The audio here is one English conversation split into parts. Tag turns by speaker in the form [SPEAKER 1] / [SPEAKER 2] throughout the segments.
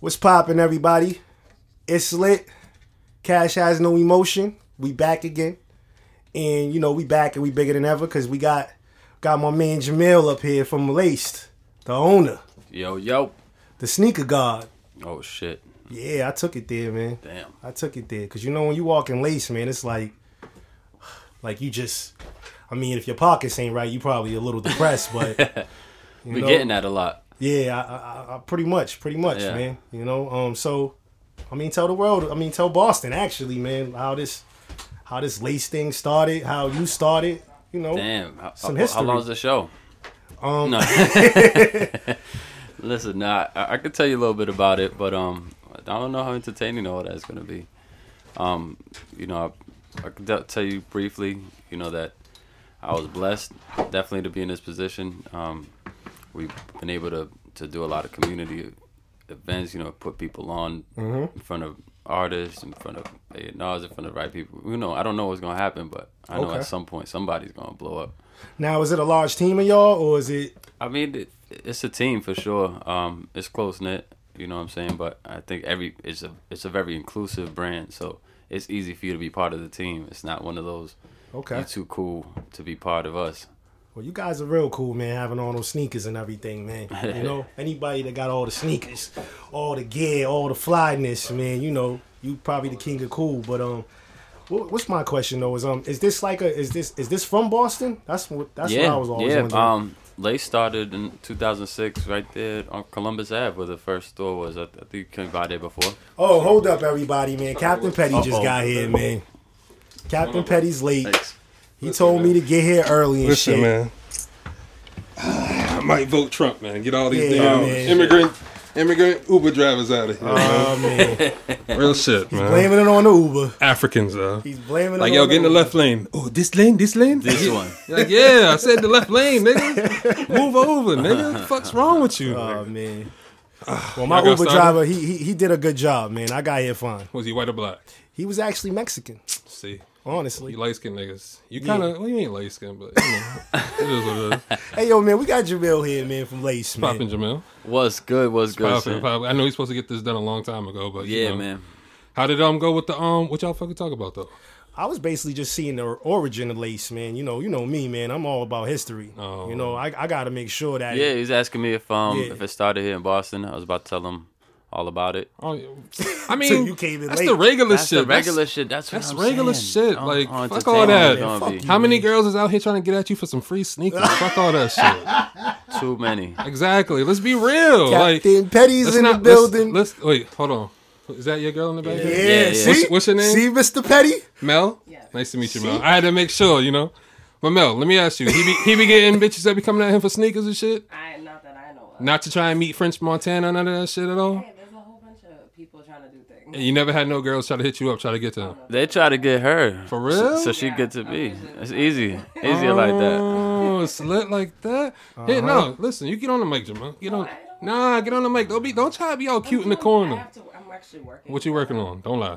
[SPEAKER 1] What's poppin', everybody? It's lit. Cash has no emotion. We back again, and you know we back and we bigger than ever because we got got my man Jamil up here from Laced, the owner,
[SPEAKER 2] Yo, yo.
[SPEAKER 1] the sneaker god.
[SPEAKER 2] Oh shit.
[SPEAKER 1] Yeah, I took it there, man.
[SPEAKER 2] Damn.
[SPEAKER 1] I took it there because you know when you walk in lace, man, it's like, like you just. I mean, if your pockets ain't right, you probably a little depressed, but you
[SPEAKER 2] We
[SPEAKER 1] know,
[SPEAKER 2] getting that a lot.
[SPEAKER 1] yeah, I, I, I, pretty much, pretty much,
[SPEAKER 2] Yeah.
[SPEAKER 1] man. You know, um, so I mean, tell the world, I mean, tell Boston actually, man, how this, how this lace thing started, how you started, you know.
[SPEAKER 2] Damn. How,
[SPEAKER 1] Oh, Some
[SPEAKER 2] how- how
[SPEAKER 1] history.
[SPEAKER 2] long's the show?
[SPEAKER 1] Um,
[SPEAKER 2] No. Listen, nah, I, I could tell you a little bit about it, but um, I don't know how entertaining all that's gonna be. Um, you know, I, I could t- tell you briefly, you know that I was blessed, definitely to be in this position. Um, we've been able to to do a lot of community events. You know, put people on in front of artists, in front of A and R's, in front of the right people. You know, I don't know what's gonna happen, but I know
[SPEAKER 1] Okay.
[SPEAKER 2] at some point somebody's gonna blow up.
[SPEAKER 1] Now, is it a large team of y'all, or is it?
[SPEAKER 2] I mean, it, it's a team for sure. Um, it's close knit. You know what I'm saying? But I think every it's a it's a very inclusive brand, so it's easy for you to be part of the team. It's not one of those
[SPEAKER 1] Okay.
[SPEAKER 2] you too cool to be part of us.
[SPEAKER 1] Well, you guys are real cool, man, having all those sneakers and everything, man. You know, anybody that got all the sneakers, all the gear, all the flyness, man, you know, you probably the king of cool. But um, wha- what's my question though? Is um, is this like a is this is this from Boston? That's what that's what I was always
[SPEAKER 2] yeah.
[SPEAKER 1] wondering.
[SPEAKER 2] Um, Lace started in 2006, right there on Columbus Ave, where the first store was. I, I think you came by there before.
[SPEAKER 1] oh, hold up, everybody, man! Captain Petty just
[SPEAKER 2] Uh-oh.
[SPEAKER 1] got here, man. Captain Petty's late.
[SPEAKER 2] Thanks.
[SPEAKER 1] He told me to get here early and
[SPEAKER 3] Listen,
[SPEAKER 1] shit.
[SPEAKER 3] man. I might vote Trump, man. Get all these
[SPEAKER 1] Yeah,
[SPEAKER 3] damn
[SPEAKER 1] man.
[SPEAKER 3] immigrant, immigrant Uber drivers out of here.
[SPEAKER 1] Oh man,
[SPEAKER 3] man. Real shit, man.
[SPEAKER 1] blaming it on the Uber.
[SPEAKER 3] Africans, though.
[SPEAKER 1] He's blaming it
[SPEAKER 3] Like,
[SPEAKER 1] on
[SPEAKER 3] yo, get in the
[SPEAKER 1] Uber.
[SPEAKER 3] left lane. Oh, this lane, this lane,
[SPEAKER 2] This
[SPEAKER 3] Yeah.
[SPEAKER 2] one.
[SPEAKER 3] Like, yeah, I said the left lane, nigga. Move over, nigga. What the fuck's wrong with you?
[SPEAKER 1] Oh
[SPEAKER 3] nigga?
[SPEAKER 1] man. Well, my
[SPEAKER 3] Ah, Y'all got
[SPEAKER 1] Uber
[SPEAKER 3] started?
[SPEAKER 1] driver, he, he he did a good job, man. I got here fine.
[SPEAKER 3] was he white or black?
[SPEAKER 1] He was actually Mexican,
[SPEAKER 3] See,
[SPEAKER 1] honestly.
[SPEAKER 3] you light skinned niggas. You kind of, well, you ain't light skinned, but you know, it is what it is.
[SPEAKER 1] Hey, yo, man, we got Jamil here, man, from Lace, man.
[SPEAKER 3] Poppin' Jamil.
[SPEAKER 2] What's good? What's good?
[SPEAKER 3] Poppin',
[SPEAKER 2] son?
[SPEAKER 3] poppin'. I know he's supposed to get this done a long time ago, but you
[SPEAKER 2] Yeah,
[SPEAKER 3] know.
[SPEAKER 2] man.
[SPEAKER 3] How did um go with the um? What y'all fucking talk about though?
[SPEAKER 1] I was basically just seeing the origin of Lace, man. You know, you know me, man. I'm all about history.
[SPEAKER 3] Oh.
[SPEAKER 1] You know, I, I got to make sure that.
[SPEAKER 2] Yeah, he's asking me if um
[SPEAKER 1] Yeah.
[SPEAKER 2] if it started here in Boston. I was about to tell him all about it.
[SPEAKER 3] Oh, yeah. I mean,
[SPEAKER 1] you came in
[SPEAKER 3] that's
[SPEAKER 1] late.
[SPEAKER 3] the regular
[SPEAKER 2] That's
[SPEAKER 3] shit.
[SPEAKER 2] the regular
[SPEAKER 3] That's-
[SPEAKER 2] shit. That's what
[SPEAKER 3] that's
[SPEAKER 2] I'm
[SPEAKER 3] regular
[SPEAKER 2] saying.
[SPEAKER 3] shit,
[SPEAKER 2] How-
[SPEAKER 3] like,
[SPEAKER 2] how
[SPEAKER 3] fuck all that.
[SPEAKER 2] entertaining it's gonna be.
[SPEAKER 3] How many girls is out here trying to get at you for some free sneakers? Fuck all that shit.
[SPEAKER 2] Too many.
[SPEAKER 3] Exactly. Let's be real.
[SPEAKER 1] Captain
[SPEAKER 3] like,
[SPEAKER 1] Petty's
[SPEAKER 3] let's
[SPEAKER 1] in the
[SPEAKER 3] not,
[SPEAKER 1] building.
[SPEAKER 3] Let's, let's wait. Hold on. Is that your girl in the back?
[SPEAKER 1] yeah,
[SPEAKER 2] Yeah, yeah.
[SPEAKER 1] see?
[SPEAKER 2] What's-
[SPEAKER 3] what's your name?
[SPEAKER 1] See, Mr. Petty?
[SPEAKER 3] Mel.
[SPEAKER 4] Yes.
[SPEAKER 3] Nice to meet you,
[SPEAKER 1] See?
[SPEAKER 3] Mel. I had to make sure, you know. But Mel, let me ask you. He be he be getting bitches that be coming at him for sneakers and shit.
[SPEAKER 4] I not that I know of.
[SPEAKER 3] Not to try and meet French Montana, none of that shit at all.
[SPEAKER 4] Hey, there's a whole bunch of people trying to do things.
[SPEAKER 3] And you never had no girls try to hit you up, try to get to him.
[SPEAKER 2] They try to get her so,
[SPEAKER 3] For real?
[SPEAKER 2] so she
[SPEAKER 4] Yeah,
[SPEAKER 2] get to
[SPEAKER 4] I'm
[SPEAKER 2] be.
[SPEAKER 4] usually-
[SPEAKER 2] It's easy, easier like that.
[SPEAKER 3] Oh, it's lit like that.
[SPEAKER 1] Uh-huh.
[SPEAKER 3] Hey, no, listen, you get on the mic, Jamal. Get on.
[SPEAKER 4] I don't-
[SPEAKER 3] Nah, get on the mic. Don't be. Don't try to be all cute in the
[SPEAKER 4] I
[SPEAKER 3] corner.
[SPEAKER 4] have to, I'm actually working.
[SPEAKER 3] What you working on? Don't lie.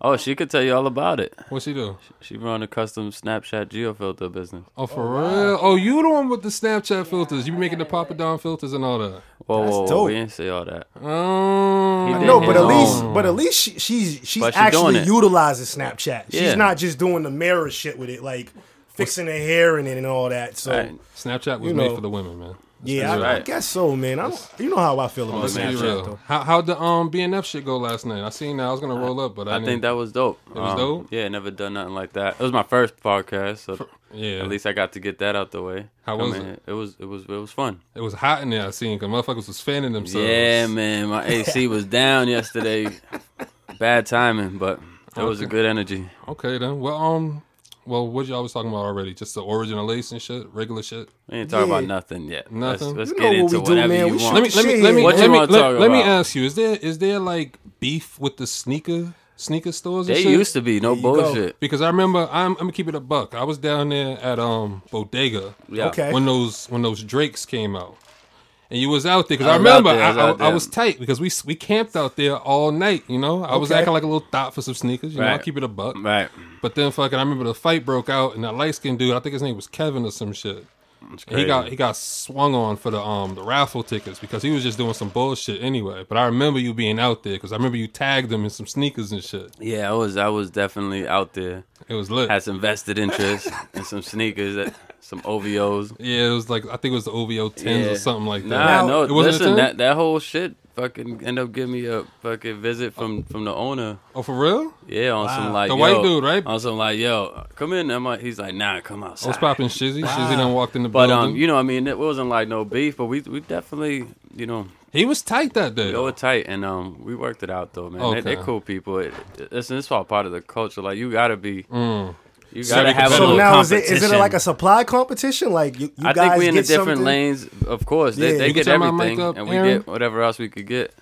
[SPEAKER 2] Oh, she could tell you all about it.
[SPEAKER 3] What she do?
[SPEAKER 2] She run a custom Snapchat geofilter business.
[SPEAKER 3] Oh, for real? Oh, you the one with the Snapchat filters? You be making the Papa Don filters and all that?
[SPEAKER 2] Whoa,
[SPEAKER 1] That's
[SPEAKER 2] whoa, whoa,
[SPEAKER 1] dope.
[SPEAKER 2] we didn't say all that.
[SPEAKER 3] Oh,
[SPEAKER 2] He did
[SPEAKER 1] No, but at
[SPEAKER 2] his
[SPEAKER 1] least,
[SPEAKER 2] own.
[SPEAKER 1] but at least she, she's she's
[SPEAKER 2] But she
[SPEAKER 1] actually
[SPEAKER 2] doing it.
[SPEAKER 1] utilizing Snapchat. She's
[SPEAKER 2] Yeah.
[SPEAKER 1] not just doing the mirror shit with it, like fixing her hair in it and all that. So
[SPEAKER 2] Right.
[SPEAKER 3] Snapchat was
[SPEAKER 1] You know.
[SPEAKER 3] made for the women, man.
[SPEAKER 1] yeah, I,
[SPEAKER 2] That's
[SPEAKER 1] I
[SPEAKER 2] right.
[SPEAKER 1] guess so, man. I don't, you know how I feel about
[SPEAKER 3] Let's be
[SPEAKER 1] Snapchat,
[SPEAKER 3] Oh, real.
[SPEAKER 1] though.
[SPEAKER 3] How how the um BNF shit go last night? I seen that. I was gonna roll up, but I,
[SPEAKER 2] I think that was dope. It
[SPEAKER 3] was dope?
[SPEAKER 2] Yeah, never done nothing like that. It was my first podcast, so
[SPEAKER 3] yeah.
[SPEAKER 2] at least I got to get that out the way.
[SPEAKER 3] How
[SPEAKER 2] I
[SPEAKER 3] was
[SPEAKER 2] mean,
[SPEAKER 3] it?
[SPEAKER 2] It was it was it was fun.
[SPEAKER 3] it was hot in there. I seen because motherfuckers was fanning themselves.
[SPEAKER 2] Yeah, man, my AC was down yesterday. Bad timing, but it was a
[SPEAKER 3] Okay.
[SPEAKER 2] good energy.
[SPEAKER 3] Okay then. Well, um, well, what y'all was talking about already? Just the origin of lace and shit, regular shit.
[SPEAKER 2] We ain't talking about
[SPEAKER 1] Yeah.
[SPEAKER 2] nothing yet.
[SPEAKER 3] Nothing?
[SPEAKER 2] Let's, let's
[SPEAKER 1] You know
[SPEAKER 2] get
[SPEAKER 1] what
[SPEAKER 2] into
[SPEAKER 1] we do,
[SPEAKER 2] whatever
[SPEAKER 1] man.
[SPEAKER 2] you
[SPEAKER 1] We
[SPEAKER 2] want.
[SPEAKER 3] Let me let me
[SPEAKER 1] Shit.
[SPEAKER 3] let me
[SPEAKER 2] Oh, What you
[SPEAKER 3] let me
[SPEAKER 2] wanna
[SPEAKER 3] let,
[SPEAKER 2] talk
[SPEAKER 3] let me
[SPEAKER 2] about?
[SPEAKER 3] ask you: Is there is there like beef with the sneaker sneaker stores? And
[SPEAKER 2] They
[SPEAKER 3] shit?
[SPEAKER 2] used to be no
[SPEAKER 1] you go.
[SPEAKER 2] bullshit.
[SPEAKER 3] because I remember I'm I'm gonna keep it a buck. I was down there at um Bodega
[SPEAKER 2] Yeah.
[SPEAKER 1] Okay.
[SPEAKER 3] when those when those Drakes came out, and you was out there because
[SPEAKER 2] I
[SPEAKER 3] I,
[SPEAKER 2] was out
[SPEAKER 3] remember
[SPEAKER 2] there, I
[SPEAKER 3] I,
[SPEAKER 2] was
[SPEAKER 3] I,
[SPEAKER 2] out
[SPEAKER 3] I
[SPEAKER 2] there.
[SPEAKER 3] was tight because we we camped out there all night. You know, I was
[SPEAKER 1] Okay.
[SPEAKER 3] acting like a little thot for some sneakers. You know, I
[SPEAKER 2] Right.
[SPEAKER 3] keep it a buck.
[SPEAKER 2] Right.
[SPEAKER 3] But then fucking, I remember the fight broke out, and that light skinned dude, I think his name was Kevin or some shit.
[SPEAKER 2] It's
[SPEAKER 3] And he got he got swung on for the um the raffle tickets because he was just doing some bullshit anyway. But I remember you being out there because I remember you tagged him in some sneakers and shit.
[SPEAKER 2] yeah, I was I was definitely out there.
[SPEAKER 3] It was lit.
[SPEAKER 2] Had some vested interest in some sneakers, that, some OVOs.
[SPEAKER 3] yeah, it was like I think it was the OVO tens
[SPEAKER 2] Yeah.
[SPEAKER 3] or something like that.
[SPEAKER 2] Nah, no,
[SPEAKER 3] it wasn't a
[SPEAKER 2] listen,
[SPEAKER 3] 10?
[SPEAKER 2] that that whole shit fucking end up giving me a fucking visit from from the owner.
[SPEAKER 3] Oh, for real?
[SPEAKER 2] Yeah, on some
[SPEAKER 1] Wow.
[SPEAKER 2] like
[SPEAKER 3] The
[SPEAKER 2] yo,
[SPEAKER 3] white dude, right?
[SPEAKER 2] On some like yo, come in. I'm like, he's like, nah, come outside.
[SPEAKER 3] I was popping Shizzy. Shizzy done walked in the
[SPEAKER 2] But
[SPEAKER 3] building.
[SPEAKER 2] um, you know, I mean, it wasn't like no beef, but we we definitely, you know,
[SPEAKER 3] he was tight that day.
[SPEAKER 2] we were tight, and um, we worked it out though, man. They,
[SPEAKER 3] Okay.
[SPEAKER 2] they're cool people. It, it, listen, it's all part of the culture. Like you gotta be,
[SPEAKER 3] Mm.
[SPEAKER 2] you
[SPEAKER 3] So
[SPEAKER 2] gotta
[SPEAKER 3] we can-
[SPEAKER 2] have a
[SPEAKER 3] So
[SPEAKER 2] little
[SPEAKER 1] So now is
[SPEAKER 2] competition.
[SPEAKER 1] it is it like a supply competition? Like you, you
[SPEAKER 2] I
[SPEAKER 1] guys
[SPEAKER 2] think we're in the
[SPEAKER 1] get
[SPEAKER 2] different
[SPEAKER 1] something?
[SPEAKER 2] lanes, of course.
[SPEAKER 1] Yeah.
[SPEAKER 2] They, they
[SPEAKER 1] You
[SPEAKER 2] get
[SPEAKER 3] can turn my mic
[SPEAKER 2] everything,
[SPEAKER 3] up,
[SPEAKER 2] and we
[SPEAKER 3] Aaron?
[SPEAKER 2] get whatever else we could get.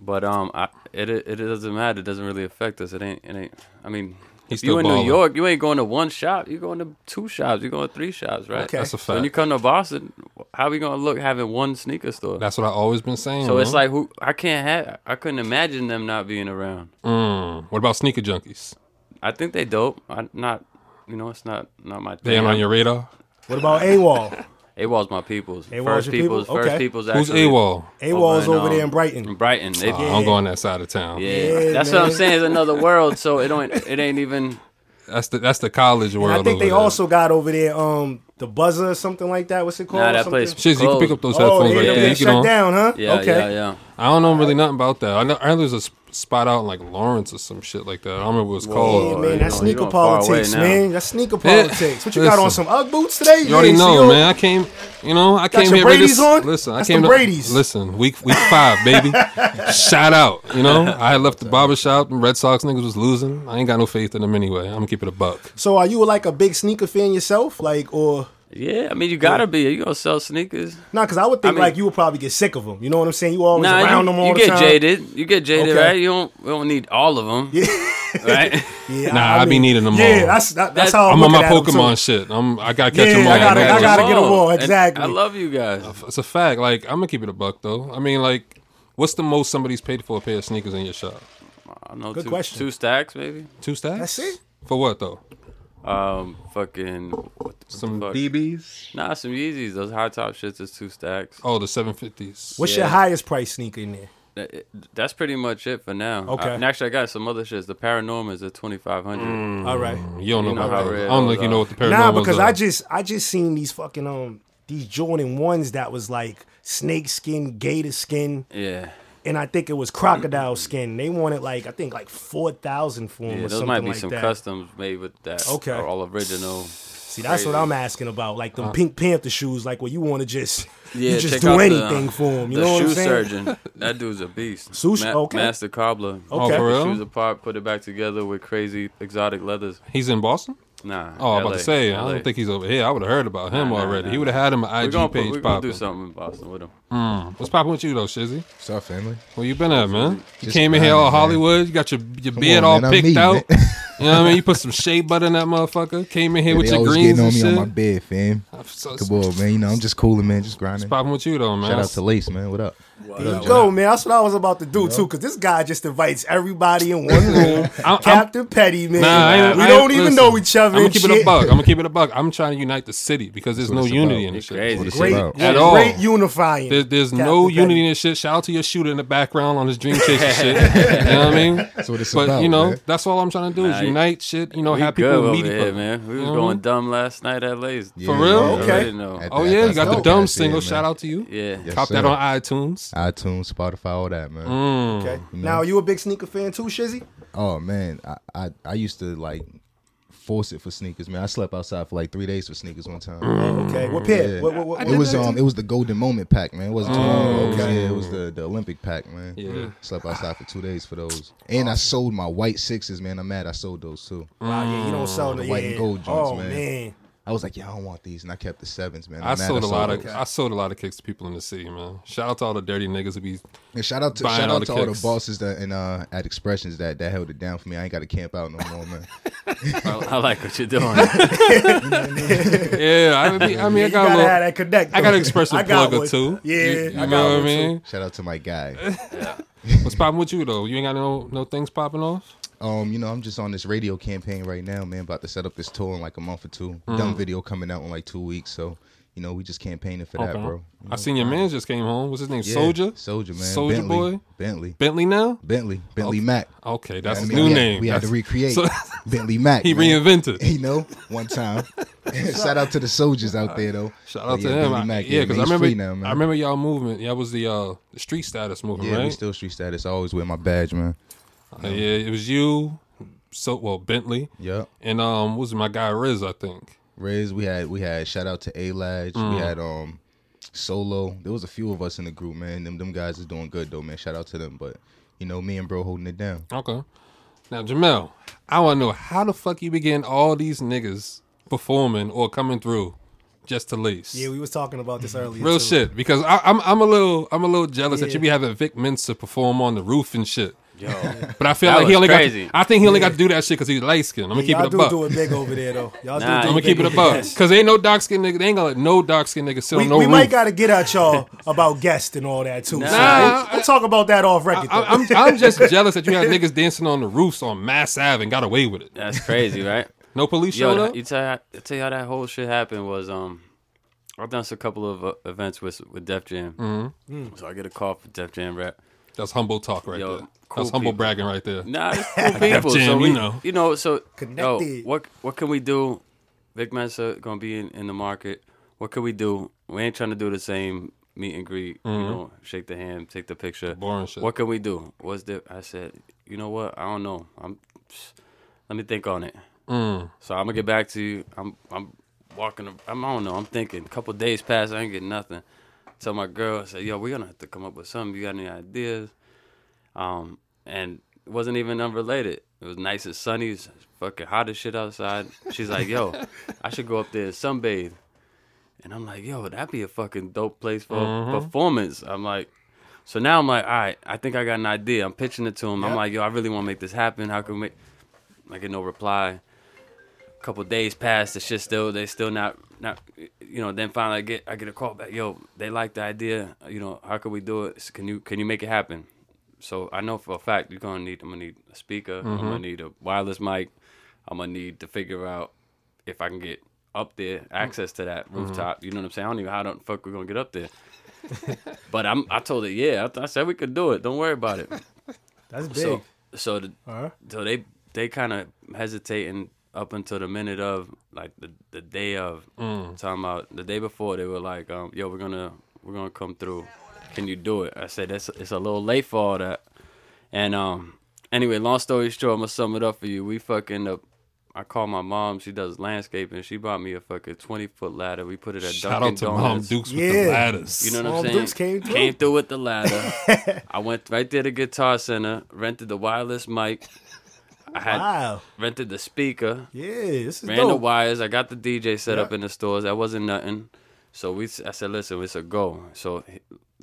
[SPEAKER 2] But um, I, it it doesn't matter. It doesn't really affect us. It ain't it ain't. I mean,
[SPEAKER 3] He's
[SPEAKER 2] if you
[SPEAKER 3] still
[SPEAKER 2] in
[SPEAKER 3] balling.
[SPEAKER 2] New York, you ain't going to one shop. You going to two shops. You going to three shops, right?
[SPEAKER 1] Okay.
[SPEAKER 3] That's a
[SPEAKER 2] So when you
[SPEAKER 3] fact.
[SPEAKER 2] come to Boston, how we gonna look having one sneaker store?
[SPEAKER 3] That's what I always been saying.
[SPEAKER 2] so it's
[SPEAKER 3] man.
[SPEAKER 2] like who I can't have. I couldn't imagine them not being around.
[SPEAKER 3] Mm. what about sneaker junkies?
[SPEAKER 2] I think they dope. I not. You know, it's not not my
[SPEAKER 3] They
[SPEAKER 2] thing.
[SPEAKER 3] ain't on your radar.
[SPEAKER 1] What about AWOL?
[SPEAKER 2] AWOL's my people's.
[SPEAKER 1] AWOL's
[SPEAKER 2] first
[SPEAKER 1] your
[SPEAKER 2] people's.
[SPEAKER 1] people?
[SPEAKER 2] First
[SPEAKER 1] Okay.
[SPEAKER 2] people's.
[SPEAKER 3] Who's
[SPEAKER 2] actually-
[SPEAKER 3] AWOL?
[SPEAKER 1] AWOL's
[SPEAKER 2] in,
[SPEAKER 1] over there in
[SPEAKER 2] um,
[SPEAKER 1] Brighton.
[SPEAKER 2] In Brighton. They,
[SPEAKER 3] Uh, I'm going that side of town.
[SPEAKER 2] yeah.
[SPEAKER 1] Yeah,
[SPEAKER 2] That's what I'm
[SPEAKER 1] man.
[SPEAKER 2] saying. It's another world. So it don't. It ain't even.
[SPEAKER 3] That's the that's the college
[SPEAKER 1] And
[SPEAKER 3] world.
[SPEAKER 1] I think
[SPEAKER 3] over
[SPEAKER 1] they
[SPEAKER 3] there.
[SPEAKER 1] also got over there um the buzzer or something like that. What's it called?
[SPEAKER 2] Nah, that
[SPEAKER 1] Something-
[SPEAKER 2] place.
[SPEAKER 3] Shizzy, you can pick
[SPEAKER 2] closed.
[SPEAKER 3] up those
[SPEAKER 1] Oh,
[SPEAKER 3] headphones
[SPEAKER 1] they
[SPEAKER 3] right
[SPEAKER 1] they
[SPEAKER 3] there. You get
[SPEAKER 1] shut
[SPEAKER 3] on.
[SPEAKER 1] down, huh?
[SPEAKER 2] Yeah.
[SPEAKER 1] okay.
[SPEAKER 2] Yeah. Yeah.
[SPEAKER 3] I don't know really nothing about that. I know, I know there's a s- spot out in like Lawrence or some shit like that. I don't remember what it's
[SPEAKER 1] Yeah,
[SPEAKER 3] called.
[SPEAKER 2] you
[SPEAKER 1] man,
[SPEAKER 2] know, you
[SPEAKER 1] that's sneaker
[SPEAKER 2] going far away
[SPEAKER 1] politics,
[SPEAKER 2] now.
[SPEAKER 1] man. That's sneaker
[SPEAKER 3] Yeah.
[SPEAKER 1] politics. What you got on
[SPEAKER 3] Listen.
[SPEAKER 1] some UGG boots today?
[SPEAKER 3] You already
[SPEAKER 1] Yeah,
[SPEAKER 3] know,
[SPEAKER 1] see
[SPEAKER 3] man. I came, you know, I came
[SPEAKER 1] your
[SPEAKER 3] here. ready to-
[SPEAKER 1] Brady's on?
[SPEAKER 3] Listen,
[SPEAKER 1] That's
[SPEAKER 3] I came
[SPEAKER 1] them
[SPEAKER 3] to-
[SPEAKER 1] Brady's.
[SPEAKER 3] Listen, week week five, baby. Shout out, you know. I had left the barber shop and Red Sox niggas was losing. I ain't got no faith in them anyway. I'm gonna keep it a buck.
[SPEAKER 1] So are you like a big sneaker fan yourself? Like or
[SPEAKER 2] Yeah. I mean, you gotta be. You gonna sell sneakers?
[SPEAKER 1] nah, cause I would think
[SPEAKER 2] I mean-
[SPEAKER 1] like you would probably get sick of them. You know what I'm saying? You always
[SPEAKER 2] Nah.
[SPEAKER 1] around
[SPEAKER 2] you
[SPEAKER 1] them all
[SPEAKER 2] you
[SPEAKER 1] the
[SPEAKER 2] get
[SPEAKER 1] time.
[SPEAKER 2] jaded. You get jaded,
[SPEAKER 1] Okay.
[SPEAKER 2] right? You don't. We don't need all of them. Right.
[SPEAKER 1] Yeah,
[SPEAKER 3] Nah, I be needing them
[SPEAKER 1] yeah,
[SPEAKER 3] all.
[SPEAKER 1] Yeah, that's that, that's
[SPEAKER 2] That's-
[SPEAKER 1] how I'm,
[SPEAKER 3] I'm on my
[SPEAKER 1] looking at 'em, too.
[SPEAKER 3] Pokemon shit. I'm I gotta catch
[SPEAKER 1] Yeah,
[SPEAKER 3] them all.
[SPEAKER 1] I gotta-
[SPEAKER 3] gotta
[SPEAKER 1] I
[SPEAKER 3] catch
[SPEAKER 1] gotta
[SPEAKER 3] 'em
[SPEAKER 1] get 'em
[SPEAKER 2] Come
[SPEAKER 1] all,
[SPEAKER 2] on. And
[SPEAKER 1] exactly.
[SPEAKER 2] I love you guys.
[SPEAKER 3] all. It's a fact. Like I'm gonna keep it a buck though. I mean, like, what's the most somebody's paid for a pair of sneakers in your shop?
[SPEAKER 2] I don't know,
[SPEAKER 1] Good
[SPEAKER 2] two,
[SPEAKER 1] question.
[SPEAKER 2] Two stacks, maybe.
[SPEAKER 3] Two stacks.
[SPEAKER 1] That's it?
[SPEAKER 3] For what though?
[SPEAKER 2] Um, fucking what the,
[SPEAKER 3] Some
[SPEAKER 2] fuck?
[SPEAKER 3] BBs.
[SPEAKER 2] nah, some Yeezys. Those high top shits is two stacks.
[SPEAKER 3] Oh, the 750s.
[SPEAKER 1] What's
[SPEAKER 2] Yeah. Mm-hmm.
[SPEAKER 1] your highest price sneaker in there?
[SPEAKER 2] That- it- That's pretty much it for now.
[SPEAKER 1] Okay.
[SPEAKER 2] I- and actually, I got some other shits. The Paranormals at twenty five hundred.
[SPEAKER 1] All right.
[SPEAKER 3] You don't know,
[SPEAKER 2] You know
[SPEAKER 3] about
[SPEAKER 2] how
[SPEAKER 3] that.
[SPEAKER 2] red
[SPEAKER 3] I don't
[SPEAKER 2] those
[SPEAKER 3] think you know
[SPEAKER 2] are.
[SPEAKER 3] what the paranormal
[SPEAKER 1] Nah, because
[SPEAKER 3] are.
[SPEAKER 1] I just I just seen these fucking um these Jordan ones that was like snake skin, gator skin,
[SPEAKER 2] Yeah.
[SPEAKER 1] and I think it was crocodile skin. They wanted like I think like four thousand for them
[SPEAKER 2] Yeah,
[SPEAKER 1] or
[SPEAKER 2] those
[SPEAKER 1] something
[SPEAKER 2] might be
[SPEAKER 1] like
[SPEAKER 2] some
[SPEAKER 1] that.
[SPEAKER 2] customs made with that.
[SPEAKER 1] Okay.
[SPEAKER 2] Or all original.
[SPEAKER 1] See, that's what
[SPEAKER 2] crazy. Uh-huh.
[SPEAKER 1] I'm asking about, like the Pink Panther shoes, like where you want to just
[SPEAKER 2] Yeah,
[SPEAKER 1] you just
[SPEAKER 2] check
[SPEAKER 1] do
[SPEAKER 2] out the, uh,
[SPEAKER 1] anything for them. You
[SPEAKER 2] the
[SPEAKER 1] know what
[SPEAKER 2] shoe
[SPEAKER 1] I'm saying?
[SPEAKER 2] surgeon. That dude's a beast.
[SPEAKER 1] Sush- okay.
[SPEAKER 2] Master cobbler.
[SPEAKER 1] Oh, okay.
[SPEAKER 3] oh, for
[SPEAKER 2] Took the
[SPEAKER 3] real?
[SPEAKER 2] Shoes apart, put it back together with crazy exotic leathers.
[SPEAKER 3] he's in Boston?
[SPEAKER 2] Nah.
[SPEAKER 3] Oh, I'm about
[SPEAKER 2] LA,
[SPEAKER 3] to say, I
[SPEAKER 2] LA.
[SPEAKER 3] don't think he's over here. I would have heard about him
[SPEAKER 2] Nah, nah,
[SPEAKER 3] already.
[SPEAKER 2] nah,
[SPEAKER 3] he would have
[SPEAKER 2] nah.
[SPEAKER 3] had him an
[SPEAKER 2] We're
[SPEAKER 3] IG
[SPEAKER 2] gonna, put, we're gonna do
[SPEAKER 3] page popping.
[SPEAKER 2] something in Boston with him.
[SPEAKER 3] What's popping with you, though, Shizzy?
[SPEAKER 5] What's up, family?
[SPEAKER 3] Where you been at, man? You
[SPEAKER 5] Just
[SPEAKER 3] came in here
[SPEAKER 5] grinding,
[SPEAKER 3] all
[SPEAKER 5] man.
[SPEAKER 3] Hollywood. You got your, your beard
[SPEAKER 5] on,
[SPEAKER 3] all
[SPEAKER 5] man, I'm
[SPEAKER 3] picked
[SPEAKER 5] me,
[SPEAKER 3] out.
[SPEAKER 5] man.
[SPEAKER 3] you know what I mean? You put some shea butter in that motherfucker. Came in here
[SPEAKER 5] Yeah,
[SPEAKER 3] with
[SPEAKER 5] they
[SPEAKER 3] your
[SPEAKER 5] always
[SPEAKER 3] greens
[SPEAKER 5] getting on
[SPEAKER 3] and
[SPEAKER 5] me
[SPEAKER 3] shit.
[SPEAKER 5] on my bed, fam.
[SPEAKER 3] So-
[SPEAKER 5] Come on, man. You know, I'm just cooling, man. Just grinding.
[SPEAKER 3] What's popping with you, though, man?
[SPEAKER 5] Shout out to Lace, man. What up?
[SPEAKER 1] There you go, man. That's what I was about to do too, because this guy just invites everybody in one room.
[SPEAKER 3] I'm-
[SPEAKER 1] Captain Petty, man.
[SPEAKER 3] Nah, I ain't-
[SPEAKER 1] we
[SPEAKER 3] I ain't-
[SPEAKER 1] don't even
[SPEAKER 3] listen,
[SPEAKER 1] know each other.
[SPEAKER 3] I'm gonna
[SPEAKER 1] and
[SPEAKER 3] keep
[SPEAKER 1] shit.
[SPEAKER 3] it a buck. I'm gonna keep it a buck. I'm trying to unite the city because there's
[SPEAKER 5] That's
[SPEAKER 3] no
[SPEAKER 5] what it's
[SPEAKER 3] unity
[SPEAKER 5] about.
[SPEAKER 3] in this
[SPEAKER 2] It's
[SPEAKER 3] shit.
[SPEAKER 2] crazy.
[SPEAKER 5] What it's
[SPEAKER 1] Great,
[SPEAKER 5] about.
[SPEAKER 3] At
[SPEAKER 1] great
[SPEAKER 3] all.
[SPEAKER 1] unifying.
[SPEAKER 3] There, there's
[SPEAKER 1] Captain
[SPEAKER 3] no
[SPEAKER 1] Petty.
[SPEAKER 3] unity in this shit. Shout out to your shooter in the background on his dream chase and shit. you know what I mean?
[SPEAKER 5] That's what it's
[SPEAKER 3] but
[SPEAKER 5] about,
[SPEAKER 3] you know,
[SPEAKER 5] man.
[SPEAKER 3] that's all I'm trying to do is
[SPEAKER 2] Nah,
[SPEAKER 3] unite shit. You know,
[SPEAKER 2] We
[SPEAKER 3] have
[SPEAKER 2] good
[SPEAKER 3] people
[SPEAKER 2] over
[SPEAKER 3] meet each
[SPEAKER 2] here,
[SPEAKER 3] other.
[SPEAKER 2] man. We was
[SPEAKER 3] Mhm.
[SPEAKER 2] going dumb last night at Lay's.
[SPEAKER 5] Yeah,
[SPEAKER 3] For real?
[SPEAKER 5] yeah,
[SPEAKER 1] Okay.
[SPEAKER 5] yeah.
[SPEAKER 2] I didn't know.
[SPEAKER 5] At
[SPEAKER 3] Oh
[SPEAKER 5] that-
[SPEAKER 3] yeah, you
[SPEAKER 5] that's
[SPEAKER 3] got the
[SPEAKER 5] dope.
[SPEAKER 3] dumb
[SPEAKER 5] That's it,
[SPEAKER 3] single.
[SPEAKER 5] man.
[SPEAKER 3] Shout out to you.
[SPEAKER 2] Yeah.
[SPEAKER 5] Yeah. Yes,
[SPEAKER 3] Cop that
[SPEAKER 5] sir.
[SPEAKER 3] on Mm. iTunes.
[SPEAKER 5] iTunes, Spotify, all that, man.
[SPEAKER 1] Okay.
[SPEAKER 3] Mm-hmm.
[SPEAKER 1] Now, are you a big sneaker fan too, Shizzy?
[SPEAKER 5] Oh man, I, I I used to like force it for sneakers, man. I slept outside for like three days for sneakers one time.
[SPEAKER 3] Mm.
[SPEAKER 1] Okay.
[SPEAKER 3] Mm-hmm.
[SPEAKER 1] What pair?
[SPEAKER 5] Yeah.
[SPEAKER 1] What, what, what,
[SPEAKER 5] It
[SPEAKER 1] what-
[SPEAKER 5] was um, it was the Golden Moment pack, man. It wasn't two of those. Yeah, it was the, the Olympic pack, man.
[SPEAKER 3] Mm. Yeah.
[SPEAKER 5] slept outside for two days for those. And I sold my white sixes, man. I'm mad I sold those too.
[SPEAKER 1] Wow, Ah, yeah, you don't sell the
[SPEAKER 5] white
[SPEAKER 1] yeah.
[SPEAKER 5] and gold joints,
[SPEAKER 1] Oh man.
[SPEAKER 5] man. I was like, yeah, I don't want these, and I kept the sevens, man. I'm
[SPEAKER 3] I
[SPEAKER 5] mad
[SPEAKER 3] sold a lot of
[SPEAKER 5] those.
[SPEAKER 3] I sold a lot of kicks to people in the city, man. Shout out to all the dirty niggas who be
[SPEAKER 5] And shout out to
[SPEAKER 3] buying
[SPEAKER 5] shout
[SPEAKER 3] all
[SPEAKER 5] out
[SPEAKER 3] the
[SPEAKER 5] to all the
[SPEAKER 3] kicks.
[SPEAKER 5] bosses that and uh at Expressions that that held it down for me. I ain't got to camp out no more, man.
[SPEAKER 2] I, I like what you're doing.
[SPEAKER 3] Yeah, I, be, I mean I
[SPEAKER 1] You gotta
[SPEAKER 3] got a
[SPEAKER 1] have
[SPEAKER 3] little
[SPEAKER 1] that connect.
[SPEAKER 3] I got an
[SPEAKER 1] though. I
[SPEAKER 3] expressive
[SPEAKER 1] got
[SPEAKER 3] plug or
[SPEAKER 1] one.
[SPEAKER 3] two.
[SPEAKER 1] Yeah,
[SPEAKER 3] you, you
[SPEAKER 1] I got
[SPEAKER 3] know
[SPEAKER 1] one,
[SPEAKER 3] what I mean.
[SPEAKER 5] shout out to my guy.
[SPEAKER 3] What's popping with you though? You ain't got no no things popping off.
[SPEAKER 5] um, you know, I'm just on this radio campaign right now, man. About to set up this tour in like a month or two.
[SPEAKER 3] Mm.
[SPEAKER 5] Dumb video coming out in like two weeks, so you know, we just campaigning for that,
[SPEAKER 3] Okay.
[SPEAKER 5] bro.
[SPEAKER 3] I seen your man just came home. What's his name?
[SPEAKER 5] Yeah,
[SPEAKER 3] Soldier.
[SPEAKER 5] Soldier, man.
[SPEAKER 3] Soldier
[SPEAKER 5] Bentley,
[SPEAKER 3] boy?
[SPEAKER 5] Bentley,
[SPEAKER 3] Bentley now.
[SPEAKER 5] Bentley, Bentley Mac.
[SPEAKER 3] Okay, that's
[SPEAKER 5] I
[SPEAKER 3] his
[SPEAKER 5] mean,
[SPEAKER 3] new
[SPEAKER 5] we had-
[SPEAKER 3] name.
[SPEAKER 5] we had to
[SPEAKER 3] That's-
[SPEAKER 5] recreate
[SPEAKER 3] So-
[SPEAKER 5] Bentley Mac.
[SPEAKER 3] he
[SPEAKER 5] man.
[SPEAKER 3] reinvented.
[SPEAKER 5] you know, one time. Shout out to the soldiers out there though.
[SPEAKER 3] Shout out
[SPEAKER 5] But
[SPEAKER 3] to
[SPEAKER 5] yeah,
[SPEAKER 3] him.
[SPEAKER 5] Bentley
[SPEAKER 3] I-
[SPEAKER 5] Mac,
[SPEAKER 3] yeah, because
[SPEAKER 5] man,
[SPEAKER 3] I
[SPEAKER 5] he's
[SPEAKER 3] remember.
[SPEAKER 5] free now, man.
[SPEAKER 3] I remember y'all movement. Y'all was the uh, the street status movement,
[SPEAKER 5] Yeah, we
[SPEAKER 3] right?
[SPEAKER 5] still street status. I always wear my badge, man.
[SPEAKER 3] Uh, yeah, it was you. So well, Bentley.
[SPEAKER 5] Yep.
[SPEAKER 3] And um, what was my guy Riz? I think.
[SPEAKER 5] Riz, we had we had shout out to A Lodge.
[SPEAKER 3] Mm.
[SPEAKER 5] We had um Solo. There was a few of us in the group, man. Them them guys is doing good though, man. Shout out to them. But you know, me and bro holding it down.
[SPEAKER 3] Okay. Now Jamel, I want to know how the fuck you begin all these niggas performing or coming through just to lease.
[SPEAKER 1] Yeah, we was talking about this earlier.
[SPEAKER 3] Real
[SPEAKER 1] too.
[SPEAKER 3] shit, because I, I'm I'm a little I'm a little jealous that
[SPEAKER 1] Yeah.
[SPEAKER 3] you be having Vic Mensa perform on the roof and shit.
[SPEAKER 2] Yo,
[SPEAKER 3] But I feel
[SPEAKER 2] That
[SPEAKER 3] like he
[SPEAKER 2] was
[SPEAKER 3] only
[SPEAKER 2] crazy.
[SPEAKER 3] got. To, I think he only got to do that shit because he's light skinned. I'm gonna
[SPEAKER 1] Y'all
[SPEAKER 3] keep it a
[SPEAKER 1] do
[SPEAKER 3] buck.
[SPEAKER 1] do it big over there though. Y'all do
[SPEAKER 2] Nah,
[SPEAKER 1] do
[SPEAKER 3] I'm gonna keep it a buck because ain't no dark skinned nigga. They ain't gonna let no dark skinned nigga sit
[SPEAKER 1] We,
[SPEAKER 3] on no
[SPEAKER 1] we
[SPEAKER 3] roof.
[SPEAKER 1] might gotta get at y'all about guests and all that too. so
[SPEAKER 2] Nah.
[SPEAKER 1] we'll, we'll talk about that off record.
[SPEAKER 3] I,
[SPEAKER 1] though.
[SPEAKER 3] I'm I'm just jealous that you have niggas dancing on the roofs on Mass Ave and got away with it.
[SPEAKER 2] that's crazy, right?
[SPEAKER 3] No police
[SPEAKER 2] Yo,
[SPEAKER 3] showed
[SPEAKER 2] that-
[SPEAKER 3] up.
[SPEAKER 2] you tell you, I tell you how that whole shit happened was um, I've done a couple of uh, events with with Def Jam, so I get a call for Def Jam rap.
[SPEAKER 3] That's humble talk right
[SPEAKER 2] Yo,
[SPEAKER 3] there.
[SPEAKER 2] cool
[SPEAKER 3] That's humble
[SPEAKER 2] people.
[SPEAKER 3] bragging right there.
[SPEAKER 2] Nah, it's cool people.
[SPEAKER 3] Jam,
[SPEAKER 2] so
[SPEAKER 3] you
[SPEAKER 2] we,
[SPEAKER 3] know.
[SPEAKER 2] you know, so yo,
[SPEAKER 1] Connected.
[SPEAKER 2] what what can we do? Vic Mensa gonna be in, in the market. What can we do? We ain't trying to do the same meet and greet. You know, shake the hand, take the picture.
[SPEAKER 3] Mm-hmm. Boring shit.
[SPEAKER 2] What can we do? What's the? I said, you know what? I don't know. I'm. Let me think on it.
[SPEAKER 3] Mm.
[SPEAKER 2] So I'm gonna get back to you. I'm I'm walking. I'm I don't know. I'm thinking. A couple days pass. I ain't getting nothing. Tell my girl. I said, yo, we're gonna have to come up with something. You got any ideas? Um, and it wasn't even unrelated. It was nice and sunny. It's fucking hot as shit outside. She's like, yo, I should go up there and sunbathe. And I'm like, yo, that'd be a fucking dope place for a performance. I'm like, so now I'm like, all right, I think I got an idea. I'm pitching it to him. I'm like, yo, I really want to make this happen. How can we make? I get no reply. A couple days pass, the shit still they still not not you know. Then finally I get I get a call back. Yo, they like the idea. You know, how can we do it? Can you can you make it happen? So I know for a fact you're gonna need. I'm gonna need a speaker. I'm gonna need a wireless mic. I'm gonna need to figure out if I can get up there access to that rooftop. You know what I'm saying? I don't even know how the fuck we're gonna get up there. but I'm I told her yeah. I, th- I said we could do it. Don't worry about it.
[SPEAKER 1] That's big.
[SPEAKER 2] So so the,
[SPEAKER 1] huh?
[SPEAKER 2] so they they kind of hesitating up until the minute of like the, the day of
[SPEAKER 3] Mm.
[SPEAKER 2] talking about the day before they were like um yo we're gonna we're gonna come through can you do it i said that's it's a little late for all that and um anyway long story short i'm gonna sum it up for you we fucking up I called my mom. She does landscaping. She bought me a fucking twenty foot ladder. We put it at
[SPEAKER 3] Shout
[SPEAKER 2] Dunkin'
[SPEAKER 3] out to
[SPEAKER 2] Donuts.
[SPEAKER 3] Mom Dukes with
[SPEAKER 1] Yeah.
[SPEAKER 3] the ladders.
[SPEAKER 2] You know what
[SPEAKER 1] Mom
[SPEAKER 2] I'm saying?
[SPEAKER 1] Dukes came through.
[SPEAKER 2] with the ladder. I went right there to Guitar Center, rented the wireless mic. I had
[SPEAKER 1] Wow.
[SPEAKER 2] rented the speaker,
[SPEAKER 1] Yeah, this is
[SPEAKER 2] ran the
[SPEAKER 1] dope.
[SPEAKER 2] wires. I got the DJ set
[SPEAKER 1] Yeah.
[SPEAKER 2] up in the stores. That wasn't nothing. So we, s- I said, listen, it's a go. So,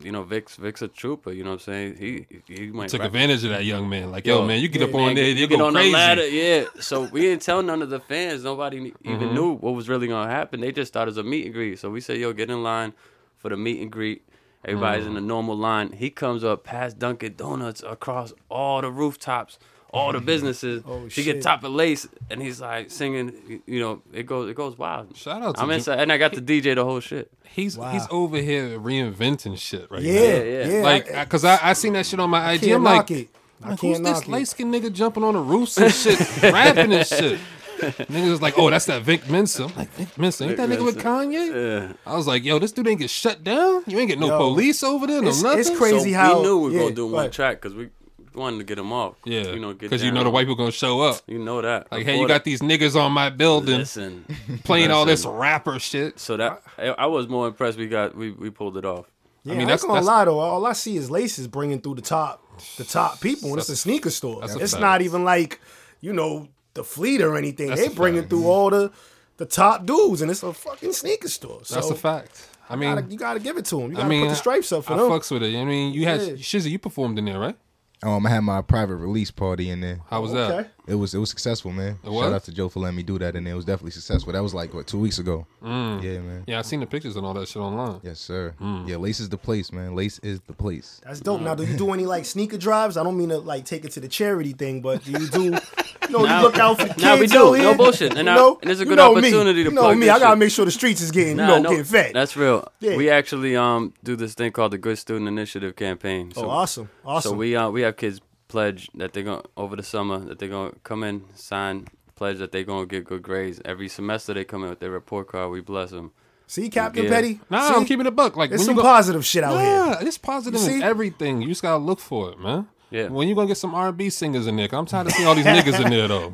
[SPEAKER 2] you know, Vic's Vic's a trooper. You know what I'm saying? He he went
[SPEAKER 3] took
[SPEAKER 2] right-
[SPEAKER 3] advantage of that young man. Like, yo,
[SPEAKER 2] Yo,
[SPEAKER 3] man, you get
[SPEAKER 1] yeah,
[SPEAKER 3] up
[SPEAKER 1] man,
[SPEAKER 3] on there,
[SPEAKER 2] you
[SPEAKER 3] you
[SPEAKER 2] get
[SPEAKER 3] go
[SPEAKER 2] on
[SPEAKER 3] crazy.
[SPEAKER 2] the ladder, yeah. So we didn't tell none of the fans. Nobody kn- even
[SPEAKER 3] Mm-hmm.
[SPEAKER 2] knew what was really gonna happen. They just thought it was a meet and greet. So we said, "Yo, get in line for the meet and greet." Everybody's in
[SPEAKER 3] Mm.
[SPEAKER 2] the normal line. He comes up past Dunkin' Donuts across all the rooftops, all the businesses.
[SPEAKER 1] Oh,
[SPEAKER 2] she
[SPEAKER 1] shit.
[SPEAKER 2] get top of lace, and he's like singing. You know, it goes, it goes wild.
[SPEAKER 3] Shout out to
[SPEAKER 2] I'm
[SPEAKER 3] Ju-
[SPEAKER 2] inside, and I got the DJ the whole shit.
[SPEAKER 3] He's
[SPEAKER 1] Wow.
[SPEAKER 3] he's over here reinventing shit right
[SPEAKER 1] yeah,
[SPEAKER 3] now.
[SPEAKER 1] yeah,
[SPEAKER 2] yeah.
[SPEAKER 3] Like, I- cause I, I seen that shit on my
[SPEAKER 1] I
[SPEAKER 3] IG.
[SPEAKER 1] can't
[SPEAKER 3] I'm
[SPEAKER 1] knock
[SPEAKER 3] like,
[SPEAKER 1] it. I
[SPEAKER 3] like,
[SPEAKER 1] can't
[SPEAKER 3] who's
[SPEAKER 1] knock
[SPEAKER 3] this
[SPEAKER 1] it.
[SPEAKER 3] light skinned nigga jumping on the roofs and shit, rapping and shit? Niggas was like, oh, that's that Vic Mensa. I'm like, Vic Mensa, ain't that
[SPEAKER 2] Vic
[SPEAKER 3] nigga with
[SPEAKER 2] Mensa.
[SPEAKER 3] Kanye?
[SPEAKER 2] Yeah.
[SPEAKER 3] I was like, yo, this dude ain't get shut down. You ain't get no
[SPEAKER 1] Yo,
[SPEAKER 3] police over there, no
[SPEAKER 1] it's-
[SPEAKER 3] nothing.
[SPEAKER 1] it's crazy.
[SPEAKER 2] So
[SPEAKER 1] how-
[SPEAKER 2] we knew we were
[SPEAKER 1] yeah,
[SPEAKER 2] gonna do one
[SPEAKER 1] right.
[SPEAKER 2] track because we wanted to get him off.
[SPEAKER 3] Yeah,
[SPEAKER 2] you know, get
[SPEAKER 3] because you know
[SPEAKER 2] down.
[SPEAKER 3] the white people gonna show up.
[SPEAKER 2] You know that.
[SPEAKER 3] Like, hey,
[SPEAKER 2] Before
[SPEAKER 3] you
[SPEAKER 2] that-
[SPEAKER 3] got these niggas on my building
[SPEAKER 2] Listen,
[SPEAKER 3] playing all this
[SPEAKER 2] listen.
[SPEAKER 3] rapper shit.
[SPEAKER 2] So that I, I was more impressed. We got we, we pulled it off.
[SPEAKER 1] Yeah, I
[SPEAKER 3] mean,
[SPEAKER 1] mean,
[SPEAKER 3] that's-
[SPEAKER 1] that's gonna
[SPEAKER 3] that's-
[SPEAKER 1] lie though. All I see is laces bringing through the top, the top people, and it's a sneaker store.
[SPEAKER 3] that's a
[SPEAKER 1] It's
[SPEAKER 3] fact.
[SPEAKER 1] not even like you know the fleet or anything.
[SPEAKER 3] That's
[SPEAKER 1] they
[SPEAKER 3] a
[SPEAKER 1] bringing
[SPEAKER 3] fact.
[SPEAKER 1] through all the the top dudes, and it's a fucking sneaker store. So
[SPEAKER 3] That's a fact. I
[SPEAKER 1] You
[SPEAKER 3] mean,
[SPEAKER 1] gotta, you gotta give it to them. You gotta
[SPEAKER 3] I mean,
[SPEAKER 1] put the stripes up for
[SPEAKER 3] I
[SPEAKER 1] them.
[SPEAKER 3] fucks with it. I mean, you had
[SPEAKER 1] Yeah.
[SPEAKER 3] Shizzy, you performed in there, right?
[SPEAKER 5] Um, I had my private release party in there.
[SPEAKER 3] How was that?
[SPEAKER 5] It was it was successful, man.
[SPEAKER 3] was?
[SPEAKER 5] Shout out to Joe for letting me do that, and it was definitely successful. That was like what two weeks ago.
[SPEAKER 3] Mm.
[SPEAKER 5] Yeah, man.
[SPEAKER 3] Yeah, I seen the pictures and all that shit online.
[SPEAKER 5] Yes, sir.
[SPEAKER 3] Mm.
[SPEAKER 5] Yeah, Lace is the place, man. Lace is the place.
[SPEAKER 1] That's dope. Now, do you do any like sneaker drives? I don't mean to like take it to the charity thing, but do you do? You know,
[SPEAKER 2] Nah,
[SPEAKER 1] you look out for kids.
[SPEAKER 2] nah, we do.
[SPEAKER 1] out here,
[SPEAKER 2] No bullshit. And
[SPEAKER 1] you
[SPEAKER 2] I-
[SPEAKER 1] know?
[SPEAKER 2] and it's a
[SPEAKER 1] You
[SPEAKER 2] good
[SPEAKER 1] know
[SPEAKER 2] opportunity
[SPEAKER 1] me.
[SPEAKER 2] to
[SPEAKER 1] You know
[SPEAKER 2] plug
[SPEAKER 1] me.
[SPEAKER 2] this
[SPEAKER 1] I gotta
[SPEAKER 2] shit.
[SPEAKER 1] make sure the streets is getting
[SPEAKER 2] Nah,
[SPEAKER 1] you know
[SPEAKER 2] no,
[SPEAKER 1] getting fed.
[SPEAKER 2] That's real.
[SPEAKER 1] Yeah.
[SPEAKER 2] We actually um do this thing called the Good Student Initiative campaign.
[SPEAKER 1] oh,
[SPEAKER 2] So-
[SPEAKER 1] awesome, awesome.
[SPEAKER 2] So we uh, we have kids pledge that they're going to over the summer that they're going to come in sign pledge that they're going to get good grades every semester. They come in with their report card. We bless them.
[SPEAKER 1] See, Captain
[SPEAKER 2] Yeah.
[SPEAKER 1] Petty.
[SPEAKER 3] Nah,
[SPEAKER 1] See?
[SPEAKER 3] I'm keeping it buck. Like
[SPEAKER 1] There's
[SPEAKER 3] when
[SPEAKER 1] some
[SPEAKER 3] you go,
[SPEAKER 1] positive shit out here.
[SPEAKER 3] Yeah, it's positive
[SPEAKER 1] You see?
[SPEAKER 3] in everything. You just gotta look for it, man.
[SPEAKER 2] Yeah.
[SPEAKER 3] When you gonna get some R and B singers in there? 'Cause I'm tired of seeing all these niggas in there though.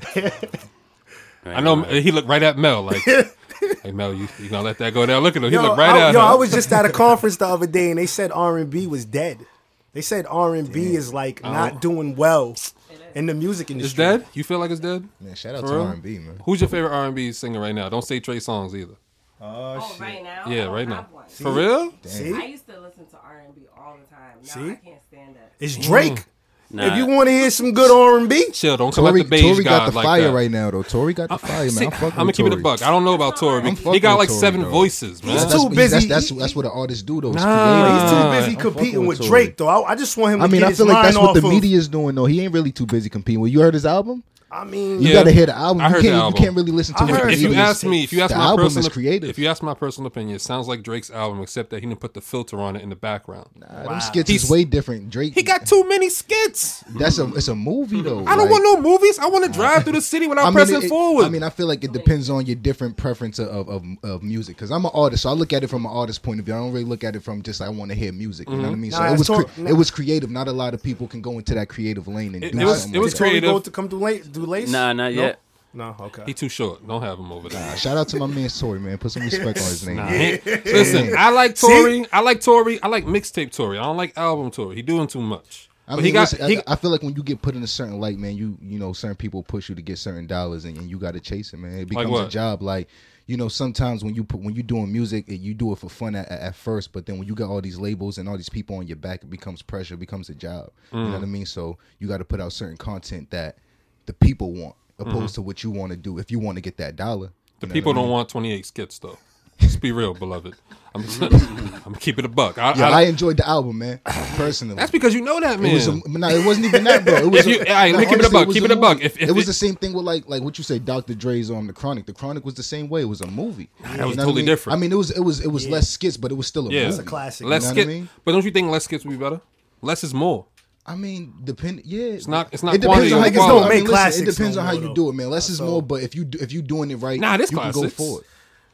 [SPEAKER 3] I know he looked right at Mel. Like, hey Mel, you, you gonna let that go down? Look at him. He
[SPEAKER 1] Yo,
[SPEAKER 3] looked right
[SPEAKER 1] I,
[SPEAKER 3] at
[SPEAKER 1] yo,
[SPEAKER 3] her.
[SPEAKER 1] I was just at a conference the other day and they said R and B was dead. They said R and B is like not doing well in the music
[SPEAKER 3] Oh. it's
[SPEAKER 1] industry.
[SPEAKER 3] dead. You feel like it's dead?
[SPEAKER 5] Man, shout out
[SPEAKER 3] For
[SPEAKER 5] to
[SPEAKER 3] real?
[SPEAKER 5] R and B, man.
[SPEAKER 3] Who's your favorite R and B singer right now? Don't say Trey Songs either.
[SPEAKER 4] Oh, right now? I
[SPEAKER 3] Yeah,
[SPEAKER 4] don't
[SPEAKER 3] right now.
[SPEAKER 4] have one.
[SPEAKER 5] Mm.
[SPEAKER 3] For real?
[SPEAKER 4] I
[SPEAKER 1] See,
[SPEAKER 4] used to listen to R&B all the time. Now
[SPEAKER 1] See?
[SPEAKER 4] I can't stand that.
[SPEAKER 1] it's Drake.
[SPEAKER 5] Mm.
[SPEAKER 2] Nah,
[SPEAKER 1] If you want to hear some good R and B,
[SPEAKER 3] Chill. Don't come at
[SPEAKER 5] Tori,
[SPEAKER 3] the beige
[SPEAKER 5] Tori
[SPEAKER 3] god
[SPEAKER 5] got the
[SPEAKER 3] like
[SPEAKER 5] fire
[SPEAKER 3] that. Uh,
[SPEAKER 5] right now, though. Tori got the fire, man.
[SPEAKER 3] See,
[SPEAKER 5] I'm
[SPEAKER 3] I'm,
[SPEAKER 5] fucking
[SPEAKER 3] gonna
[SPEAKER 5] with
[SPEAKER 3] keep it a
[SPEAKER 5] Tori.
[SPEAKER 3] buck. I don't know about Tory. He
[SPEAKER 5] I'm fucking
[SPEAKER 3] got
[SPEAKER 5] with
[SPEAKER 3] like
[SPEAKER 5] Tory,
[SPEAKER 3] seven
[SPEAKER 5] though.
[SPEAKER 3] voices, man.
[SPEAKER 1] He's
[SPEAKER 5] That's
[SPEAKER 1] too
[SPEAKER 5] what- that's-
[SPEAKER 1] busy.
[SPEAKER 5] That's, that's, what the artists do, though. is
[SPEAKER 3] Nah.
[SPEAKER 1] he's too
[SPEAKER 5] creative.
[SPEAKER 1] busy
[SPEAKER 5] I'm
[SPEAKER 1] competing
[SPEAKER 5] fucking
[SPEAKER 1] with
[SPEAKER 5] Tory.
[SPEAKER 1] Drake. Though I, I just want him. To
[SPEAKER 5] I mean,
[SPEAKER 1] get
[SPEAKER 5] I
[SPEAKER 1] his
[SPEAKER 5] feel like
[SPEAKER 1] mind
[SPEAKER 5] that's what
[SPEAKER 1] off
[SPEAKER 5] the
[SPEAKER 1] of-
[SPEAKER 5] media is doing, though. He ain't really too busy competing. Well, you heard his album.
[SPEAKER 1] I mean,
[SPEAKER 5] You
[SPEAKER 3] Yeah.
[SPEAKER 5] gotta hear the album.
[SPEAKER 3] I heard the
[SPEAKER 5] you can't,
[SPEAKER 3] album.
[SPEAKER 5] You can't really listen
[SPEAKER 1] I
[SPEAKER 5] to what
[SPEAKER 1] heard
[SPEAKER 5] the
[SPEAKER 3] if you
[SPEAKER 5] media
[SPEAKER 3] ask
[SPEAKER 5] is-
[SPEAKER 3] me, if you ask
[SPEAKER 5] the
[SPEAKER 3] my
[SPEAKER 5] album
[SPEAKER 3] personal,
[SPEAKER 5] is creative.
[SPEAKER 3] if you ask my personal opinion, it sounds like Drake's album, except that he didn't put the filter on it in the background.
[SPEAKER 5] Nah, them skits
[SPEAKER 3] He's-
[SPEAKER 5] is way different. Drake,
[SPEAKER 3] He got too many skits.
[SPEAKER 5] that's a it's a movie though.
[SPEAKER 3] I don't want no movies. I want to drive through the city without pressing
[SPEAKER 5] it,
[SPEAKER 3] forward.
[SPEAKER 5] I mean, I feel like it depends on your different preference of of, of, of music. Because I'm an artist, so I look at it from an artist's point of view. I don't really look at it from just I want to hear music. You know what I mean? So
[SPEAKER 1] Nah,
[SPEAKER 5] it
[SPEAKER 1] it's
[SPEAKER 5] was
[SPEAKER 1] tor-
[SPEAKER 5] cre- it was creative. Not a lot of people can go into that creative lane and
[SPEAKER 3] It-
[SPEAKER 5] do
[SPEAKER 3] it was-
[SPEAKER 5] something.
[SPEAKER 3] it was
[SPEAKER 5] like that.
[SPEAKER 1] Tory
[SPEAKER 3] creative.
[SPEAKER 1] go to come to lace. Do lace?
[SPEAKER 2] Nah, not yet.
[SPEAKER 1] No, okay.
[SPEAKER 3] he too short. Don't have him over there.
[SPEAKER 5] Nah, shout out to my man Tory, man. Put some respect on his name. man.
[SPEAKER 3] Listen, I like Tory. I like Tory. I like mixtape Tory. I don't like album Tory. He doing too much.
[SPEAKER 5] I
[SPEAKER 3] But
[SPEAKER 5] mean,
[SPEAKER 3] he got.
[SPEAKER 5] listen,
[SPEAKER 3] he,
[SPEAKER 5] I, I feel like when you get put in a certain light, man, you you know, certain people push you to get certain dollars, and, and you got to chase it, man. It becomes a
[SPEAKER 3] what?
[SPEAKER 5] job. Like you know, sometimes when you put when you doing music, it- you do it for fun at, at- at first, but then when you got all these labels and all these people on your back, it becomes pressure, it becomes a job. You
[SPEAKER 3] Mm.
[SPEAKER 5] know what I mean? So you got to put out certain content that the people want, opposed to what you want to do if you want to get that dollar.
[SPEAKER 3] Mm-hmm. the
[SPEAKER 5] You know what
[SPEAKER 3] people
[SPEAKER 5] I mean?
[SPEAKER 3] don't want 28 skits though. Let's be real, beloved. I'm, I'm keeping it a buck. I,
[SPEAKER 5] Yeah,
[SPEAKER 3] I-
[SPEAKER 5] I enjoyed the album, man. Personally,
[SPEAKER 3] that's because you know that man.
[SPEAKER 5] It was a, no, it wasn't even that, bro. It was
[SPEAKER 3] If you-
[SPEAKER 5] a-
[SPEAKER 3] alright,
[SPEAKER 5] no,
[SPEAKER 3] let me keep it a
[SPEAKER 5] honestly,
[SPEAKER 3] buck,
[SPEAKER 5] was
[SPEAKER 3] keep it a buck.
[SPEAKER 5] movie.
[SPEAKER 3] If- if
[SPEAKER 5] it was
[SPEAKER 3] it-
[SPEAKER 5] the same thing with like like what you say, Dr. Dre's on the Chronic. The Chronic was the same way. It was a movie.
[SPEAKER 3] that was
[SPEAKER 5] You know what I
[SPEAKER 3] totally
[SPEAKER 5] mean?
[SPEAKER 3] different.
[SPEAKER 5] I mean, it was it was it was less skits, but it was still a
[SPEAKER 3] yeah,
[SPEAKER 5] movie.
[SPEAKER 1] a classic.
[SPEAKER 3] Less
[SPEAKER 5] You know what I
[SPEAKER 3] skits,
[SPEAKER 5] mean?
[SPEAKER 3] but don't you think less skits would be better? Less is more.
[SPEAKER 5] I mean, depend. Yeah, it's
[SPEAKER 3] not- it's not
[SPEAKER 5] It depends
[SPEAKER 3] quantity
[SPEAKER 5] on how
[SPEAKER 3] over
[SPEAKER 5] you do. it.
[SPEAKER 3] quality.
[SPEAKER 5] I
[SPEAKER 1] Don't
[SPEAKER 5] mean,
[SPEAKER 1] make
[SPEAKER 5] listen, it
[SPEAKER 1] classics
[SPEAKER 5] depends
[SPEAKER 1] no
[SPEAKER 5] on how
[SPEAKER 1] more,
[SPEAKER 5] you
[SPEAKER 1] though.
[SPEAKER 5] do it, man. Less is more, but if you do- if you doing it right,
[SPEAKER 3] Nah, this
[SPEAKER 5] you can go
[SPEAKER 3] classics.
[SPEAKER 5] forward.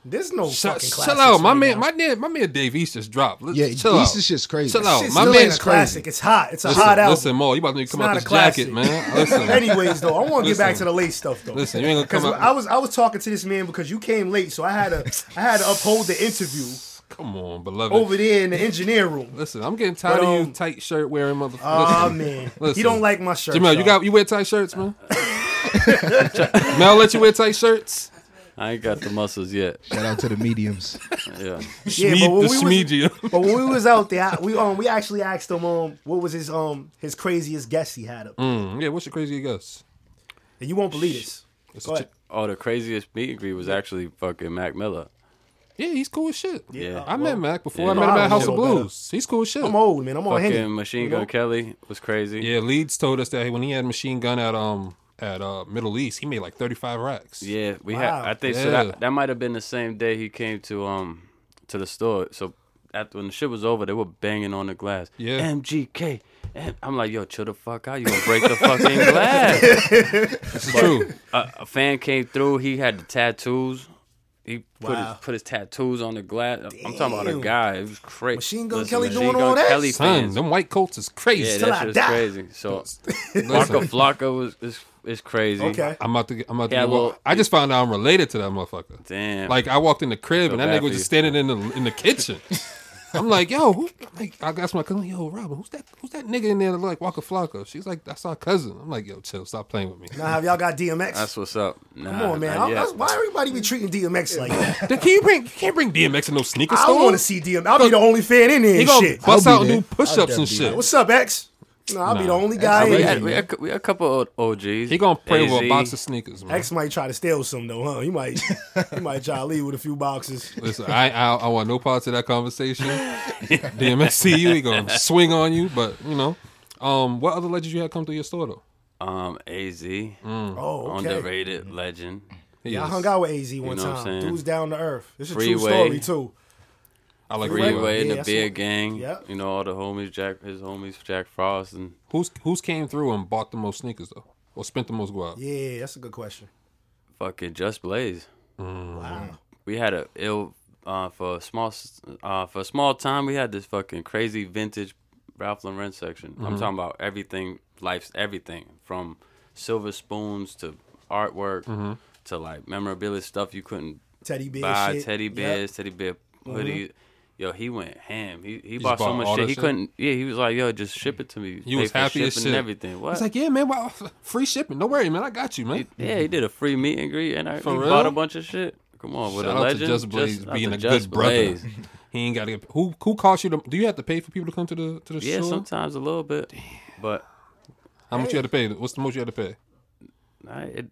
[SPEAKER 1] There's no
[SPEAKER 3] Shut,
[SPEAKER 1] fucking
[SPEAKER 3] chill
[SPEAKER 1] classics
[SPEAKER 3] out, my
[SPEAKER 1] right
[SPEAKER 3] man.
[SPEAKER 1] now.
[SPEAKER 3] My man, my man, Dave East just dropped. Let's-
[SPEAKER 5] Yeah,
[SPEAKER 3] chill out.
[SPEAKER 5] East is just crazy.
[SPEAKER 3] Chill out,
[SPEAKER 1] Shit's
[SPEAKER 3] my
[SPEAKER 1] still ain't
[SPEAKER 3] man's
[SPEAKER 1] a
[SPEAKER 3] crazy.
[SPEAKER 1] classic. It's hot. It's a
[SPEAKER 3] Listen,
[SPEAKER 1] hot album.
[SPEAKER 3] listen, Mo, you about to come
[SPEAKER 1] It's
[SPEAKER 3] out
[SPEAKER 1] not
[SPEAKER 3] this
[SPEAKER 1] a classic.
[SPEAKER 3] jacket, man. Listen,
[SPEAKER 1] Anyways, though, I want to get back
[SPEAKER 3] Listen.
[SPEAKER 1] to the late stuff though.
[SPEAKER 3] listen, you ain't gonna
[SPEAKER 1] Because
[SPEAKER 3] come
[SPEAKER 1] I
[SPEAKER 3] out.
[SPEAKER 1] was I was talking to this man because you came late, so I had to I had to uphold the interview
[SPEAKER 3] Come on, beloved.
[SPEAKER 1] over there in the engineer room.
[SPEAKER 3] Listen, I'm getting tired
[SPEAKER 1] But,
[SPEAKER 3] of you
[SPEAKER 1] um,
[SPEAKER 3] tight shirt wearing motherfucker.
[SPEAKER 1] Oh man,
[SPEAKER 3] Listen.
[SPEAKER 1] he don't like my shirt.
[SPEAKER 3] Jamel, you
[SPEAKER 1] y'all.
[SPEAKER 3] got you wear tight shirts, man. Mel let you wear tight shirts.
[SPEAKER 2] I ain't got the muscles yet.
[SPEAKER 5] Shout out to the mediums.
[SPEAKER 2] Yeah.
[SPEAKER 1] yeah, but when
[SPEAKER 3] Schmied- the
[SPEAKER 1] we was,
[SPEAKER 3] Schmiedium.
[SPEAKER 1] but when we was out there, I- we um we actually asked him um what was his um his craziest guess he had up, there.
[SPEAKER 3] Mm, yeah, what's your crazy guess?
[SPEAKER 1] and you won't believe this.
[SPEAKER 3] It's
[SPEAKER 1] Go
[SPEAKER 3] a
[SPEAKER 1] ahead.
[SPEAKER 3] chi-
[SPEAKER 2] Oh, the craziest meet and greet was actually fucking Mac Miller.
[SPEAKER 3] yeah, he's cool as shit.
[SPEAKER 2] Yeah.
[SPEAKER 3] I met Mac before I
[SPEAKER 2] Yeah.
[SPEAKER 3] met him
[SPEAKER 1] Wow,
[SPEAKER 3] at House of
[SPEAKER 1] you know
[SPEAKER 3] Blues. He's cool as shit.
[SPEAKER 1] I'm old man. I'm on
[SPEAKER 2] Fucking
[SPEAKER 1] Henny.
[SPEAKER 2] Machine
[SPEAKER 1] you
[SPEAKER 2] Gun
[SPEAKER 1] know?
[SPEAKER 2] Kelly was crazy.
[SPEAKER 3] Yeah, Leeds told us that when he had Machine Gun at um at uh Middle East, he made like 35 racks.
[SPEAKER 2] Yeah, we
[SPEAKER 1] Wow.
[SPEAKER 2] had. I think so.
[SPEAKER 3] Yeah.
[SPEAKER 2] That, that might have been the same day he came to um to the store. So after when the shit was over, they were banging on the glass.
[SPEAKER 3] Yeah.
[SPEAKER 2] MGK. And I'm like, yo, chill the fuck out. You gonna break the fucking glass?
[SPEAKER 3] It's true.
[SPEAKER 2] a, a fan came through. He had the tattoos. He put his
[SPEAKER 1] Wow.
[SPEAKER 2] put his tattoos on the glass. I'm talking about a
[SPEAKER 1] Damn.
[SPEAKER 2] guy. It was crazy.
[SPEAKER 1] Machine Gun Kelly doing
[SPEAKER 2] Gun
[SPEAKER 1] all that?
[SPEAKER 2] Kelly
[SPEAKER 3] Son,
[SPEAKER 2] fans.
[SPEAKER 3] them white coats is
[SPEAKER 2] yeah,
[SPEAKER 3] crazy.
[SPEAKER 1] till I
[SPEAKER 2] that shit was
[SPEAKER 1] die.
[SPEAKER 2] crazy. So Marco
[SPEAKER 3] Listen,
[SPEAKER 2] Flocka was is, is crazy.
[SPEAKER 1] Okay.
[SPEAKER 3] I'm about to get, I'm about to
[SPEAKER 2] Yeah,
[SPEAKER 3] get,
[SPEAKER 2] well-
[SPEAKER 3] I just found out I'm related to that motherfucker.
[SPEAKER 2] Damn.
[SPEAKER 3] Like I walked in the crib and that
[SPEAKER 2] bad
[SPEAKER 3] nigga was
[SPEAKER 2] for
[SPEAKER 3] just
[SPEAKER 2] you.
[SPEAKER 3] standing in the in the kitchen. I'm like, yo, who, like I asked my cousin, yo, Robin, who's that who's that nigga in there that look like Waka Flocka? She's like, that's our cousin. I'm like, yo, chill, stop playing with me.
[SPEAKER 1] Now have y'all got DMX?
[SPEAKER 2] that's what's up. Nah,
[SPEAKER 1] Come on, man.
[SPEAKER 2] not
[SPEAKER 1] I-
[SPEAKER 2] yet.
[SPEAKER 1] I- why everybody be treating DMX like that?
[SPEAKER 3] Then Can you bring you can't bring DMX in no sneaker
[SPEAKER 1] I
[SPEAKER 3] store?
[SPEAKER 1] want to see DMX. I'll be the only fan in there
[SPEAKER 3] He
[SPEAKER 1] and
[SPEAKER 3] gonna
[SPEAKER 1] shit.
[SPEAKER 3] bust
[SPEAKER 5] I'll be
[SPEAKER 3] out and
[SPEAKER 5] there.
[SPEAKER 3] do push ups
[SPEAKER 5] I'll
[SPEAKER 3] and
[SPEAKER 5] definitely
[SPEAKER 3] shit.
[SPEAKER 1] What's up, X? No, I'll be the
[SPEAKER 3] Nah.
[SPEAKER 1] only guy.
[SPEAKER 2] we,
[SPEAKER 1] in
[SPEAKER 2] had,
[SPEAKER 1] here,
[SPEAKER 2] we,
[SPEAKER 1] man.
[SPEAKER 2] had, we had a couple of OGs.
[SPEAKER 3] He gonna pray with a
[SPEAKER 2] AZ.
[SPEAKER 3] box of sneakers, man.
[SPEAKER 1] X might try to steal some though, huh? He might, he might try to leave with a few boxes.
[SPEAKER 3] Listen, I, I I want no parts of that conversation. DMX see you, he gonna swing on you, but you know. Um, what other legends you had come through your store though?
[SPEAKER 2] Um, AZ,
[SPEAKER 3] Mm.
[SPEAKER 1] Oh, okay.
[SPEAKER 2] underrated legend.
[SPEAKER 3] He
[SPEAKER 1] Yeah, I
[SPEAKER 3] is-
[SPEAKER 1] hung out with AZ one
[SPEAKER 2] know what I'm
[SPEAKER 1] time.
[SPEAKER 2] saying?
[SPEAKER 1] Dude's down to earth. It's a true
[SPEAKER 2] Freeway.
[SPEAKER 1] story too.
[SPEAKER 3] I like
[SPEAKER 2] Freeway
[SPEAKER 3] Freeway.
[SPEAKER 2] and
[SPEAKER 1] Yeah,
[SPEAKER 2] the
[SPEAKER 1] that's
[SPEAKER 2] beer
[SPEAKER 1] what-
[SPEAKER 2] gang.
[SPEAKER 1] Yep.
[SPEAKER 2] You know all the homies, Jack, his homies, Jack Frost, and
[SPEAKER 3] Who's who's came through and bought the most sneakers though, or spent the most guap?
[SPEAKER 1] Yeah, that's a good question.
[SPEAKER 2] fucking Just Blaze.
[SPEAKER 3] Mm.
[SPEAKER 1] Wow.
[SPEAKER 2] We had a ill uh, for a small s- uh, for a small time. We had this fucking crazy vintage Ralph Lauren section.
[SPEAKER 3] Mm-hmm.
[SPEAKER 2] I'm talking about everything, life's everything from silver spoons to artwork
[SPEAKER 3] Mm-hmm.
[SPEAKER 2] to like memorabilia stuff you couldn't
[SPEAKER 1] Teddy bear
[SPEAKER 2] buy
[SPEAKER 1] shit. Mm-hmm.
[SPEAKER 2] teddy
[SPEAKER 1] Yep.
[SPEAKER 2] bears, teddy bear hoodie. Yo, he went ham. He he bought,
[SPEAKER 3] bought
[SPEAKER 2] so much
[SPEAKER 3] all
[SPEAKER 2] shit.
[SPEAKER 3] that
[SPEAKER 2] He
[SPEAKER 3] shit?
[SPEAKER 2] couldn't. Yeah, he was like, yo, just ship it to me.
[SPEAKER 3] You
[SPEAKER 2] Pay
[SPEAKER 3] was
[SPEAKER 2] for
[SPEAKER 3] happy as
[SPEAKER 2] shipping
[SPEAKER 3] shit.
[SPEAKER 2] and everything. What?
[SPEAKER 3] It's like, yeah, man, wow, free shipping. Don't worry, man, I got you, man.
[SPEAKER 2] yeah, he did a free meet and greet, and I he
[SPEAKER 3] For real?
[SPEAKER 2] bought a bunch of shit. Come on, with
[SPEAKER 3] Shout
[SPEAKER 2] a
[SPEAKER 3] out
[SPEAKER 2] legend.
[SPEAKER 3] to Just Blaze
[SPEAKER 2] out
[SPEAKER 3] being
[SPEAKER 2] to
[SPEAKER 3] a
[SPEAKER 2] Just
[SPEAKER 3] good brother.
[SPEAKER 2] Blaze.
[SPEAKER 3] He ain't got to. Who who cost you? To, do you have to pay for people to come to the to the
[SPEAKER 2] Yeah,
[SPEAKER 3] show?
[SPEAKER 2] sometimes a little bit, but
[SPEAKER 3] How much you had to pay? What's the most you had to pay?
[SPEAKER 2] I, it,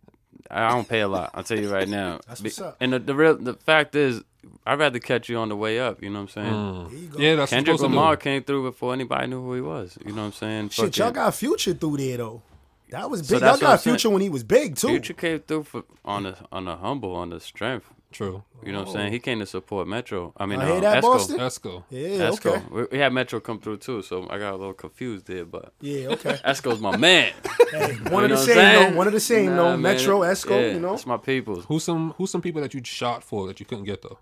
[SPEAKER 2] I don't pay a lot. I'll tell you right now.
[SPEAKER 1] That's
[SPEAKER 2] Be-
[SPEAKER 1] what's up.
[SPEAKER 2] And the, the real the fact is, I'd rather catch you on the way up. You know what I'm saying?
[SPEAKER 3] Mm.
[SPEAKER 1] There you go.
[SPEAKER 3] Yeah, that's
[SPEAKER 2] Kendrick
[SPEAKER 3] supposed to do.
[SPEAKER 2] Lamar came through before anybody knew who he was. You know what I'm saying?
[SPEAKER 1] Shit,
[SPEAKER 2] Fucking-
[SPEAKER 1] y'all got future through there though. That was big.
[SPEAKER 2] that's
[SPEAKER 1] y'all
[SPEAKER 2] what
[SPEAKER 1] got
[SPEAKER 2] I'm saying.
[SPEAKER 1] future when he was big too.
[SPEAKER 2] Future came through for, on a on a humble on the strength.
[SPEAKER 3] True.
[SPEAKER 2] You know what I'm saying? He came to support Metro. I mean,
[SPEAKER 1] Oh. I
[SPEAKER 2] uh,
[SPEAKER 1] hear that,
[SPEAKER 2] Esco.
[SPEAKER 1] Boston.
[SPEAKER 3] Esco.
[SPEAKER 1] Yeah,
[SPEAKER 2] Esco.
[SPEAKER 1] okay.
[SPEAKER 2] We, we had Metro come through too, so I got a little confused there. But
[SPEAKER 1] Yeah, okay.
[SPEAKER 2] Esco's my man.
[SPEAKER 1] One of
[SPEAKER 2] You
[SPEAKER 1] the
[SPEAKER 2] know what I'm
[SPEAKER 1] same
[SPEAKER 2] saying?
[SPEAKER 1] though. One of the same
[SPEAKER 2] Nah,
[SPEAKER 1] though.
[SPEAKER 2] man.
[SPEAKER 1] Metro Esco,
[SPEAKER 2] Yeah,
[SPEAKER 1] you know.
[SPEAKER 2] it's my peoples.
[SPEAKER 3] Who's some who's some people that you shot for that you couldn't get though?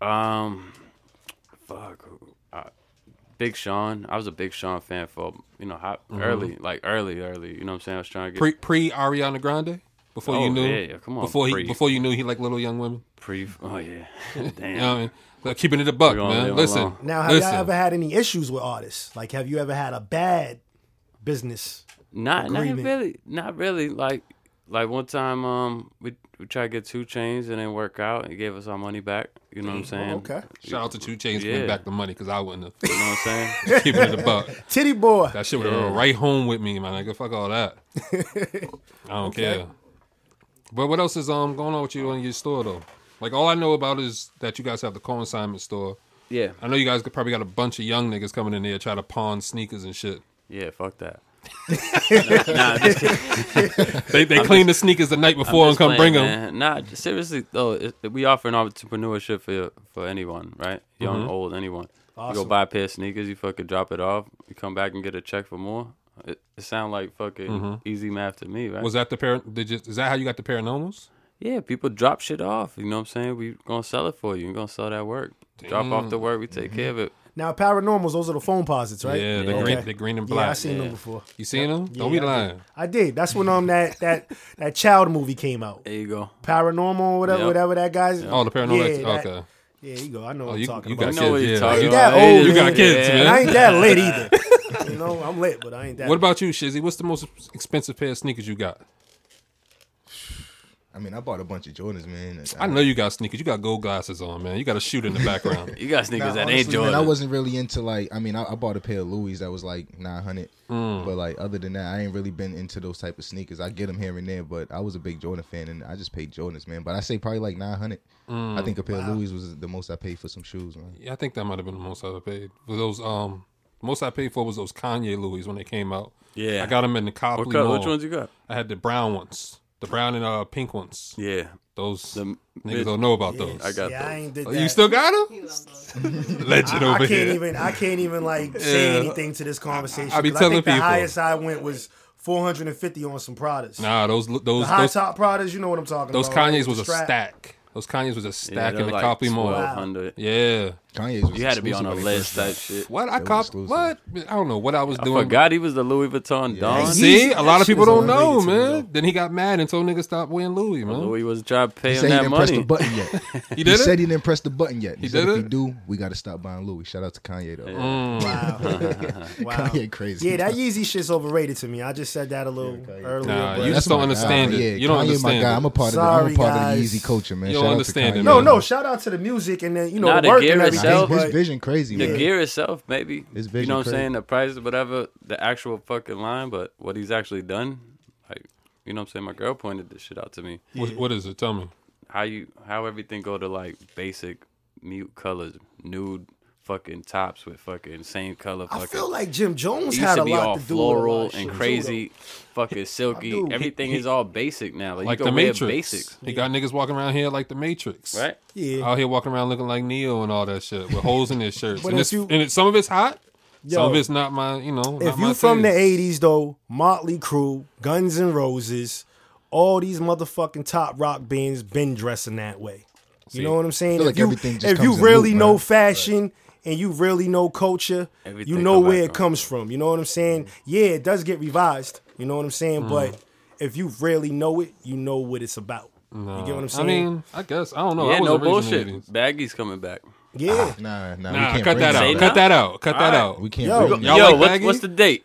[SPEAKER 2] Um, fuck. who- I, Big Sean. I was a Big Sean fan for you know hot,
[SPEAKER 1] Mm-hmm.
[SPEAKER 2] early, like early, early. You know what I'm saying? I was trying to get
[SPEAKER 3] Pre pre Ariana Grande. Before
[SPEAKER 2] Oh,
[SPEAKER 3] you knew,
[SPEAKER 2] yeah, yeah, come on,
[SPEAKER 3] Before
[SPEAKER 2] pre.
[SPEAKER 3] he, before you knew he liked little young women.
[SPEAKER 2] pre. Oh yeah. Damn.
[SPEAKER 3] You know what I mean, like, keeping it a buck,
[SPEAKER 2] We gonna leave
[SPEAKER 3] man.
[SPEAKER 2] him
[SPEAKER 3] Listen,
[SPEAKER 2] alone.
[SPEAKER 1] Now, have
[SPEAKER 3] listen.
[SPEAKER 1] y'all ever had any issues with artists? Like, have you ever had a bad business?
[SPEAKER 2] Not not
[SPEAKER 1] agreement.
[SPEAKER 2] really. Not really. Like like one time um we we tried to get two chains and it didn't work out and gave us our money back. You know what I'm saying?
[SPEAKER 1] Okay.
[SPEAKER 3] Shout out to Two Chains
[SPEAKER 2] Yeah.
[SPEAKER 3] giving back the money because I wouldn't
[SPEAKER 2] You know what I'm saying?
[SPEAKER 3] have keeping it a buck.
[SPEAKER 1] Titty boy.
[SPEAKER 3] That shit would have right home with me, man. Nigga, fuck all that. I don't care. But what else is um going on with you in your store though? Like all I know about is that you guys have the consignment store.
[SPEAKER 2] yeah.
[SPEAKER 3] I know you guys could- probably got a bunch of young niggas coming in there trying to pawn sneakers and shit.
[SPEAKER 2] Yeah. Fuck that. nah, nah, I'm just kidding.
[SPEAKER 3] They they clean the sneakers the night before and
[SPEAKER 2] Just
[SPEAKER 3] come bring
[SPEAKER 2] playing, man.
[SPEAKER 3] them.
[SPEAKER 2] Nah, seriously though, it, we offer an entrepreneurship for for anyone, right? Young,
[SPEAKER 3] Mm-hmm.
[SPEAKER 2] old, anyone. You
[SPEAKER 1] Awesome.
[SPEAKER 2] go buy a pair of sneakers, you fucking drop it off, you come back and get a check for more. It, it sound like fucking
[SPEAKER 3] Mm-hmm.
[SPEAKER 2] easy math to me, right?
[SPEAKER 3] Was that the pair? Did you, is that how you got the paranormals?
[SPEAKER 2] yeah, people drop shit off. You know what I'm saying? We gonna sell it for you. We gonna sell that work. Drop off the
[SPEAKER 5] Mm.
[SPEAKER 2] work. We
[SPEAKER 5] Mm-hmm.
[SPEAKER 2] take care of it.
[SPEAKER 1] Now, paranormals, those are the phone posits, right?
[SPEAKER 3] Yeah, the green, the green and
[SPEAKER 1] Yeah,
[SPEAKER 3] black.
[SPEAKER 1] I seen them before.
[SPEAKER 3] You seen them? don't
[SPEAKER 1] Yeah,
[SPEAKER 3] be
[SPEAKER 1] I did.
[SPEAKER 3] lying.
[SPEAKER 1] I did. That's when um that that that child movie came out,
[SPEAKER 2] There you go.
[SPEAKER 1] Paranormal, or whatever,
[SPEAKER 2] Yep.
[SPEAKER 1] whatever that guy's.
[SPEAKER 3] Oh, the paranormal.
[SPEAKER 1] Yeah, that-
[SPEAKER 3] okay.
[SPEAKER 1] Yeah, you go. I know
[SPEAKER 3] Oh,
[SPEAKER 1] what I'm
[SPEAKER 3] you,
[SPEAKER 1] talking
[SPEAKER 3] you
[SPEAKER 1] about.
[SPEAKER 3] got
[SPEAKER 2] You
[SPEAKER 3] kids.
[SPEAKER 2] know what you're
[SPEAKER 3] yeah.
[SPEAKER 2] talking
[SPEAKER 3] you
[SPEAKER 2] about.
[SPEAKER 1] that old,
[SPEAKER 3] You
[SPEAKER 1] man.
[SPEAKER 3] got kids,
[SPEAKER 2] Yeah.
[SPEAKER 1] And
[SPEAKER 3] man.
[SPEAKER 1] I ain't that lit either. you know, I'm lit, but I ain't that.
[SPEAKER 3] What about you, Shizzy? What's the most expensive pair of sneakers you got?
[SPEAKER 5] I mean, I bought a bunch of Jordans, man.
[SPEAKER 3] I know you got sneakers. You got gold glasses on, man. You got a shooter in the background.
[SPEAKER 2] You got
[SPEAKER 5] Nah,
[SPEAKER 2] sneakers that ain't
[SPEAKER 5] honestly, man,
[SPEAKER 2] Jordan.
[SPEAKER 5] I wasn't really into like. I mean, I, I bought a pair of Louis that was like nine hundred,
[SPEAKER 3] Mm.
[SPEAKER 5] but like other than that, I ain't really been into those type of sneakers. I get them here and there, but I was a big Jordan fan, and I just paid Jordans, man. But I say probably like nine hundred.
[SPEAKER 3] Mm.
[SPEAKER 5] I think a pair of Louis was the most I paid for some shoes, man.
[SPEAKER 3] yeah, I think that might have been the most I ever paid. For those, um, most I paid for was those Kanye Louis when they came out.
[SPEAKER 2] Yeah.
[SPEAKER 3] I got them in the Copley
[SPEAKER 2] what color,
[SPEAKER 3] Mall.
[SPEAKER 2] which ones you got?
[SPEAKER 3] I had the brown ones, the brown and uh pink ones.
[SPEAKER 2] Yeah.
[SPEAKER 3] Those
[SPEAKER 2] The
[SPEAKER 3] niggas
[SPEAKER 2] mid-
[SPEAKER 3] don't know about those.
[SPEAKER 2] I got
[SPEAKER 1] yeah, I
[SPEAKER 2] those.
[SPEAKER 1] ain't did
[SPEAKER 3] Oh,
[SPEAKER 1] that.
[SPEAKER 3] you still got them?
[SPEAKER 4] He loves those.
[SPEAKER 3] Legend
[SPEAKER 1] I
[SPEAKER 3] over
[SPEAKER 1] can't
[SPEAKER 3] here.
[SPEAKER 1] even. I can't even like say
[SPEAKER 3] Yeah.
[SPEAKER 1] anything to this conversation.
[SPEAKER 3] I be
[SPEAKER 1] 'cause
[SPEAKER 3] telling
[SPEAKER 1] think The
[SPEAKER 3] people.
[SPEAKER 1] highest I went was 450 on some products.
[SPEAKER 3] Nah, those those
[SPEAKER 1] the high
[SPEAKER 3] those,
[SPEAKER 1] top products, you know what I'm talking
[SPEAKER 3] those
[SPEAKER 1] about.
[SPEAKER 3] Kanye's
[SPEAKER 1] with
[SPEAKER 3] was a
[SPEAKER 1] the strap.
[SPEAKER 3] stack. Those Kanye's was a stack
[SPEAKER 2] yeah,
[SPEAKER 3] in
[SPEAKER 2] they're
[SPEAKER 3] the
[SPEAKER 2] like
[SPEAKER 3] Copley Mall.
[SPEAKER 2] 1200.
[SPEAKER 3] Yeah.
[SPEAKER 5] Kanye's. Was
[SPEAKER 2] You had to be on a
[SPEAKER 5] exclusive when they
[SPEAKER 2] list.
[SPEAKER 5] first
[SPEAKER 2] That shit.
[SPEAKER 3] What I
[SPEAKER 5] was
[SPEAKER 3] cop?
[SPEAKER 5] exclusive.
[SPEAKER 3] What I don't know what I was
[SPEAKER 2] I
[SPEAKER 3] doing.
[SPEAKER 2] forgot he was the Louis Vuitton Don.
[SPEAKER 1] Yeezy.
[SPEAKER 3] See, a
[SPEAKER 1] That
[SPEAKER 3] lot of
[SPEAKER 1] shit
[SPEAKER 3] people
[SPEAKER 1] was
[SPEAKER 3] don't
[SPEAKER 1] unrelated
[SPEAKER 3] know,
[SPEAKER 1] to me,
[SPEAKER 3] man. Then he got mad and told niggas stop wearing Louis, man.
[SPEAKER 2] Louis was trying to pay
[SPEAKER 5] He
[SPEAKER 2] him
[SPEAKER 5] said he
[SPEAKER 2] that
[SPEAKER 5] didn't press the
[SPEAKER 2] money.
[SPEAKER 5] button yet.
[SPEAKER 3] He
[SPEAKER 5] He
[SPEAKER 3] did
[SPEAKER 5] said
[SPEAKER 3] it.
[SPEAKER 5] he didn't press the button yet. He, said
[SPEAKER 3] did
[SPEAKER 5] if
[SPEAKER 3] it?
[SPEAKER 5] we do, we got to stop buying Louis. Shout out to Kanye though.
[SPEAKER 3] Mm.
[SPEAKER 1] Wow.
[SPEAKER 5] Kanye crazy.
[SPEAKER 1] Yeah, that Yeezy shit's overrated to me. I just said that a little earlier.
[SPEAKER 3] Nah,
[SPEAKER 1] but-
[SPEAKER 3] you just
[SPEAKER 5] my
[SPEAKER 3] don't understand
[SPEAKER 5] guy.
[SPEAKER 3] it. You don't
[SPEAKER 5] Kanye
[SPEAKER 3] understand
[SPEAKER 5] my guy.
[SPEAKER 3] it.
[SPEAKER 5] I'm a part of. the, I'm
[SPEAKER 1] Sorry,
[SPEAKER 5] a part of
[SPEAKER 1] guys.
[SPEAKER 5] the Yeezy culture, man.
[SPEAKER 3] You
[SPEAKER 5] Shout
[SPEAKER 3] don't
[SPEAKER 5] out to
[SPEAKER 3] understand it,
[SPEAKER 5] Kanye.
[SPEAKER 1] no,
[SPEAKER 3] man.
[SPEAKER 1] no. Shout out to the music and then you know
[SPEAKER 2] Nah,
[SPEAKER 1] the
[SPEAKER 2] the
[SPEAKER 1] work
[SPEAKER 2] gear
[SPEAKER 1] and
[SPEAKER 2] is
[SPEAKER 1] everything.
[SPEAKER 2] itself,
[SPEAKER 5] his,
[SPEAKER 1] but-
[SPEAKER 5] vision crazy,
[SPEAKER 2] the
[SPEAKER 5] man.
[SPEAKER 2] gear itself, maybe.
[SPEAKER 5] It's
[SPEAKER 2] you
[SPEAKER 5] vision
[SPEAKER 2] know what I'm
[SPEAKER 5] crazy.
[SPEAKER 2] saying? The price, whatever, the actual fucking line, but what he's actually done, like, you know what I'm saying? My girl pointed this shit out to me.
[SPEAKER 3] What, what is it? Tell me.
[SPEAKER 2] How you, how everything go to like basic mute colors, nude fucking tops with fucking same color. Fucking,
[SPEAKER 1] I feel like Jim Jones
[SPEAKER 2] it
[SPEAKER 1] had
[SPEAKER 2] used
[SPEAKER 1] a
[SPEAKER 2] to be all
[SPEAKER 1] lot to do with a lot
[SPEAKER 2] floral
[SPEAKER 1] of shit,
[SPEAKER 2] and
[SPEAKER 1] too,
[SPEAKER 2] crazy, fucking silky.
[SPEAKER 1] do.
[SPEAKER 2] Everything is all basic now. Like,
[SPEAKER 3] Like
[SPEAKER 2] you
[SPEAKER 3] the
[SPEAKER 2] can wear
[SPEAKER 3] Matrix.
[SPEAKER 2] basics,
[SPEAKER 3] He got niggas walking around here like the Matrix.
[SPEAKER 2] right?
[SPEAKER 1] though. Yeah.
[SPEAKER 3] Out here walking around looking like Neo and all that shit with holes in his shirts.
[SPEAKER 1] But
[SPEAKER 3] and
[SPEAKER 1] if
[SPEAKER 3] it's,
[SPEAKER 1] you-
[SPEAKER 3] and it, some of it's hot.
[SPEAKER 1] Yo,
[SPEAKER 3] some of it's not my, you know. not
[SPEAKER 1] if
[SPEAKER 3] my
[SPEAKER 1] you from the
[SPEAKER 3] taste.
[SPEAKER 1] '80s though, Motley Crue, Guns N' Roses, all these motherfucking top rock bands been dressing that way. You know what I'm saying?
[SPEAKER 5] feel
[SPEAKER 1] If
[SPEAKER 5] like
[SPEAKER 1] you,
[SPEAKER 5] everything just
[SPEAKER 1] if
[SPEAKER 5] comes
[SPEAKER 1] you
[SPEAKER 5] in
[SPEAKER 1] really
[SPEAKER 5] loop,
[SPEAKER 1] know
[SPEAKER 5] right?
[SPEAKER 1] fashion and you really know culture,
[SPEAKER 2] Everything
[SPEAKER 1] you know
[SPEAKER 2] come
[SPEAKER 1] where
[SPEAKER 2] back
[SPEAKER 1] it
[SPEAKER 2] on.
[SPEAKER 1] comes from. You know what I'm
[SPEAKER 5] Mm.
[SPEAKER 1] saying? Yeah, it does get revised. You know what I'm saying? But if you really know it, you know what it's about. You get what I'm
[SPEAKER 3] I
[SPEAKER 1] saying?
[SPEAKER 3] mean, I guess I don't know.
[SPEAKER 2] Yeah,
[SPEAKER 3] I was
[SPEAKER 2] no
[SPEAKER 3] original
[SPEAKER 2] bullshit.
[SPEAKER 3] with these.
[SPEAKER 2] Baggy's coming back.
[SPEAKER 1] yeah.
[SPEAKER 5] Nah, nah, we
[SPEAKER 3] Nah, cut
[SPEAKER 5] can't bring
[SPEAKER 3] that out.
[SPEAKER 2] Say
[SPEAKER 3] Cut
[SPEAKER 2] now?
[SPEAKER 3] that out. Cut that
[SPEAKER 2] Alright.
[SPEAKER 5] We
[SPEAKER 1] Yo,
[SPEAKER 5] can't. bring
[SPEAKER 2] Yo,
[SPEAKER 3] Y'all like
[SPEAKER 2] what's,
[SPEAKER 3] baggy?
[SPEAKER 2] what's the date?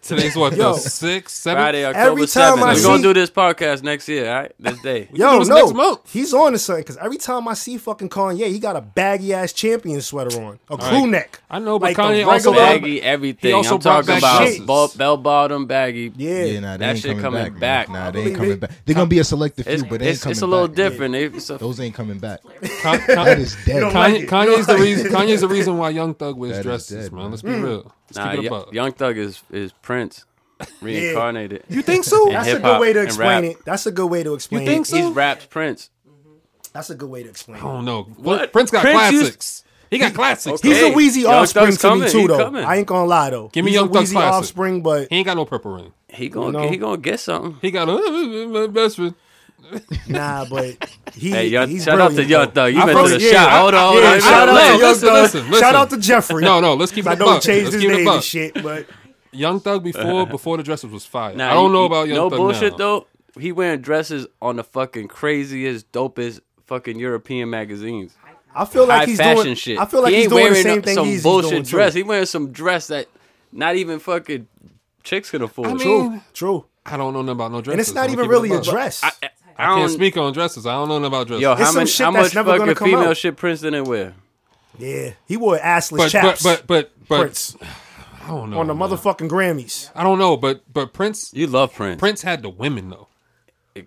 [SPEAKER 3] Today's what
[SPEAKER 1] Yo.
[SPEAKER 3] the sixth, seventh.
[SPEAKER 2] Friday, October
[SPEAKER 1] Every time
[SPEAKER 2] 7th.
[SPEAKER 1] I
[SPEAKER 2] We're
[SPEAKER 1] see-
[SPEAKER 2] going to do this podcast next year, all right? This day.
[SPEAKER 1] Yo,
[SPEAKER 3] this
[SPEAKER 1] no,
[SPEAKER 3] next month.
[SPEAKER 1] he's on to something because every time I see fucking Kanye, he got a baggy ass champion sweater on, a crew
[SPEAKER 3] right.
[SPEAKER 1] neck.
[SPEAKER 3] I know, but
[SPEAKER 1] the
[SPEAKER 3] Kanye also
[SPEAKER 1] regular-
[SPEAKER 3] brought-
[SPEAKER 2] baggy everything.
[SPEAKER 3] also
[SPEAKER 2] I'm talking
[SPEAKER 3] brought back
[SPEAKER 1] shit.
[SPEAKER 2] about ball, bell bottom baggy.
[SPEAKER 1] Yeah,
[SPEAKER 5] Yeah, nah, they
[SPEAKER 2] That
[SPEAKER 5] ain't
[SPEAKER 2] shit
[SPEAKER 5] coming
[SPEAKER 2] coming
[SPEAKER 5] back. man.
[SPEAKER 2] back.
[SPEAKER 5] Nah, they
[SPEAKER 1] believe
[SPEAKER 5] ain't coming
[SPEAKER 1] it.
[SPEAKER 5] back. They're gonna be a selective few,
[SPEAKER 2] It's,
[SPEAKER 5] but they ain't
[SPEAKER 2] it's,
[SPEAKER 5] coming
[SPEAKER 2] it's a little
[SPEAKER 5] back.
[SPEAKER 2] different. It- it's a-
[SPEAKER 5] Those ain't coming back.
[SPEAKER 3] Con-
[SPEAKER 5] That
[SPEAKER 3] Con-
[SPEAKER 5] is dead.
[SPEAKER 1] don't like
[SPEAKER 3] Kanye-
[SPEAKER 1] it.
[SPEAKER 3] Kanye's the reason. Kanye's the reason why Young Thug wears
[SPEAKER 5] That is
[SPEAKER 3] dresses,
[SPEAKER 5] dead,
[SPEAKER 3] man.
[SPEAKER 5] man.
[SPEAKER 3] Let's be real. Let's
[SPEAKER 2] Hmm. nah,
[SPEAKER 3] keep it a
[SPEAKER 2] Yo-
[SPEAKER 3] buck.
[SPEAKER 2] Young Thug is, is Prince reincarnated.
[SPEAKER 1] You think so?
[SPEAKER 2] And
[SPEAKER 1] That's a good
[SPEAKER 2] hip-hop
[SPEAKER 1] way to
[SPEAKER 2] and
[SPEAKER 1] explain
[SPEAKER 2] rap.
[SPEAKER 1] it. That's a good way to explain
[SPEAKER 3] think
[SPEAKER 1] it.
[SPEAKER 3] so?
[SPEAKER 2] He's raps Prince.
[SPEAKER 1] That's a good way to explain
[SPEAKER 3] I
[SPEAKER 1] it.
[SPEAKER 3] don't know.
[SPEAKER 2] What?
[SPEAKER 3] Prince got
[SPEAKER 2] Prince used-
[SPEAKER 3] classics. he got classics.
[SPEAKER 2] Okay.
[SPEAKER 1] He's
[SPEAKER 2] Hey,
[SPEAKER 1] a Wheezy
[SPEAKER 2] Young
[SPEAKER 1] offspring
[SPEAKER 2] Thug's
[SPEAKER 1] to me
[SPEAKER 2] coming.
[SPEAKER 1] too,
[SPEAKER 2] He
[SPEAKER 1] though.
[SPEAKER 2] coming.
[SPEAKER 1] I ain't gonna lie though.
[SPEAKER 3] Give me
[SPEAKER 1] He's
[SPEAKER 3] Young
[SPEAKER 1] a
[SPEAKER 3] Thug
[SPEAKER 1] Wheezy
[SPEAKER 3] classic.
[SPEAKER 1] offspring, but
[SPEAKER 3] He ain't got no purple ring.
[SPEAKER 2] He gonna
[SPEAKER 1] know?
[SPEAKER 2] get, he gonna get something.
[SPEAKER 3] He got a my best friend.
[SPEAKER 1] nah, but he.
[SPEAKER 2] Hey, young,
[SPEAKER 1] he's
[SPEAKER 2] shout out to
[SPEAKER 1] brilliant,
[SPEAKER 2] Young
[SPEAKER 1] though.
[SPEAKER 2] Thug. You
[SPEAKER 1] I
[SPEAKER 2] been to the
[SPEAKER 1] feel- yeah,
[SPEAKER 2] shot. Hold on, hold
[SPEAKER 1] yeah,
[SPEAKER 2] on.
[SPEAKER 1] shout out
[SPEAKER 2] Listen,
[SPEAKER 1] to Young
[SPEAKER 2] listen,
[SPEAKER 1] Thug.
[SPEAKER 2] listen.
[SPEAKER 3] listen.
[SPEAKER 1] Shout out to Jeffrey.
[SPEAKER 3] No, no. Let's keep it.
[SPEAKER 1] I
[SPEAKER 3] a
[SPEAKER 1] know he
[SPEAKER 3] buck.
[SPEAKER 1] changed
[SPEAKER 3] Let's
[SPEAKER 1] his
[SPEAKER 3] keep it a
[SPEAKER 1] name
[SPEAKER 3] buck.
[SPEAKER 1] and shit, but
[SPEAKER 3] Young Thug before before the dresses was fire.
[SPEAKER 2] Nah,
[SPEAKER 3] I don't
[SPEAKER 2] you-
[SPEAKER 3] know
[SPEAKER 2] you-
[SPEAKER 3] about Young
[SPEAKER 2] No
[SPEAKER 3] Thug
[SPEAKER 2] bullshit
[SPEAKER 3] now.
[SPEAKER 2] though. He wearing dresses on the fucking craziest, dopest fucking European magazines.
[SPEAKER 1] I feel like
[SPEAKER 2] High
[SPEAKER 1] he's
[SPEAKER 2] fashion
[SPEAKER 1] doing.
[SPEAKER 2] shit.
[SPEAKER 1] I feel like
[SPEAKER 2] he
[SPEAKER 1] he's
[SPEAKER 2] ain't
[SPEAKER 1] doing the
[SPEAKER 2] wearing
[SPEAKER 1] same thing
[SPEAKER 2] some
[SPEAKER 1] Yeezy's
[SPEAKER 2] bullshit
[SPEAKER 1] doing, too.
[SPEAKER 2] dress. He wearing some dress that not even fucking chicks can afford.
[SPEAKER 3] I mean,
[SPEAKER 1] True, true,
[SPEAKER 3] I don't know nothing about no dresses.
[SPEAKER 1] and it's
[SPEAKER 3] so
[SPEAKER 1] not
[SPEAKER 3] I'm
[SPEAKER 1] even
[SPEAKER 3] keeping it
[SPEAKER 1] really a
[SPEAKER 3] buck.
[SPEAKER 1] dress.
[SPEAKER 2] I, I
[SPEAKER 3] I
[SPEAKER 2] don't
[SPEAKER 3] can't speak on dresses. I don't know nothing about dresses.
[SPEAKER 2] Yo, how,
[SPEAKER 1] some
[SPEAKER 2] much,
[SPEAKER 1] shit
[SPEAKER 2] how
[SPEAKER 1] that's
[SPEAKER 2] much
[SPEAKER 1] never gonna
[SPEAKER 2] fucking
[SPEAKER 1] come
[SPEAKER 2] female
[SPEAKER 1] out.
[SPEAKER 2] shit Prince didn't wear?
[SPEAKER 1] Yeah, he wore assless
[SPEAKER 3] but, but
[SPEAKER 1] chaps
[SPEAKER 3] but but but
[SPEAKER 1] Prince,
[SPEAKER 3] I don't know
[SPEAKER 1] on the
[SPEAKER 3] man.
[SPEAKER 1] motherfucking Grammys.
[SPEAKER 3] I don't know, but but Prince
[SPEAKER 2] You love Prince.
[SPEAKER 3] Prince had the women though.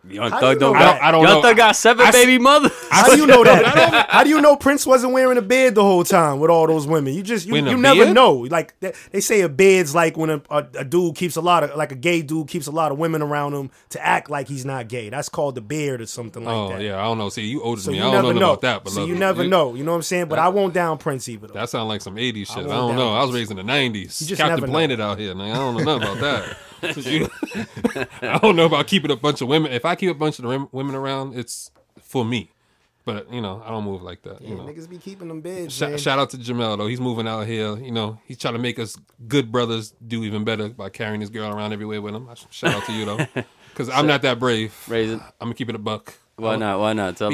[SPEAKER 2] Young
[SPEAKER 1] How
[SPEAKER 2] Thug
[SPEAKER 1] do you
[SPEAKER 2] don't.
[SPEAKER 1] know
[SPEAKER 2] got-
[SPEAKER 1] that?
[SPEAKER 3] I don't
[SPEAKER 2] Young
[SPEAKER 3] know.
[SPEAKER 2] Thug got seven
[SPEAKER 3] I s-
[SPEAKER 2] baby mothers.
[SPEAKER 1] How do you know that? How do you know Prince wasn't wearing a beard the whole time with all those women? You just you,
[SPEAKER 3] Wearing a
[SPEAKER 1] you never
[SPEAKER 3] beard?
[SPEAKER 1] know. Like they, they say, a beard's like when a, a, a dude keeps a lot of like a gay dude keeps a lot of women around him to act like he's not gay. That's called the beard or something like
[SPEAKER 3] Oh
[SPEAKER 1] that.
[SPEAKER 3] yeah, I don't know. See, you older
[SPEAKER 1] So
[SPEAKER 3] than me.
[SPEAKER 1] you
[SPEAKER 3] I don't know,
[SPEAKER 1] never
[SPEAKER 3] nothing
[SPEAKER 1] know.
[SPEAKER 3] about that. But
[SPEAKER 1] so
[SPEAKER 3] look,
[SPEAKER 1] you never know. You know what I'm saying? But I won't down Prince either. Though.
[SPEAKER 3] That sounds like some '80s shit. I,
[SPEAKER 1] won't
[SPEAKER 3] don't know.
[SPEAKER 1] doubt
[SPEAKER 3] I was raised in the '90s.
[SPEAKER 1] just
[SPEAKER 3] Captain
[SPEAKER 1] never know.
[SPEAKER 3] Planet out here. Man. I don't know nothing about that. You- I don't know about keeping a bunch of women. If I keep a bunch of the rem- women around, it's for me. But you know, I don't move like that. You know.
[SPEAKER 1] Niggas be keeping them beards.
[SPEAKER 3] Shout,
[SPEAKER 1] man.
[SPEAKER 3] shout out to Jamel though. He's moving out here. You know, he's trying to make us good brothers do even better by carrying his girl around everywhere with him. I- Shout out to you though, because I'm not that brave.
[SPEAKER 2] Raise it.
[SPEAKER 3] I'm gonna keep it a buck.
[SPEAKER 2] Why not? Why not? Tell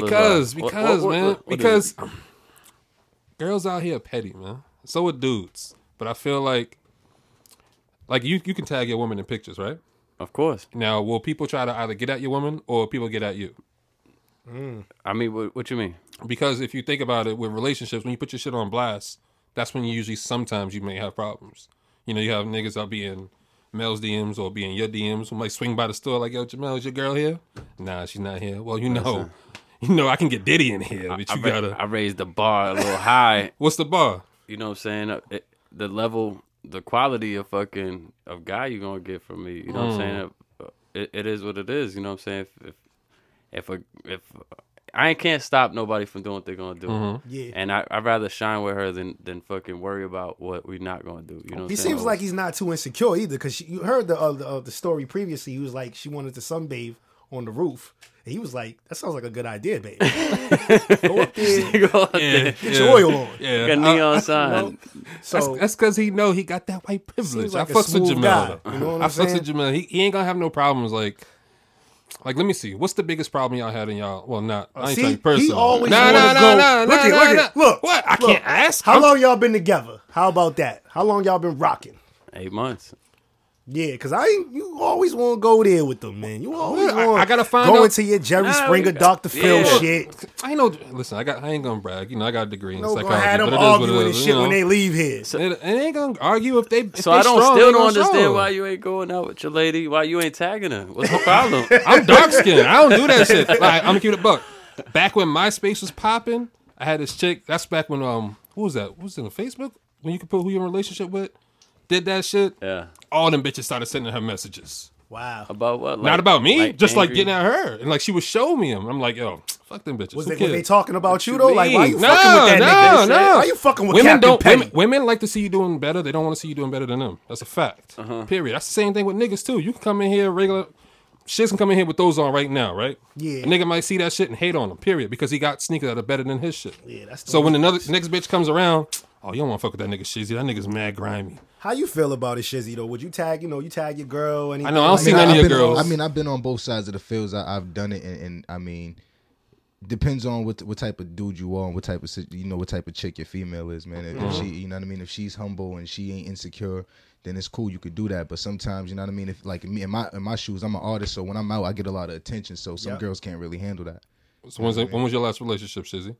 [SPEAKER 2] us.
[SPEAKER 3] Because,
[SPEAKER 2] why. What-
[SPEAKER 3] because,
[SPEAKER 2] what- what-
[SPEAKER 3] man,
[SPEAKER 2] what- what is
[SPEAKER 3] because
[SPEAKER 2] it?
[SPEAKER 3] girls out here petty, man. So are dudes. But I feel like, like you, you can tag your woman in pictures, right?
[SPEAKER 2] of course.
[SPEAKER 3] Now, will people try to either get at your woman or people get at you?
[SPEAKER 2] I mean, what, what you mean?
[SPEAKER 3] Because if you think about it, with relationships, when you put your shit on blast, that's when you usually sometimes you may have problems. You know, you have niggas out being Mel's DMs or being your DMs who might swing by the store like, "Yo, Jamel, is your girl here?" Nah, she's not here. Well, you know, you know, I can get Diddy in here, but
[SPEAKER 2] I,
[SPEAKER 3] you
[SPEAKER 2] ra-
[SPEAKER 3] gotta.
[SPEAKER 2] I raised the bar a little high.
[SPEAKER 3] What's the bar?
[SPEAKER 2] You know what I'm saying? Uh, It, the level, the quality of fucking of guy you gonna get from me. You know
[SPEAKER 3] Mm.
[SPEAKER 2] what I'm saying? Uh, It, it is what it is. You know what I'm saying? If if if, a, if I ain't can't stop nobody from doing what they're gonna do.
[SPEAKER 3] Mm-hmm.
[SPEAKER 1] Yeah.
[SPEAKER 2] And I I would rather shine with her than than fucking worry about what we're not gonna do. You know? What
[SPEAKER 1] He
[SPEAKER 2] I'm saying?
[SPEAKER 1] seems like he's not too insecure either, because you heard the, uh, the uh, the story previously. He was like, she wanted to sunbathe on the roof, and he was like, "That sounds like a good idea, babe. Go up there, get
[SPEAKER 2] Go out there,
[SPEAKER 3] Get
[SPEAKER 1] your oil on."
[SPEAKER 3] Yeah,
[SPEAKER 2] like a
[SPEAKER 3] I-
[SPEAKER 2] neon sign.
[SPEAKER 1] So
[SPEAKER 3] that's because he know he got that white privilege.
[SPEAKER 1] like
[SPEAKER 3] I
[SPEAKER 1] a
[SPEAKER 3] fucks with
[SPEAKER 1] smooth
[SPEAKER 3] Jamel.
[SPEAKER 1] guy,
[SPEAKER 3] though.
[SPEAKER 1] you know what
[SPEAKER 3] I
[SPEAKER 1] I'm
[SPEAKER 3] fucks with Jamel. He, he ain't gonna have no problems. Like, like let me see. What's the biggest problem y'all had in y'all? Well, not. I ain't
[SPEAKER 1] uh, see,
[SPEAKER 3] saying personal.
[SPEAKER 1] he always
[SPEAKER 3] nah,
[SPEAKER 1] wanna
[SPEAKER 3] nah,
[SPEAKER 1] go-
[SPEAKER 3] nah, Nah,
[SPEAKER 1] Look
[SPEAKER 3] nah,
[SPEAKER 1] it,
[SPEAKER 3] nah,
[SPEAKER 1] look
[SPEAKER 3] nah.
[SPEAKER 1] it, look,
[SPEAKER 3] What? I
[SPEAKER 1] look.
[SPEAKER 3] can't ask.
[SPEAKER 1] how
[SPEAKER 3] I'm-
[SPEAKER 1] long y'all been together? How about that? How long y'all been rocking?
[SPEAKER 2] Eight months.
[SPEAKER 1] Yeah, because I ain't- you always want to go there with them, man. You always
[SPEAKER 3] Well, I-
[SPEAKER 1] want
[SPEAKER 3] I gotta find
[SPEAKER 1] go
[SPEAKER 3] out-
[SPEAKER 1] into your Jerry
[SPEAKER 2] Nah,
[SPEAKER 1] Springer,
[SPEAKER 2] we-
[SPEAKER 1] Dr. Phil
[SPEAKER 2] yeah.
[SPEAKER 1] shit.
[SPEAKER 3] I ain't no. Listen, I got. I ain't gonna brag. You know, I got a degree in
[SPEAKER 1] No, gonna
[SPEAKER 3] psychology,
[SPEAKER 1] have
[SPEAKER 3] but
[SPEAKER 1] them
[SPEAKER 3] it is what
[SPEAKER 1] arguing
[SPEAKER 3] it
[SPEAKER 1] and
[SPEAKER 3] is.
[SPEAKER 1] shit
[SPEAKER 3] you know?
[SPEAKER 1] when they leave here.
[SPEAKER 3] It, it ain't gonna argue if they. If
[SPEAKER 2] So
[SPEAKER 3] they
[SPEAKER 2] I don't still
[SPEAKER 3] strong, they
[SPEAKER 2] don't
[SPEAKER 3] gonna
[SPEAKER 2] understand
[SPEAKER 3] show.
[SPEAKER 2] why you ain't going out with your lady. Why you ain't tagging her? What's the problem?
[SPEAKER 3] I'm dark skinned. I don't do that shit. Like I'm cute a buck. Back when MySpace was popping, I had this chick. That's back when um, who was that? Who was in Facebook? When you could put who you're in a relationship with. Did that shit.
[SPEAKER 2] yeah.
[SPEAKER 3] All them bitches started sending her messages.
[SPEAKER 1] Wow.
[SPEAKER 2] About what?
[SPEAKER 3] Not
[SPEAKER 2] Like-
[SPEAKER 3] about me. just like
[SPEAKER 2] angry?
[SPEAKER 3] getting at her, and like she would show me them. I'm like, yo, fuck them bitches.
[SPEAKER 1] Was
[SPEAKER 3] Who
[SPEAKER 1] they, were they
[SPEAKER 3] cares?
[SPEAKER 1] talking about you though? Like why you
[SPEAKER 2] mean?
[SPEAKER 1] fucking with that
[SPEAKER 3] no,
[SPEAKER 1] nigga?
[SPEAKER 3] no.
[SPEAKER 1] Why you fucking with
[SPEAKER 3] women
[SPEAKER 1] Captain
[SPEAKER 3] don't
[SPEAKER 1] Petty?
[SPEAKER 3] women, women like to see you doing better. They don't want to see you doing better than them. That's a fact.
[SPEAKER 1] Uh-huh.
[SPEAKER 3] Period. That's the same thing with niggas too. You can come in here regular shits can come in here with those on right now, right?
[SPEAKER 1] Yeah.
[SPEAKER 3] A nigga might see that shit and hate on him, period, because he got sneakers that are better than his shit.
[SPEAKER 1] Yeah, that's the
[SPEAKER 3] So when
[SPEAKER 1] worst.
[SPEAKER 3] another next bitch comes around, oh you don't want to fuck with that nigga shizzy. That nigga's mad grimy.
[SPEAKER 1] How you feel about it, Shizzy? Though, would you tag? You know, you tag your girl. Anything
[SPEAKER 3] I know, I don't
[SPEAKER 1] like
[SPEAKER 3] see
[SPEAKER 1] that?
[SPEAKER 3] none of
[SPEAKER 5] I've
[SPEAKER 3] your
[SPEAKER 5] been-
[SPEAKER 3] girls.
[SPEAKER 5] I mean, I've been on both sides of the fields. I, I've done it, and, and I mean, depends on what what type of dude you are and what type of sit- you know what type of chick your female is, man. If she, you know what I mean, if she's humble and she ain't insecure, then it's cool. You could do that, but sometimes you know what I mean. If like me in my in my shoes, I'm an artist, so when I'm out, I get a lot of attention. So some
[SPEAKER 1] Yep.
[SPEAKER 5] girls can't really handle that.
[SPEAKER 3] So when's that- when was your last relationship, Shizzy?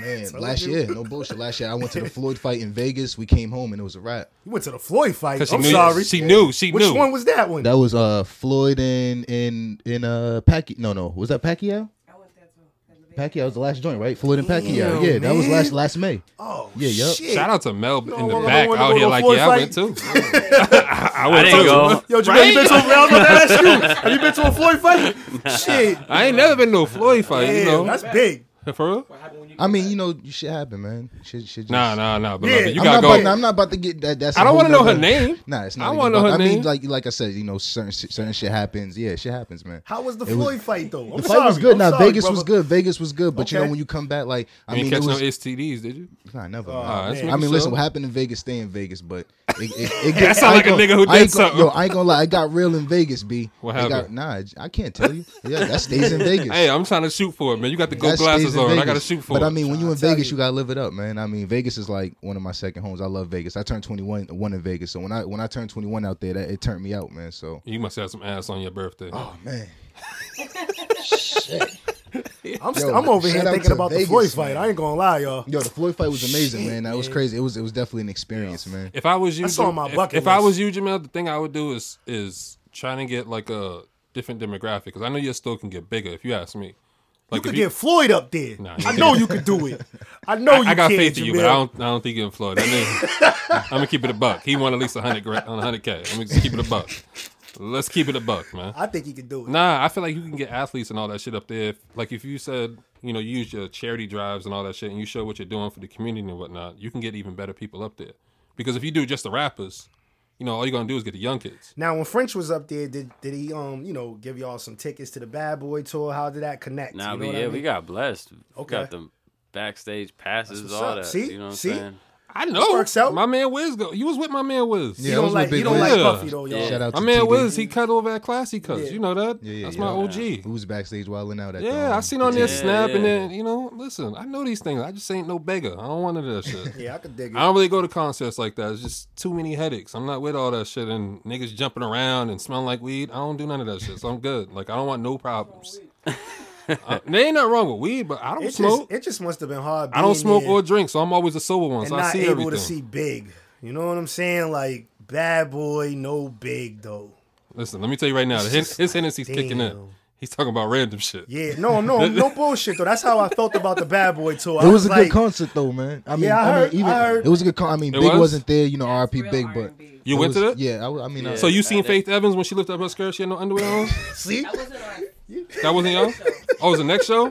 [SPEAKER 5] Man, last year, no bullshit. Last year, I went to the Floyd fight in Vegas. We came home and it was a wrap.
[SPEAKER 1] You went to the Floyd fight.
[SPEAKER 3] Because she
[SPEAKER 1] I'm
[SPEAKER 3] knew
[SPEAKER 1] sorry.
[SPEAKER 3] she knew, she
[SPEAKER 1] Which
[SPEAKER 3] knew.
[SPEAKER 1] one was that one?
[SPEAKER 5] That was uh Floyd and in in uh Pacquiao. No, no, was that Pacquiao?
[SPEAKER 4] I went there too.
[SPEAKER 5] Pacquiao was the last joint, right? Floyd and Pacquiao.
[SPEAKER 1] Damn,
[SPEAKER 5] yeah, that was
[SPEAKER 1] man.
[SPEAKER 5] last last May.
[SPEAKER 1] oh,
[SPEAKER 5] Yeah, yup.
[SPEAKER 1] shit.
[SPEAKER 3] Shout out to Mel in
[SPEAKER 1] don't
[SPEAKER 3] the
[SPEAKER 1] wanna-
[SPEAKER 3] back
[SPEAKER 1] don't wanna
[SPEAKER 3] out
[SPEAKER 1] go
[SPEAKER 3] here
[SPEAKER 1] to
[SPEAKER 3] like,
[SPEAKER 1] Floyd
[SPEAKER 3] yeah, I went too. I
[SPEAKER 2] I
[SPEAKER 3] went
[SPEAKER 2] didn't
[SPEAKER 3] too.
[SPEAKER 2] go.
[SPEAKER 1] Yo, Jamel,
[SPEAKER 3] Right?
[SPEAKER 1] you been to? I was about to ask you. Have you been to a Floyd fight? shit.
[SPEAKER 3] I ain't never been to a Floyd fight, you
[SPEAKER 1] Damn,
[SPEAKER 3] know.
[SPEAKER 1] that's big.
[SPEAKER 3] For real?
[SPEAKER 5] I mean, you know, shit happened, man. Shit, shit. Just,
[SPEAKER 3] Nah, nah, nah. But
[SPEAKER 1] Yeah,
[SPEAKER 3] yeah, you
[SPEAKER 5] I'm
[SPEAKER 3] gotta
[SPEAKER 5] not,
[SPEAKER 3] go.
[SPEAKER 5] About, I'm not about to get that. That's.
[SPEAKER 3] I
[SPEAKER 5] a
[SPEAKER 3] don't
[SPEAKER 5] whole
[SPEAKER 3] wanna know her
[SPEAKER 5] nother-
[SPEAKER 3] name.
[SPEAKER 5] Nah, it's
[SPEAKER 3] I don't
[SPEAKER 5] not. even
[SPEAKER 3] wanna know
[SPEAKER 5] about-
[SPEAKER 3] her
[SPEAKER 5] I mean,
[SPEAKER 3] name.
[SPEAKER 5] like like I said, you know, certain shit- certain shit happens. Yeah, shit happens, man.
[SPEAKER 1] How was the
[SPEAKER 5] It was-
[SPEAKER 1] Floyd fight though? I'm
[SPEAKER 5] the fight was
[SPEAKER 1] sorry.
[SPEAKER 5] good.
[SPEAKER 1] I'm
[SPEAKER 5] now
[SPEAKER 1] sorry,
[SPEAKER 5] Vegas was
[SPEAKER 1] brother.
[SPEAKER 5] good. Vegas was good, but you know
[SPEAKER 1] Okay.
[SPEAKER 5] when you come back, like I
[SPEAKER 3] You
[SPEAKER 5] mean,
[SPEAKER 3] didn't
[SPEAKER 5] it
[SPEAKER 3] catch
[SPEAKER 5] was
[SPEAKER 3] no Uh, STDs, did you?
[SPEAKER 5] nah, never.
[SPEAKER 1] Oh,
[SPEAKER 5] man.
[SPEAKER 3] All right, let's
[SPEAKER 1] man.
[SPEAKER 3] make
[SPEAKER 5] I
[SPEAKER 3] it
[SPEAKER 5] mean, listen,
[SPEAKER 3] so.
[SPEAKER 5] what happened in Vegas stay in Vegas, but it, it, it got,
[SPEAKER 3] sound
[SPEAKER 5] I
[SPEAKER 3] like a
[SPEAKER 5] ain't
[SPEAKER 3] nigga who
[SPEAKER 5] I
[SPEAKER 3] did
[SPEAKER 5] ain't gon-
[SPEAKER 3] something.
[SPEAKER 5] Yo, I ain't gonna lie, it got real in Vegas, B.
[SPEAKER 3] What
[SPEAKER 5] It got-
[SPEAKER 3] happened?
[SPEAKER 5] nah, I can't tell you. Yeah, that stays in Vegas.
[SPEAKER 3] Hey, I'm trying to shoot for it, man. You got the gold
[SPEAKER 5] That
[SPEAKER 3] glasses
[SPEAKER 5] stays in
[SPEAKER 3] on. I
[SPEAKER 5] Vegas.
[SPEAKER 3] gotta shoot for
[SPEAKER 5] But
[SPEAKER 3] it.
[SPEAKER 5] I mean, when you in
[SPEAKER 1] tell
[SPEAKER 5] Vegas,
[SPEAKER 1] you.
[SPEAKER 5] you gotta live it up, man. I mean, Vegas is like one of my second homes. I love Vegas. I turned 21 one in Vegas, so when I when I turned 21 out there, that it turned me out, man. So
[SPEAKER 3] you must have some ass on your birthday.
[SPEAKER 5] oh man,
[SPEAKER 1] I'm, st-
[SPEAKER 5] Yo,
[SPEAKER 1] I'm over here
[SPEAKER 5] shout out
[SPEAKER 1] thinking
[SPEAKER 5] to
[SPEAKER 1] about
[SPEAKER 5] Vegas,
[SPEAKER 1] the Floyd fight.
[SPEAKER 5] man.
[SPEAKER 1] I ain't gonna lie, y'all.
[SPEAKER 5] yo, the Floyd fight was amazing,
[SPEAKER 1] Shit,
[SPEAKER 5] man. That was
[SPEAKER 1] man.
[SPEAKER 5] crazy. It was it was definitely an experience, man.
[SPEAKER 3] If I was you,
[SPEAKER 1] That's on my
[SPEAKER 3] if-
[SPEAKER 1] bucket
[SPEAKER 3] If, I
[SPEAKER 1] list.
[SPEAKER 3] was you, Jamel, the thing I would do is is trying to get like a different demographic because I know your store can get bigger. If you ask me,
[SPEAKER 1] You
[SPEAKER 3] like
[SPEAKER 1] could
[SPEAKER 3] if you,
[SPEAKER 1] get Floyd up there.
[SPEAKER 3] Nah, you
[SPEAKER 1] I know you could do it. I know you
[SPEAKER 3] I got
[SPEAKER 1] can,
[SPEAKER 3] faith in you,
[SPEAKER 1] Jamel.
[SPEAKER 3] but I don't. I don't think you're in Florida. I mean, I'm gonna keep it a buck. He won at least a hundred grand on hundred k. I'm gonna keep it a buck. Let's keep it a buck, man.
[SPEAKER 1] I think he could do it.
[SPEAKER 3] Nah, I feel like you can get athletes and all that shit up there. If, like if you said, you know, you use your charity drives and all that shit, and you show what you're doing for the community and whatnot, you can get even better people up there. Because if you do just the rappers, you know, all you're gonna do is get the young kids.
[SPEAKER 1] Now, when French was up there, did did he um you know give y'all some tickets to the Bad Boy tour? How did that connect?
[SPEAKER 2] Nah,
[SPEAKER 1] you know
[SPEAKER 2] but
[SPEAKER 1] what
[SPEAKER 2] yeah,
[SPEAKER 1] I mean?
[SPEAKER 2] we got blessed.
[SPEAKER 1] Okay.
[SPEAKER 2] We got the backstage passes,
[SPEAKER 1] what's
[SPEAKER 2] all
[SPEAKER 1] up.
[SPEAKER 2] that.
[SPEAKER 1] See?
[SPEAKER 2] You know what I'm
[SPEAKER 1] See?
[SPEAKER 2] saying?
[SPEAKER 3] I know.
[SPEAKER 1] Works out.
[SPEAKER 3] My man Wiz, go. You was with my man Wiz.
[SPEAKER 1] You
[SPEAKER 5] Yeah, I
[SPEAKER 1] don't
[SPEAKER 5] was with
[SPEAKER 1] like you
[SPEAKER 5] Big
[SPEAKER 1] don't
[SPEAKER 5] Wiz.
[SPEAKER 1] like
[SPEAKER 3] Yeah.
[SPEAKER 1] Puffy though, y'all.
[SPEAKER 5] Shout out
[SPEAKER 3] My
[SPEAKER 5] to
[SPEAKER 3] man
[SPEAKER 5] TD.
[SPEAKER 3] Wiz, he cut over at Classy Cuz.
[SPEAKER 1] Yeah.
[SPEAKER 3] You know that?
[SPEAKER 5] yeah,
[SPEAKER 3] That's
[SPEAKER 5] yeah.
[SPEAKER 3] my OG.
[SPEAKER 5] Who was backstage wilding out at the,
[SPEAKER 3] Yeah,
[SPEAKER 5] um,
[SPEAKER 3] I seen on
[SPEAKER 5] the
[SPEAKER 3] there
[SPEAKER 5] tape.
[SPEAKER 3] snap and
[SPEAKER 2] yeah.
[SPEAKER 3] then you know, listen, I know these things. I just ain't no beggar. I don't want none of that shit.
[SPEAKER 1] Yeah, I could dig
[SPEAKER 3] I
[SPEAKER 1] it.
[SPEAKER 3] don't really go to concerts like that. It's just too many headaches. I'm not with all that shit and niggas jumping around and smelling like weed. I don't do none of that shit. So I'm good. Like I don't want no problems. I, there ain't nothing wrong with weed, but I don't
[SPEAKER 1] It
[SPEAKER 3] smoke.
[SPEAKER 1] just it just must have been hard.
[SPEAKER 3] I don't
[SPEAKER 1] being
[SPEAKER 3] smoke
[SPEAKER 1] there
[SPEAKER 3] or drink, so I'm always a sober one.
[SPEAKER 1] and
[SPEAKER 3] So
[SPEAKER 1] not
[SPEAKER 3] I see
[SPEAKER 1] able
[SPEAKER 3] everything.
[SPEAKER 1] to see big. You know what I'm saying? Like Bad Boy, no big though.
[SPEAKER 3] Listen, let me tell you right now, the, Hen-
[SPEAKER 1] just
[SPEAKER 3] his Hennessy's kicking in.
[SPEAKER 1] damn.
[SPEAKER 3] He's talking about random shit.
[SPEAKER 1] Yeah, no, no, no bullshit though. That's how I felt about the Bad Boy tour. I
[SPEAKER 5] It was a
[SPEAKER 1] like,
[SPEAKER 5] good concert though, man. I mean,
[SPEAKER 1] Yeah, I
[SPEAKER 5] I
[SPEAKER 1] heard-
[SPEAKER 5] mean, even
[SPEAKER 1] I heard-
[SPEAKER 5] it was a good con. I mean,
[SPEAKER 3] It
[SPEAKER 5] Big
[SPEAKER 3] was?
[SPEAKER 5] was? not there, you know,
[SPEAKER 4] That's
[SPEAKER 5] R.P.
[SPEAKER 4] real
[SPEAKER 5] Big, but
[SPEAKER 4] R&B.
[SPEAKER 3] You went
[SPEAKER 5] was-
[SPEAKER 3] to that?
[SPEAKER 5] Yeah, I, I mean, I,
[SPEAKER 3] So you seen Faith Evans when she lifted up her skirt? She had no underwear on.
[SPEAKER 1] See,
[SPEAKER 4] That wasn't our
[SPEAKER 3] That wasn't y'all. Oh, it was the next show.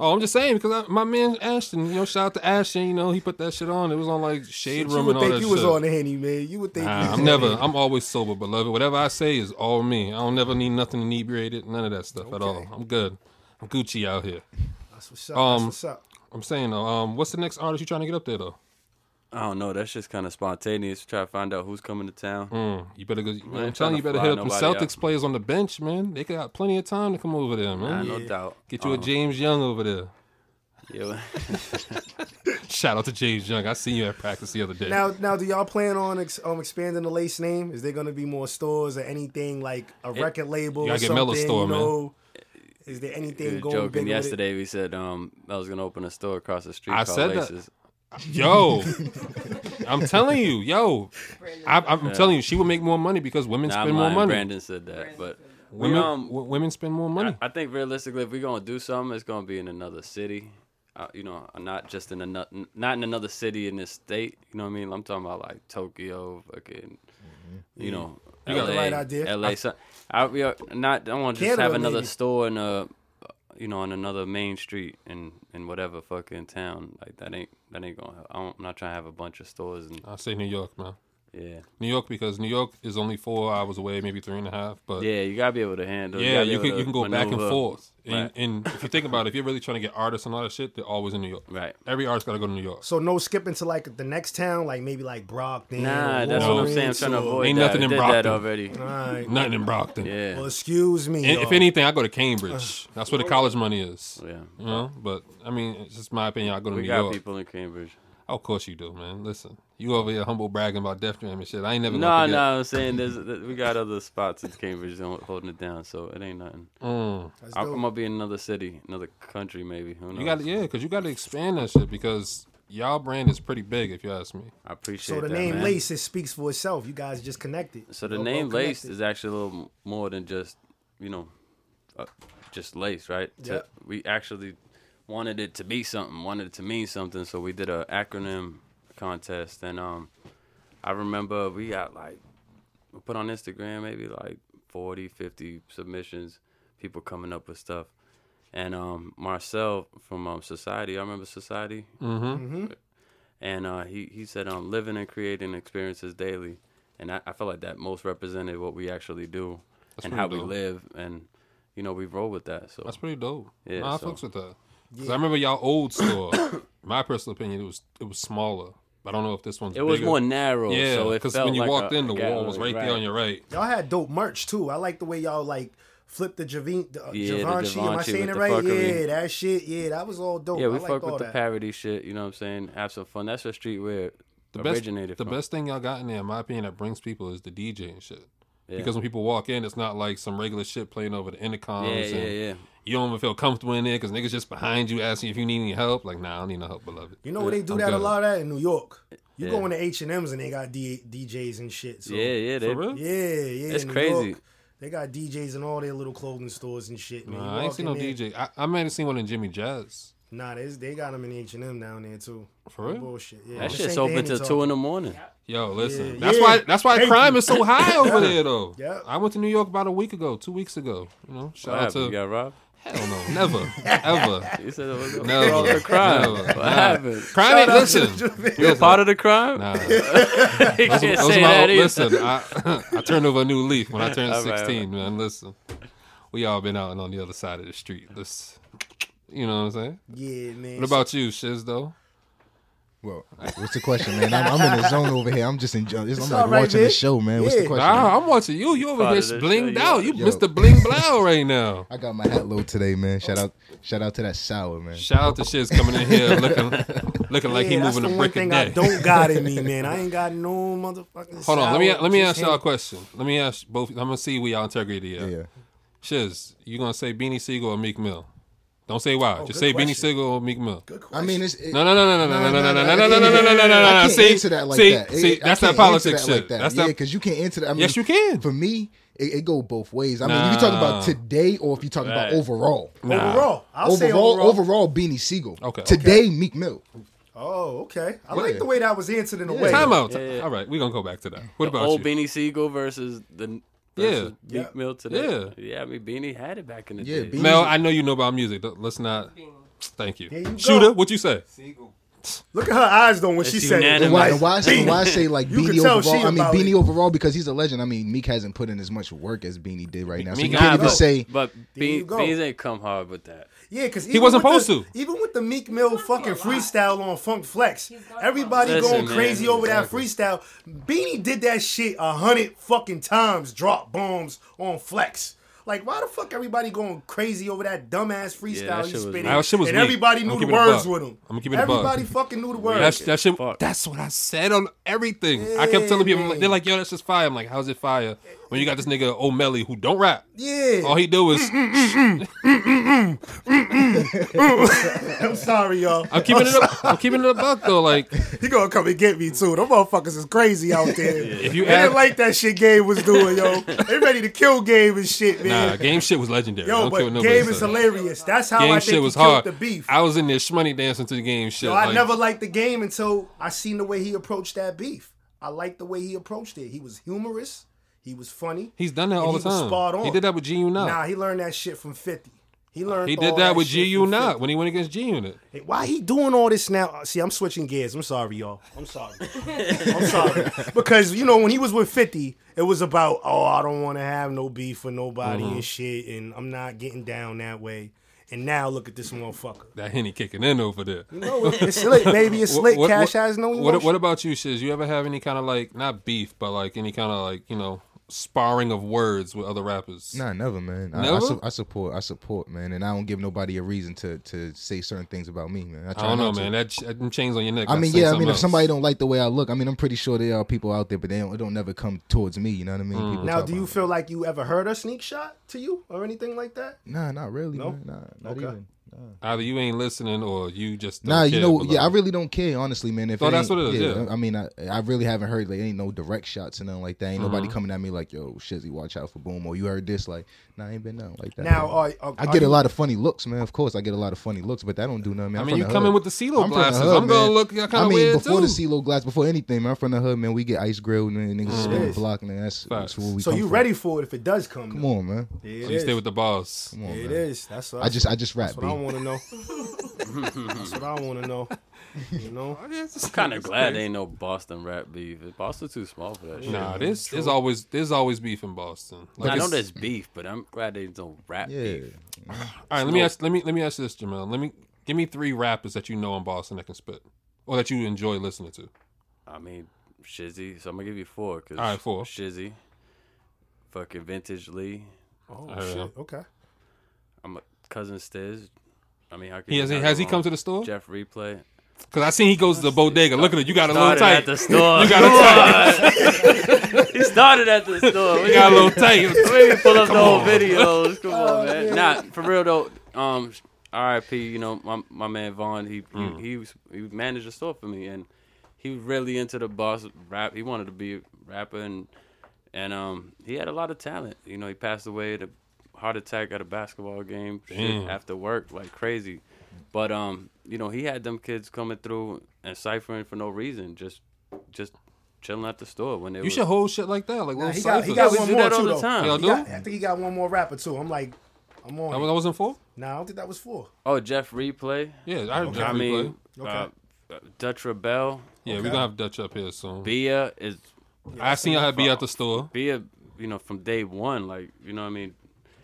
[SPEAKER 3] Oh, I'm just saying because I, my man Ashton, you know, shout out to Ashton. You know, he put that shit on. It was on like Shade
[SPEAKER 1] you
[SPEAKER 3] Room
[SPEAKER 1] would
[SPEAKER 3] and all
[SPEAKER 1] think
[SPEAKER 3] that
[SPEAKER 1] you was
[SPEAKER 3] shit.
[SPEAKER 1] on the henny, man. You would think you
[SPEAKER 3] Nah,
[SPEAKER 1] was
[SPEAKER 3] I'm
[SPEAKER 1] on
[SPEAKER 3] never.
[SPEAKER 1] the Henny.
[SPEAKER 3] I'm always sober, beloved. Whatever I say is all me. I don't never need nothing inebriated. None of that stuff at all. I'm good. I'm Gucci out here.
[SPEAKER 1] That's what's up.
[SPEAKER 3] um,
[SPEAKER 1] that's what's up.
[SPEAKER 3] I'm saying though. Um, what's the next artist you trying to get up there though?
[SPEAKER 2] I don't know. That's just kind of spontaneous. Try to find out who's coming to town.
[SPEAKER 3] Mm, you better go.
[SPEAKER 2] ain't
[SPEAKER 3] I'm
[SPEAKER 2] trying
[SPEAKER 3] telling you, you
[SPEAKER 2] to
[SPEAKER 3] better
[SPEAKER 2] fly
[SPEAKER 3] hit up them
[SPEAKER 2] nobody out.
[SPEAKER 3] Celtics players on the bench, man. They got plenty of time to come over there,
[SPEAKER 2] Nah,
[SPEAKER 3] man.
[SPEAKER 2] no doubt.
[SPEAKER 3] Get you a
[SPEAKER 2] Um,
[SPEAKER 3] James Young over there.
[SPEAKER 2] Yeah.
[SPEAKER 3] Shout out to James Young. I seen you at practice the other day.
[SPEAKER 1] Now, now, do y'all plan on ex- um, expanding the Lace name? Is there going to be more stores or anything like a record label?
[SPEAKER 3] you
[SPEAKER 1] or
[SPEAKER 3] gotta get
[SPEAKER 1] something,
[SPEAKER 3] Mello's store,
[SPEAKER 1] you
[SPEAKER 3] man.
[SPEAKER 1] know? Is there anything
[SPEAKER 2] We were
[SPEAKER 1] going big
[SPEAKER 2] joking
[SPEAKER 1] with it?
[SPEAKER 2] yesterday. We said um, I was gonna open a store across the street
[SPEAKER 3] I
[SPEAKER 2] called
[SPEAKER 3] said that.
[SPEAKER 2] Laces.
[SPEAKER 3] Yo, I'm telling you, yo,
[SPEAKER 4] Brandon.
[SPEAKER 3] I, I'm telling you, she would make more money because women
[SPEAKER 2] Nah,
[SPEAKER 3] spend
[SPEAKER 2] I'm
[SPEAKER 3] more
[SPEAKER 2] lying.
[SPEAKER 3] money.
[SPEAKER 2] Brandon said that,
[SPEAKER 4] Brandon
[SPEAKER 2] but
[SPEAKER 4] said that.
[SPEAKER 2] we,
[SPEAKER 3] Women,
[SPEAKER 2] um,
[SPEAKER 3] w- women spend more
[SPEAKER 2] I,
[SPEAKER 3] money.
[SPEAKER 2] I think realistically, if we're gonna do something, it's gonna be in another city. Uh, you know, not just in another, not in another city in this state. You know what I mean? I'm talking about like Tokyo, fucking,
[SPEAKER 3] Mm-hmm.
[SPEAKER 2] you know,
[SPEAKER 1] You
[SPEAKER 2] LA,
[SPEAKER 1] got the right idea.
[SPEAKER 2] LA. so- I, we are not. I want to just
[SPEAKER 1] Canada,
[SPEAKER 2] have another
[SPEAKER 1] maybe.
[SPEAKER 2] store in a, you know, on another main street in in whatever fucking town. Like that ain't that ain't gonna. I don't, I'm not trying to have a bunch of stores and
[SPEAKER 3] I say New York, man.
[SPEAKER 2] yeah.
[SPEAKER 3] New York because New York is only four hours away, maybe three and a half. But
[SPEAKER 2] Yeah, you gotta be able to handle. gotta
[SPEAKER 3] Yeah,
[SPEAKER 2] be
[SPEAKER 3] you
[SPEAKER 2] able
[SPEAKER 3] can
[SPEAKER 2] to
[SPEAKER 3] you can go back and
[SPEAKER 2] maneuver.
[SPEAKER 3] forth. And,
[SPEAKER 2] Right.
[SPEAKER 3] and if you think about it, if you're really trying to get artists and all that shit, they're always in New York.
[SPEAKER 2] Right.
[SPEAKER 3] Every artist got to go to New York.
[SPEAKER 1] So no skipping to like the next town, like maybe like Brockton.
[SPEAKER 2] Nah,
[SPEAKER 1] or
[SPEAKER 2] that's what I'm
[SPEAKER 1] Lawrence
[SPEAKER 2] saying. I'm trying to
[SPEAKER 1] or-
[SPEAKER 2] avoid
[SPEAKER 3] Ain't
[SPEAKER 2] that.
[SPEAKER 3] nothing
[SPEAKER 2] I
[SPEAKER 3] in
[SPEAKER 2] did that
[SPEAKER 3] Brockton.
[SPEAKER 2] already.
[SPEAKER 1] All right.
[SPEAKER 3] Nothing in Brockton.
[SPEAKER 2] Yeah.
[SPEAKER 1] Well, excuse me.
[SPEAKER 3] And if
[SPEAKER 1] y'all.
[SPEAKER 3] anything, I go to Cambridge. That's where the college money is.
[SPEAKER 2] yeah.
[SPEAKER 3] You know, but I mean, it's just my opinion. I go to
[SPEAKER 2] We
[SPEAKER 3] New
[SPEAKER 2] got
[SPEAKER 3] York.
[SPEAKER 2] people in Cambridge.
[SPEAKER 3] Oh, of course you do, man. Listen, you over here humble bragging about Def Jam and shit. I ain't never.
[SPEAKER 2] No,
[SPEAKER 3] gonna
[SPEAKER 2] no,
[SPEAKER 3] forget.
[SPEAKER 2] I'm saying there's th- we got other spots in Cambridge that aren't holding it down, so it ain't nothing.
[SPEAKER 1] That's
[SPEAKER 2] I'm
[SPEAKER 1] dope.
[SPEAKER 2] gonna be in another city, another country, maybe. Who knows?
[SPEAKER 3] Mm. You got to yeah, because you got to expand that shit because y'all brand is pretty big, if you ask me.
[SPEAKER 2] I appreciate
[SPEAKER 1] so the
[SPEAKER 2] that,
[SPEAKER 1] name
[SPEAKER 2] man.
[SPEAKER 1] Lace it speaks for itself. You guys just connected.
[SPEAKER 2] So the
[SPEAKER 1] Y'all
[SPEAKER 2] name
[SPEAKER 1] both
[SPEAKER 2] Lace
[SPEAKER 1] connected.
[SPEAKER 2] is actually a little m- more than just, you know, uh, just lace, right? To-
[SPEAKER 1] Yeah.
[SPEAKER 2] we actually wanted it to be something, wanted it to mean something, so we did a acronym contest, and um, I remember we got like, we put on Instagram maybe like 40, 50 submissions, people coming up with stuff. And um, Marcel from um, Society, I remember Society,
[SPEAKER 3] Mm-hmm.
[SPEAKER 2] Mm-hmm. and uh, he he said, um, living and creating experiences daily, and I, I felt like that most represented what we actually do and
[SPEAKER 3] pretty
[SPEAKER 2] how we
[SPEAKER 3] dope.
[SPEAKER 2] live, and you know we roll with that. So
[SPEAKER 3] That's pretty dope.
[SPEAKER 2] Yeah,
[SPEAKER 3] nah, I
[SPEAKER 2] so-
[SPEAKER 3] fucks with that. 'Cause I remember y'all old store. my personal opinion, it was it was smaller. I don't know if this one's.
[SPEAKER 2] it was
[SPEAKER 3] bigger.
[SPEAKER 2] more narrow.
[SPEAKER 3] Yeah,
[SPEAKER 2] so it
[SPEAKER 3] because
[SPEAKER 2] felt
[SPEAKER 3] when you
[SPEAKER 2] like
[SPEAKER 3] walked
[SPEAKER 2] a-
[SPEAKER 3] in, the
[SPEAKER 2] a
[SPEAKER 3] wall was
[SPEAKER 2] gallery,
[SPEAKER 3] right, there on your right.
[SPEAKER 1] Y'all had dope merch too. I like the way y'all like flipped the Javin, the, uh,
[SPEAKER 2] Yeah, the
[SPEAKER 1] Givenchy. Am I
[SPEAKER 2] Givenchy
[SPEAKER 1] saying
[SPEAKER 2] with
[SPEAKER 1] it
[SPEAKER 2] the
[SPEAKER 1] right?
[SPEAKER 2] fuckery.
[SPEAKER 1] Yeah, that shit. Yeah, that was all dope.
[SPEAKER 2] Yeah, we
[SPEAKER 1] I liked
[SPEAKER 2] fuck
[SPEAKER 1] all
[SPEAKER 2] with the
[SPEAKER 1] that.
[SPEAKER 2] parody shit. You know what I'm saying? Have some fun. That's where streetwear
[SPEAKER 3] The best,
[SPEAKER 2] originated
[SPEAKER 3] the
[SPEAKER 2] from.
[SPEAKER 3] best thing y'all got in there, in my opinion, that brings people is the DJ and shit. Because when people walk in, it's not like some regular shit playing over the intercoms.
[SPEAKER 2] yeah,
[SPEAKER 3] and
[SPEAKER 2] yeah, yeah.
[SPEAKER 3] You don't even feel comfortable in there because niggas just behind you asking if you need any help. Like, nah, I don't need no help, beloved.
[SPEAKER 1] You know where they do
[SPEAKER 3] I'm
[SPEAKER 1] that a
[SPEAKER 3] good.
[SPEAKER 1] lot at in New York. You
[SPEAKER 2] Yeah.
[SPEAKER 1] go into H and M's and they got D- DJs and shit. So.
[SPEAKER 2] yeah, yeah. They,
[SPEAKER 3] For real?
[SPEAKER 1] yeah, yeah.
[SPEAKER 2] That's
[SPEAKER 1] in New
[SPEAKER 2] crazy.
[SPEAKER 1] York, they got DJs in all their little clothing stores and shit. Man,
[SPEAKER 3] Nah,
[SPEAKER 1] You
[SPEAKER 3] I ain't
[SPEAKER 1] walk
[SPEAKER 3] seen no
[SPEAKER 1] in there-
[SPEAKER 3] DJ. I, I might have seen one in Jimmy Jazz.
[SPEAKER 1] Nah, they, they got them in H and M down there too.
[SPEAKER 3] For real?
[SPEAKER 1] Bullshit. Yeah,
[SPEAKER 2] That
[SPEAKER 1] this
[SPEAKER 2] shit's
[SPEAKER 1] ain't the
[SPEAKER 2] open
[SPEAKER 1] Annie
[SPEAKER 2] till
[SPEAKER 3] uh,
[SPEAKER 1] talk.
[SPEAKER 2] two in the morning.
[SPEAKER 3] Yo, listen.
[SPEAKER 1] Yeah,
[SPEAKER 3] that's
[SPEAKER 1] yeah.
[SPEAKER 3] why that's why
[SPEAKER 1] Thank
[SPEAKER 3] crime is so high over there though.
[SPEAKER 1] Yeah.
[SPEAKER 3] I went to New York about a week ago, two weeks ago. You know,
[SPEAKER 2] What
[SPEAKER 3] shout out
[SPEAKER 2] happened? You
[SPEAKER 3] to
[SPEAKER 2] got robbed?
[SPEAKER 3] hell no, never, ever.
[SPEAKER 2] You said it was
[SPEAKER 3] No.
[SPEAKER 2] the crime.
[SPEAKER 3] No.
[SPEAKER 2] What happened?
[SPEAKER 3] Crime ain't
[SPEAKER 1] out to the
[SPEAKER 3] listen.
[SPEAKER 2] You were part of the crime?
[SPEAKER 3] Nah, those,
[SPEAKER 2] He can't
[SPEAKER 3] are- those
[SPEAKER 2] say
[SPEAKER 3] are my
[SPEAKER 2] that
[SPEAKER 3] old,
[SPEAKER 2] either.
[SPEAKER 3] listen. I, I turned over a new leaf when I turned
[SPEAKER 2] All right, all
[SPEAKER 3] sixteen, man. Listen, we all been out and on the other side of the street. Let's, you know what I'm saying.
[SPEAKER 1] Yeah, man.
[SPEAKER 3] What about you, Shiz? Though
[SPEAKER 5] Well, what's the question, man? I'm, I'm in the zone over here. I'm just enjoying. I'm like
[SPEAKER 1] all right,
[SPEAKER 5] watching
[SPEAKER 1] man.
[SPEAKER 5] the show, man. What's
[SPEAKER 1] Yeah.
[SPEAKER 5] the question?
[SPEAKER 3] nah, I'm watching you. You over
[SPEAKER 2] Part
[SPEAKER 3] here
[SPEAKER 2] of the show,
[SPEAKER 3] blinged
[SPEAKER 2] you
[SPEAKER 3] out.
[SPEAKER 2] are.
[SPEAKER 3] You
[SPEAKER 5] Yo.
[SPEAKER 3] Mr. Bling Blow right now.
[SPEAKER 5] I got my hat low today, man. Shout out, shout out to that sour, man.
[SPEAKER 3] Shout out to Shiz coming in here looking looking like
[SPEAKER 1] yeah,
[SPEAKER 3] he
[SPEAKER 1] that's
[SPEAKER 3] moving
[SPEAKER 1] the one
[SPEAKER 3] a brick a
[SPEAKER 1] thing I
[SPEAKER 3] day.
[SPEAKER 1] don't got in me, man. I ain't got no motherfucking.
[SPEAKER 3] Hold on, let me
[SPEAKER 1] sour,
[SPEAKER 3] let me
[SPEAKER 1] just
[SPEAKER 3] ask y'all a
[SPEAKER 1] him.
[SPEAKER 3] question. Let me ask both. I'm gonna see where y'all integrity is.
[SPEAKER 5] Yeah,
[SPEAKER 3] Shiz, you gonna say Beanie Siegel or Meek Mill? Don't say why.
[SPEAKER 1] Oh, good
[SPEAKER 3] Just say Beanie
[SPEAKER 1] question.
[SPEAKER 3] Siegel or Meek Mill.
[SPEAKER 5] I mean, it's it,
[SPEAKER 3] No, no, no, no, no, no, no, no, no, no, no, no, no, no, no, no,
[SPEAKER 5] I
[SPEAKER 3] no, no.
[SPEAKER 5] can't
[SPEAKER 3] See,
[SPEAKER 5] answer that like
[SPEAKER 3] see,
[SPEAKER 5] that. It-
[SPEAKER 3] see,
[SPEAKER 5] I
[SPEAKER 3] that's that
[SPEAKER 5] can't answer
[SPEAKER 3] politics
[SPEAKER 5] that like
[SPEAKER 3] shit.
[SPEAKER 5] that.
[SPEAKER 3] That's
[SPEAKER 5] yeah,
[SPEAKER 3] that.
[SPEAKER 5] because you can't answer that. I mean,
[SPEAKER 3] Yes, you can.
[SPEAKER 5] For me, it, it go both ways. I mean, you can talk about
[SPEAKER 3] Nah.
[SPEAKER 5] today, or if you talk about
[SPEAKER 2] Right.
[SPEAKER 5] overall.
[SPEAKER 1] Overall, I'll
[SPEAKER 5] overall,
[SPEAKER 1] say
[SPEAKER 5] overall,
[SPEAKER 1] overall.
[SPEAKER 5] Beanie Siegel.
[SPEAKER 3] Okay.
[SPEAKER 5] Today, Meek Mill.
[SPEAKER 1] Oh, okay. I
[SPEAKER 5] Yeah.
[SPEAKER 1] like the way that was answered in a way.
[SPEAKER 3] Time out.
[SPEAKER 2] Yeah, yeah.
[SPEAKER 3] All right, we gonna go back to that. What about
[SPEAKER 2] Old
[SPEAKER 3] you?
[SPEAKER 2] Beanie Siegel versus the
[SPEAKER 3] Yeah.
[SPEAKER 2] versus yeah.
[SPEAKER 1] Yeah.
[SPEAKER 2] Meek Mill today.
[SPEAKER 3] Yeah.
[SPEAKER 2] Yeah, I mean Beanie had it back in the
[SPEAKER 5] Yeah,
[SPEAKER 2] day.
[SPEAKER 5] Beanie-
[SPEAKER 3] Mel, I know you know about music. Don't- Let's not.
[SPEAKER 4] Beanie.
[SPEAKER 3] Thank you.
[SPEAKER 1] There you go.
[SPEAKER 3] Shooter, what you say?
[SPEAKER 1] Look at her eyes though when she said it.
[SPEAKER 2] unanimous.
[SPEAKER 5] Why,
[SPEAKER 2] Right.
[SPEAKER 5] why, I say, why I say like
[SPEAKER 1] You can
[SPEAKER 5] Beanie
[SPEAKER 1] tell
[SPEAKER 5] overall?
[SPEAKER 1] she
[SPEAKER 5] I mean
[SPEAKER 1] about
[SPEAKER 5] Beanie
[SPEAKER 1] it.
[SPEAKER 5] overall because he's a legend. I mean Meek hasn't put in as much work as Beanie did right now. So
[SPEAKER 3] Meek-
[SPEAKER 5] you
[SPEAKER 3] Nah,
[SPEAKER 5] can't even
[SPEAKER 2] but,
[SPEAKER 5] say
[SPEAKER 2] but
[SPEAKER 1] you
[SPEAKER 2] Bean,
[SPEAKER 1] go.
[SPEAKER 2] Beans ain't come hard with that.
[SPEAKER 1] Yeah, because he
[SPEAKER 3] wasn't supposed
[SPEAKER 1] the, Even with the Meek Mill fucking freestyle on Funk Flex,
[SPEAKER 4] gone
[SPEAKER 1] everybody
[SPEAKER 2] Listen,
[SPEAKER 1] going
[SPEAKER 2] man,
[SPEAKER 1] crazy over that
[SPEAKER 3] exactly.
[SPEAKER 1] freestyle. Beanie did that shit a hundred fucking times. Drop bombs on Flex. Like, why the fuck everybody going crazy over that dumbass freestyle
[SPEAKER 2] that
[SPEAKER 1] you
[SPEAKER 2] shit was
[SPEAKER 1] spitting?
[SPEAKER 2] weak.
[SPEAKER 3] That shit was
[SPEAKER 1] and
[SPEAKER 3] weak.
[SPEAKER 1] everybody
[SPEAKER 3] I'ma
[SPEAKER 1] knew the
[SPEAKER 3] keep it a
[SPEAKER 1] words
[SPEAKER 3] buck.
[SPEAKER 1] with him.
[SPEAKER 3] I'ma keep it a buck.
[SPEAKER 1] Everybody fucking knew the
[SPEAKER 3] That's,
[SPEAKER 1] words.
[SPEAKER 3] that shit,
[SPEAKER 2] Fuck.
[SPEAKER 3] that's what I said on everything. I kept telling people, like, they're like, yo, that's just fire. I'm like, how's it fire? When you got this nigga O'Malley who don't rap.
[SPEAKER 1] yeah.
[SPEAKER 3] All Oh, he do is,
[SPEAKER 1] I'm sorry, y'all.
[SPEAKER 3] I'm keeping it up. I'm keeping it a buck though. Like,
[SPEAKER 1] He gonna come and get me too. Them motherfuckers is crazy out there.
[SPEAKER 3] if you
[SPEAKER 1] They
[SPEAKER 3] add,
[SPEAKER 1] didn't like that shit Gabe was doing, yo. They ready to kill Gabe and shit, man.
[SPEAKER 3] nah, game shit was legendary.
[SPEAKER 1] Yo,
[SPEAKER 3] don't care
[SPEAKER 1] but
[SPEAKER 3] what nobody
[SPEAKER 1] Gabe is
[SPEAKER 3] said.
[SPEAKER 1] hilarious. That's how
[SPEAKER 3] Game
[SPEAKER 1] I
[SPEAKER 3] shit
[SPEAKER 1] think
[SPEAKER 3] was
[SPEAKER 1] he killed
[SPEAKER 3] hard.
[SPEAKER 1] the beef.
[SPEAKER 3] I was in there shmoney dancing to the game shit.
[SPEAKER 1] Yo, I
[SPEAKER 3] like,
[SPEAKER 1] never liked the game until I seen the way he approached that beef. I liked the way he approached it. He was humorous. He was funny.
[SPEAKER 3] He's done that
[SPEAKER 1] and
[SPEAKER 3] all
[SPEAKER 1] he
[SPEAKER 3] the
[SPEAKER 1] was
[SPEAKER 3] time.
[SPEAKER 1] spot on.
[SPEAKER 3] He did that with G Unit.
[SPEAKER 1] Nah, he learned that shit from 50. He learned
[SPEAKER 3] he
[SPEAKER 1] all
[SPEAKER 3] did that with
[SPEAKER 1] shit
[SPEAKER 3] G
[SPEAKER 1] from
[SPEAKER 3] Unit when he went against G Unit.
[SPEAKER 1] 50. Why he doing all this now? Uh, See, I'm switching gears. I'm sorry, y'all. I'm sorry. I'm sorry. Because, you know, when he was with 50, it was about, oh, I don't want to have no beef with nobody
[SPEAKER 3] Uh-huh.
[SPEAKER 1] and shit, and I'm not getting down that way. And now look at this motherfucker.
[SPEAKER 3] That henny kicking in over there.
[SPEAKER 1] No, it's slick, baby. It's slick. Cash has no emotion.
[SPEAKER 3] What, what about you, Shiz? You ever have any kind of like not beef, but like any kind of like you know sparring of words with other rappers?
[SPEAKER 5] Nah, never, man. I, I,
[SPEAKER 3] Never?
[SPEAKER 5] su- I support, I support, man, and I don't give nobody a reason to to say certain things about me, man.
[SPEAKER 3] I
[SPEAKER 5] try
[SPEAKER 3] don't know,
[SPEAKER 5] not to.
[SPEAKER 3] man. That, ch- that chains on your neck.
[SPEAKER 5] I
[SPEAKER 3] I'd
[SPEAKER 5] mean,
[SPEAKER 3] say
[SPEAKER 5] yeah. I
[SPEAKER 3] something
[SPEAKER 5] mean, if
[SPEAKER 3] else.
[SPEAKER 5] somebody don't like the way I look, I mean, I'm pretty sure there are people out there, but they don't, it don't never come towards me. You know what I mean?
[SPEAKER 3] Mm.
[SPEAKER 5] People
[SPEAKER 1] Now,
[SPEAKER 5] talk
[SPEAKER 1] do you
[SPEAKER 5] about-
[SPEAKER 1] feel like you ever heard a sneak shot to you or anything like that?
[SPEAKER 5] Nah, not really.
[SPEAKER 1] No?
[SPEAKER 5] man. Nah, not
[SPEAKER 1] Okay.
[SPEAKER 5] even.
[SPEAKER 3] either you ain't listening or you just don't
[SPEAKER 5] Nah, you
[SPEAKER 3] care,
[SPEAKER 5] know,
[SPEAKER 3] but,
[SPEAKER 5] yeah, I
[SPEAKER 3] like,
[SPEAKER 5] really don't care, honestly, man. If
[SPEAKER 3] No, that's
[SPEAKER 5] ain't-
[SPEAKER 3] what it is, yeah.
[SPEAKER 5] I mean, I, I really haven't heard like ain't no direct shots and nothing like that. Ain't
[SPEAKER 3] Uh-huh.
[SPEAKER 5] nobody coming at me like, yo, Shizzy, watch out for Boom, or you heard this, like, nah, ain't been nothing like that.
[SPEAKER 1] Now,
[SPEAKER 5] man.
[SPEAKER 1] are, are,
[SPEAKER 5] I get
[SPEAKER 1] are
[SPEAKER 5] a lot of funny looks, man. Of course, I get a lot of funny looks, but that don't do nothing. Man.
[SPEAKER 3] I
[SPEAKER 5] I'm
[SPEAKER 3] mean,
[SPEAKER 5] from
[SPEAKER 3] you
[SPEAKER 5] the
[SPEAKER 3] come in
[SPEAKER 5] hood.
[SPEAKER 3] with the CeeLo
[SPEAKER 5] I'm from the
[SPEAKER 3] glasses.
[SPEAKER 5] hood,
[SPEAKER 3] I'm gonna
[SPEAKER 5] man.
[SPEAKER 3] look kind
[SPEAKER 5] I
[SPEAKER 3] of
[SPEAKER 5] mean,
[SPEAKER 3] weird
[SPEAKER 5] before
[SPEAKER 3] too.
[SPEAKER 5] the CeeLo glass, before anything, man, from the hood, man, we get ice grilled, man. Niggas spin the
[SPEAKER 1] is.
[SPEAKER 5] block, man. That's,
[SPEAKER 3] Mm-hmm. Facts.
[SPEAKER 5] that's where we
[SPEAKER 1] so
[SPEAKER 5] come
[SPEAKER 1] you
[SPEAKER 5] from.
[SPEAKER 1] ready for it if it does come?
[SPEAKER 5] Come on, man.
[SPEAKER 1] It is.
[SPEAKER 3] So you stay with the boss.
[SPEAKER 5] Come on,
[SPEAKER 1] It
[SPEAKER 5] man.
[SPEAKER 1] is. That's what
[SPEAKER 5] I just, I just rap,
[SPEAKER 1] That's
[SPEAKER 5] B.
[SPEAKER 1] what I want to know. that's what I want to know. You know,
[SPEAKER 2] I'm kind of glad there ain't no Boston rap beef. Boston's too small for that shit.
[SPEAKER 3] Nah, there's there's always there's always beef in Boston.
[SPEAKER 2] I know
[SPEAKER 3] it's-
[SPEAKER 2] there's beef, but I'm glad they don't rap
[SPEAKER 5] Yeah.
[SPEAKER 2] beef.
[SPEAKER 3] All right, let me ask let me let me ask you this, Jamel. Let me give me three rappers that you know in Boston that can spit, or that you enjoy listening to.
[SPEAKER 2] I mean, Shizzy. So I'm gonna give you four. Cause
[SPEAKER 3] All right, four.
[SPEAKER 2] Shizzy, fucking Vintage Lee.
[SPEAKER 1] Oh
[SPEAKER 3] I don't
[SPEAKER 1] shit.
[SPEAKER 3] know.
[SPEAKER 1] Okay.
[SPEAKER 2] I'm a cousin Stiz. I mean, how can
[SPEAKER 3] He
[SPEAKER 2] you
[SPEAKER 3] has he
[SPEAKER 2] not
[SPEAKER 3] has
[SPEAKER 2] go
[SPEAKER 3] he come
[SPEAKER 2] wrong?
[SPEAKER 3] to the store?
[SPEAKER 2] Jeff Replay?
[SPEAKER 3] Because I seen he goes to the bodega. Look at it, you got a little
[SPEAKER 2] Started at
[SPEAKER 3] tight.
[SPEAKER 2] the store.
[SPEAKER 3] You got a tight.
[SPEAKER 2] he started at the store.
[SPEAKER 3] You got a little tight.
[SPEAKER 2] We pull up the whole videos. Come on, man. Nah, for real though. Um, R.I.P. You know my my man Vaughn. He he he, was, he managed the store for me, and he was really into the boss rap. He wanted to be a rapper, and and um he had a lot of talent. You know, he passed away at a heart attack at a basketball game shit,
[SPEAKER 3] Damn.
[SPEAKER 2] after work, like crazy. But um, you know, he had them kids coming through and ciphering for no reason, just just chilling at the store when they
[SPEAKER 3] You
[SPEAKER 2] was-
[SPEAKER 3] should hold shit like that, like
[SPEAKER 1] Nah,
[SPEAKER 3] little
[SPEAKER 1] he got, he
[SPEAKER 3] ciphers.
[SPEAKER 1] got
[SPEAKER 2] We
[SPEAKER 1] one
[SPEAKER 2] do
[SPEAKER 1] more
[SPEAKER 2] that all
[SPEAKER 1] too
[SPEAKER 2] the
[SPEAKER 1] though.
[SPEAKER 2] time.
[SPEAKER 1] He
[SPEAKER 3] Y'all do?
[SPEAKER 1] got- I think he got one more rapper too. I'm like, I'm
[SPEAKER 3] That
[SPEAKER 1] on.
[SPEAKER 3] was-
[SPEAKER 1] it.
[SPEAKER 3] that wasn't four.
[SPEAKER 1] Nah, I don't think that was four.
[SPEAKER 2] Oh, Jeff Replay.
[SPEAKER 3] Yeah, I heard Jeff
[SPEAKER 2] I
[SPEAKER 3] Replay.
[SPEAKER 2] mean, uh, Dutch Rebel.
[SPEAKER 3] yeah, we're gonna have Dutch up here soon.
[SPEAKER 2] Bia is
[SPEAKER 3] I seen y'all have B at the store.
[SPEAKER 2] Bia. You know, from day one, like you know, what I mean,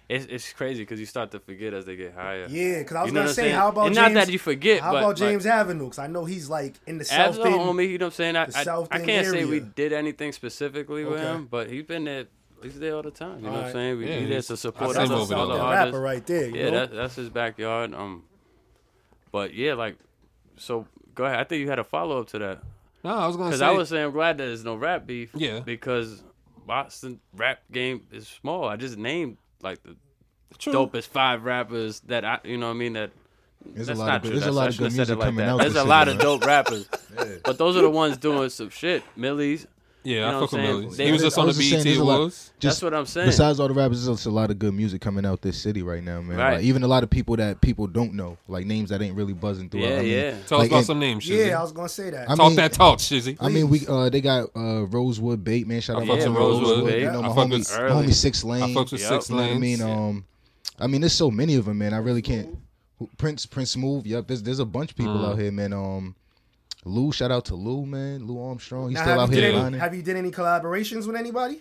[SPEAKER 2] it's it's crazy because you start to forget as they get higher.
[SPEAKER 1] Yeah, because I was
[SPEAKER 2] You know what
[SPEAKER 1] gonna
[SPEAKER 2] I'm
[SPEAKER 1] say,
[SPEAKER 2] saying?
[SPEAKER 1] how about
[SPEAKER 2] And
[SPEAKER 1] James,
[SPEAKER 2] not that you forget,
[SPEAKER 1] How
[SPEAKER 2] but,
[SPEAKER 1] about
[SPEAKER 2] like,
[SPEAKER 1] James Avenue? Because I know he's like in the south
[SPEAKER 2] Absolutely,
[SPEAKER 1] end.
[SPEAKER 2] homie. You know what I'm saying? I,
[SPEAKER 1] the
[SPEAKER 2] I,
[SPEAKER 1] South
[SPEAKER 2] I
[SPEAKER 1] End
[SPEAKER 2] can't say we
[SPEAKER 1] area.
[SPEAKER 2] did anything specifically with
[SPEAKER 1] Okay.
[SPEAKER 2] him, but he's been there. He's there all the time. You know what I'm
[SPEAKER 1] Alright.
[SPEAKER 2] saying? We
[SPEAKER 3] Yeah,
[SPEAKER 2] yeah, there
[SPEAKER 3] he's-
[SPEAKER 2] to support
[SPEAKER 3] I
[SPEAKER 2] us.
[SPEAKER 3] see him
[SPEAKER 2] all
[SPEAKER 3] over
[SPEAKER 2] the
[SPEAKER 3] there.
[SPEAKER 1] That
[SPEAKER 3] That
[SPEAKER 2] artists.
[SPEAKER 1] rapper right there. You
[SPEAKER 2] Yeah,
[SPEAKER 1] know?
[SPEAKER 2] that, that's his backyard. Um, but yeah, like, so go ahead. I think you had a follow up to that.
[SPEAKER 3] No, I was gonna
[SPEAKER 2] Because
[SPEAKER 3] say.
[SPEAKER 2] I was saying I'm glad that there's no rap beef.
[SPEAKER 3] Yeah.
[SPEAKER 2] Because Boston rap game is small. I just named like the
[SPEAKER 3] True.
[SPEAKER 2] dopest five rappers that I, you know what I mean? That
[SPEAKER 5] There's a
[SPEAKER 2] that's
[SPEAKER 5] lot
[SPEAKER 2] not
[SPEAKER 5] of good-
[SPEAKER 2] true.
[SPEAKER 5] there's a
[SPEAKER 2] That's-
[SPEAKER 5] lot
[SPEAKER 2] I
[SPEAKER 5] of
[SPEAKER 2] shouldn't
[SPEAKER 5] good
[SPEAKER 2] have said
[SPEAKER 5] music
[SPEAKER 2] it like
[SPEAKER 5] coming
[SPEAKER 2] that.
[SPEAKER 5] out.
[SPEAKER 2] There's
[SPEAKER 5] this
[SPEAKER 2] a lot
[SPEAKER 5] year,
[SPEAKER 2] of
[SPEAKER 5] man.
[SPEAKER 2] dope rappers. But those are the ones doing some shit. Millie's.
[SPEAKER 3] Yeah,
[SPEAKER 2] know
[SPEAKER 3] I
[SPEAKER 2] what
[SPEAKER 3] fuck with
[SPEAKER 2] I'm saying?
[SPEAKER 3] Millie.
[SPEAKER 2] They-
[SPEAKER 3] He was just
[SPEAKER 5] I
[SPEAKER 3] on the
[SPEAKER 5] was just saying,
[SPEAKER 3] BET
[SPEAKER 5] there's a lot-
[SPEAKER 3] Awards.
[SPEAKER 2] That's what I'm saying.
[SPEAKER 5] Besides all the rappers, there's a lot of good music coming out this city right now, man.
[SPEAKER 2] Right.
[SPEAKER 5] Like, even a lot of people that people don't know, like names that ain't really buzzing throughout.
[SPEAKER 2] Yeah,
[SPEAKER 5] I mean,
[SPEAKER 2] yeah.
[SPEAKER 3] Tell us
[SPEAKER 5] like,
[SPEAKER 3] about
[SPEAKER 5] and-
[SPEAKER 3] some names. Shizzy.
[SPEAKER 1] Yeah, I was gonna say that.
[SPEAKER 5] I'm-
[SPEAKER 3] Talk
[SPEAKER 5] I mean-
[SPEAKER 3] that talk, Shizzy.
[SPEAKER 5] I mean, we uh, they got uh, Rosewood Bait, man. Shout out
[SPEAKER 2] fucks with
[SPEAKER 5] my homie
[SPEAKER 2] Rosewood Bate.
[SPEAKER 5] You know,
[SPEAKER 2] I
[SPEAKER 5] my
[SPEAKER 3] fuck
[SPEAKER 5] homie,
[SPEAKER 3] with
[SPEAKER 5] my
[SPEAKER 2] early.
[SPEAKER 5] homie Six Lane.
[SPEAKER 3] I fucks with
[SPEAKER 2] Yup.
[SPEAKER 3] Six
[SPEAKER 5] You know what I
[SPEAKER 3] Lanes.
[SPEAKER 5] mean? Um, I mean, there's so many of them, man. I really can't. who- Prince, Prince Move. Yep, there's there's a bunch of people
[SPEAKER 2] Mm.
[SPEAKER 5] out here, man. Um, Lou, shout out to Lou, man. Lou Armstrong, he's
[SPEAKER 1] Now,
[SPEAKER 5] still
[SPEAKER 1] have,
[SPEAKER 5] out
[SPEAKER 1] you did
[SPEAKER 5] here
[SPEAKER 1] any,
[SPEAKER 5] grinding.
[SPEAKER 1] have you did any collaborations with anybody?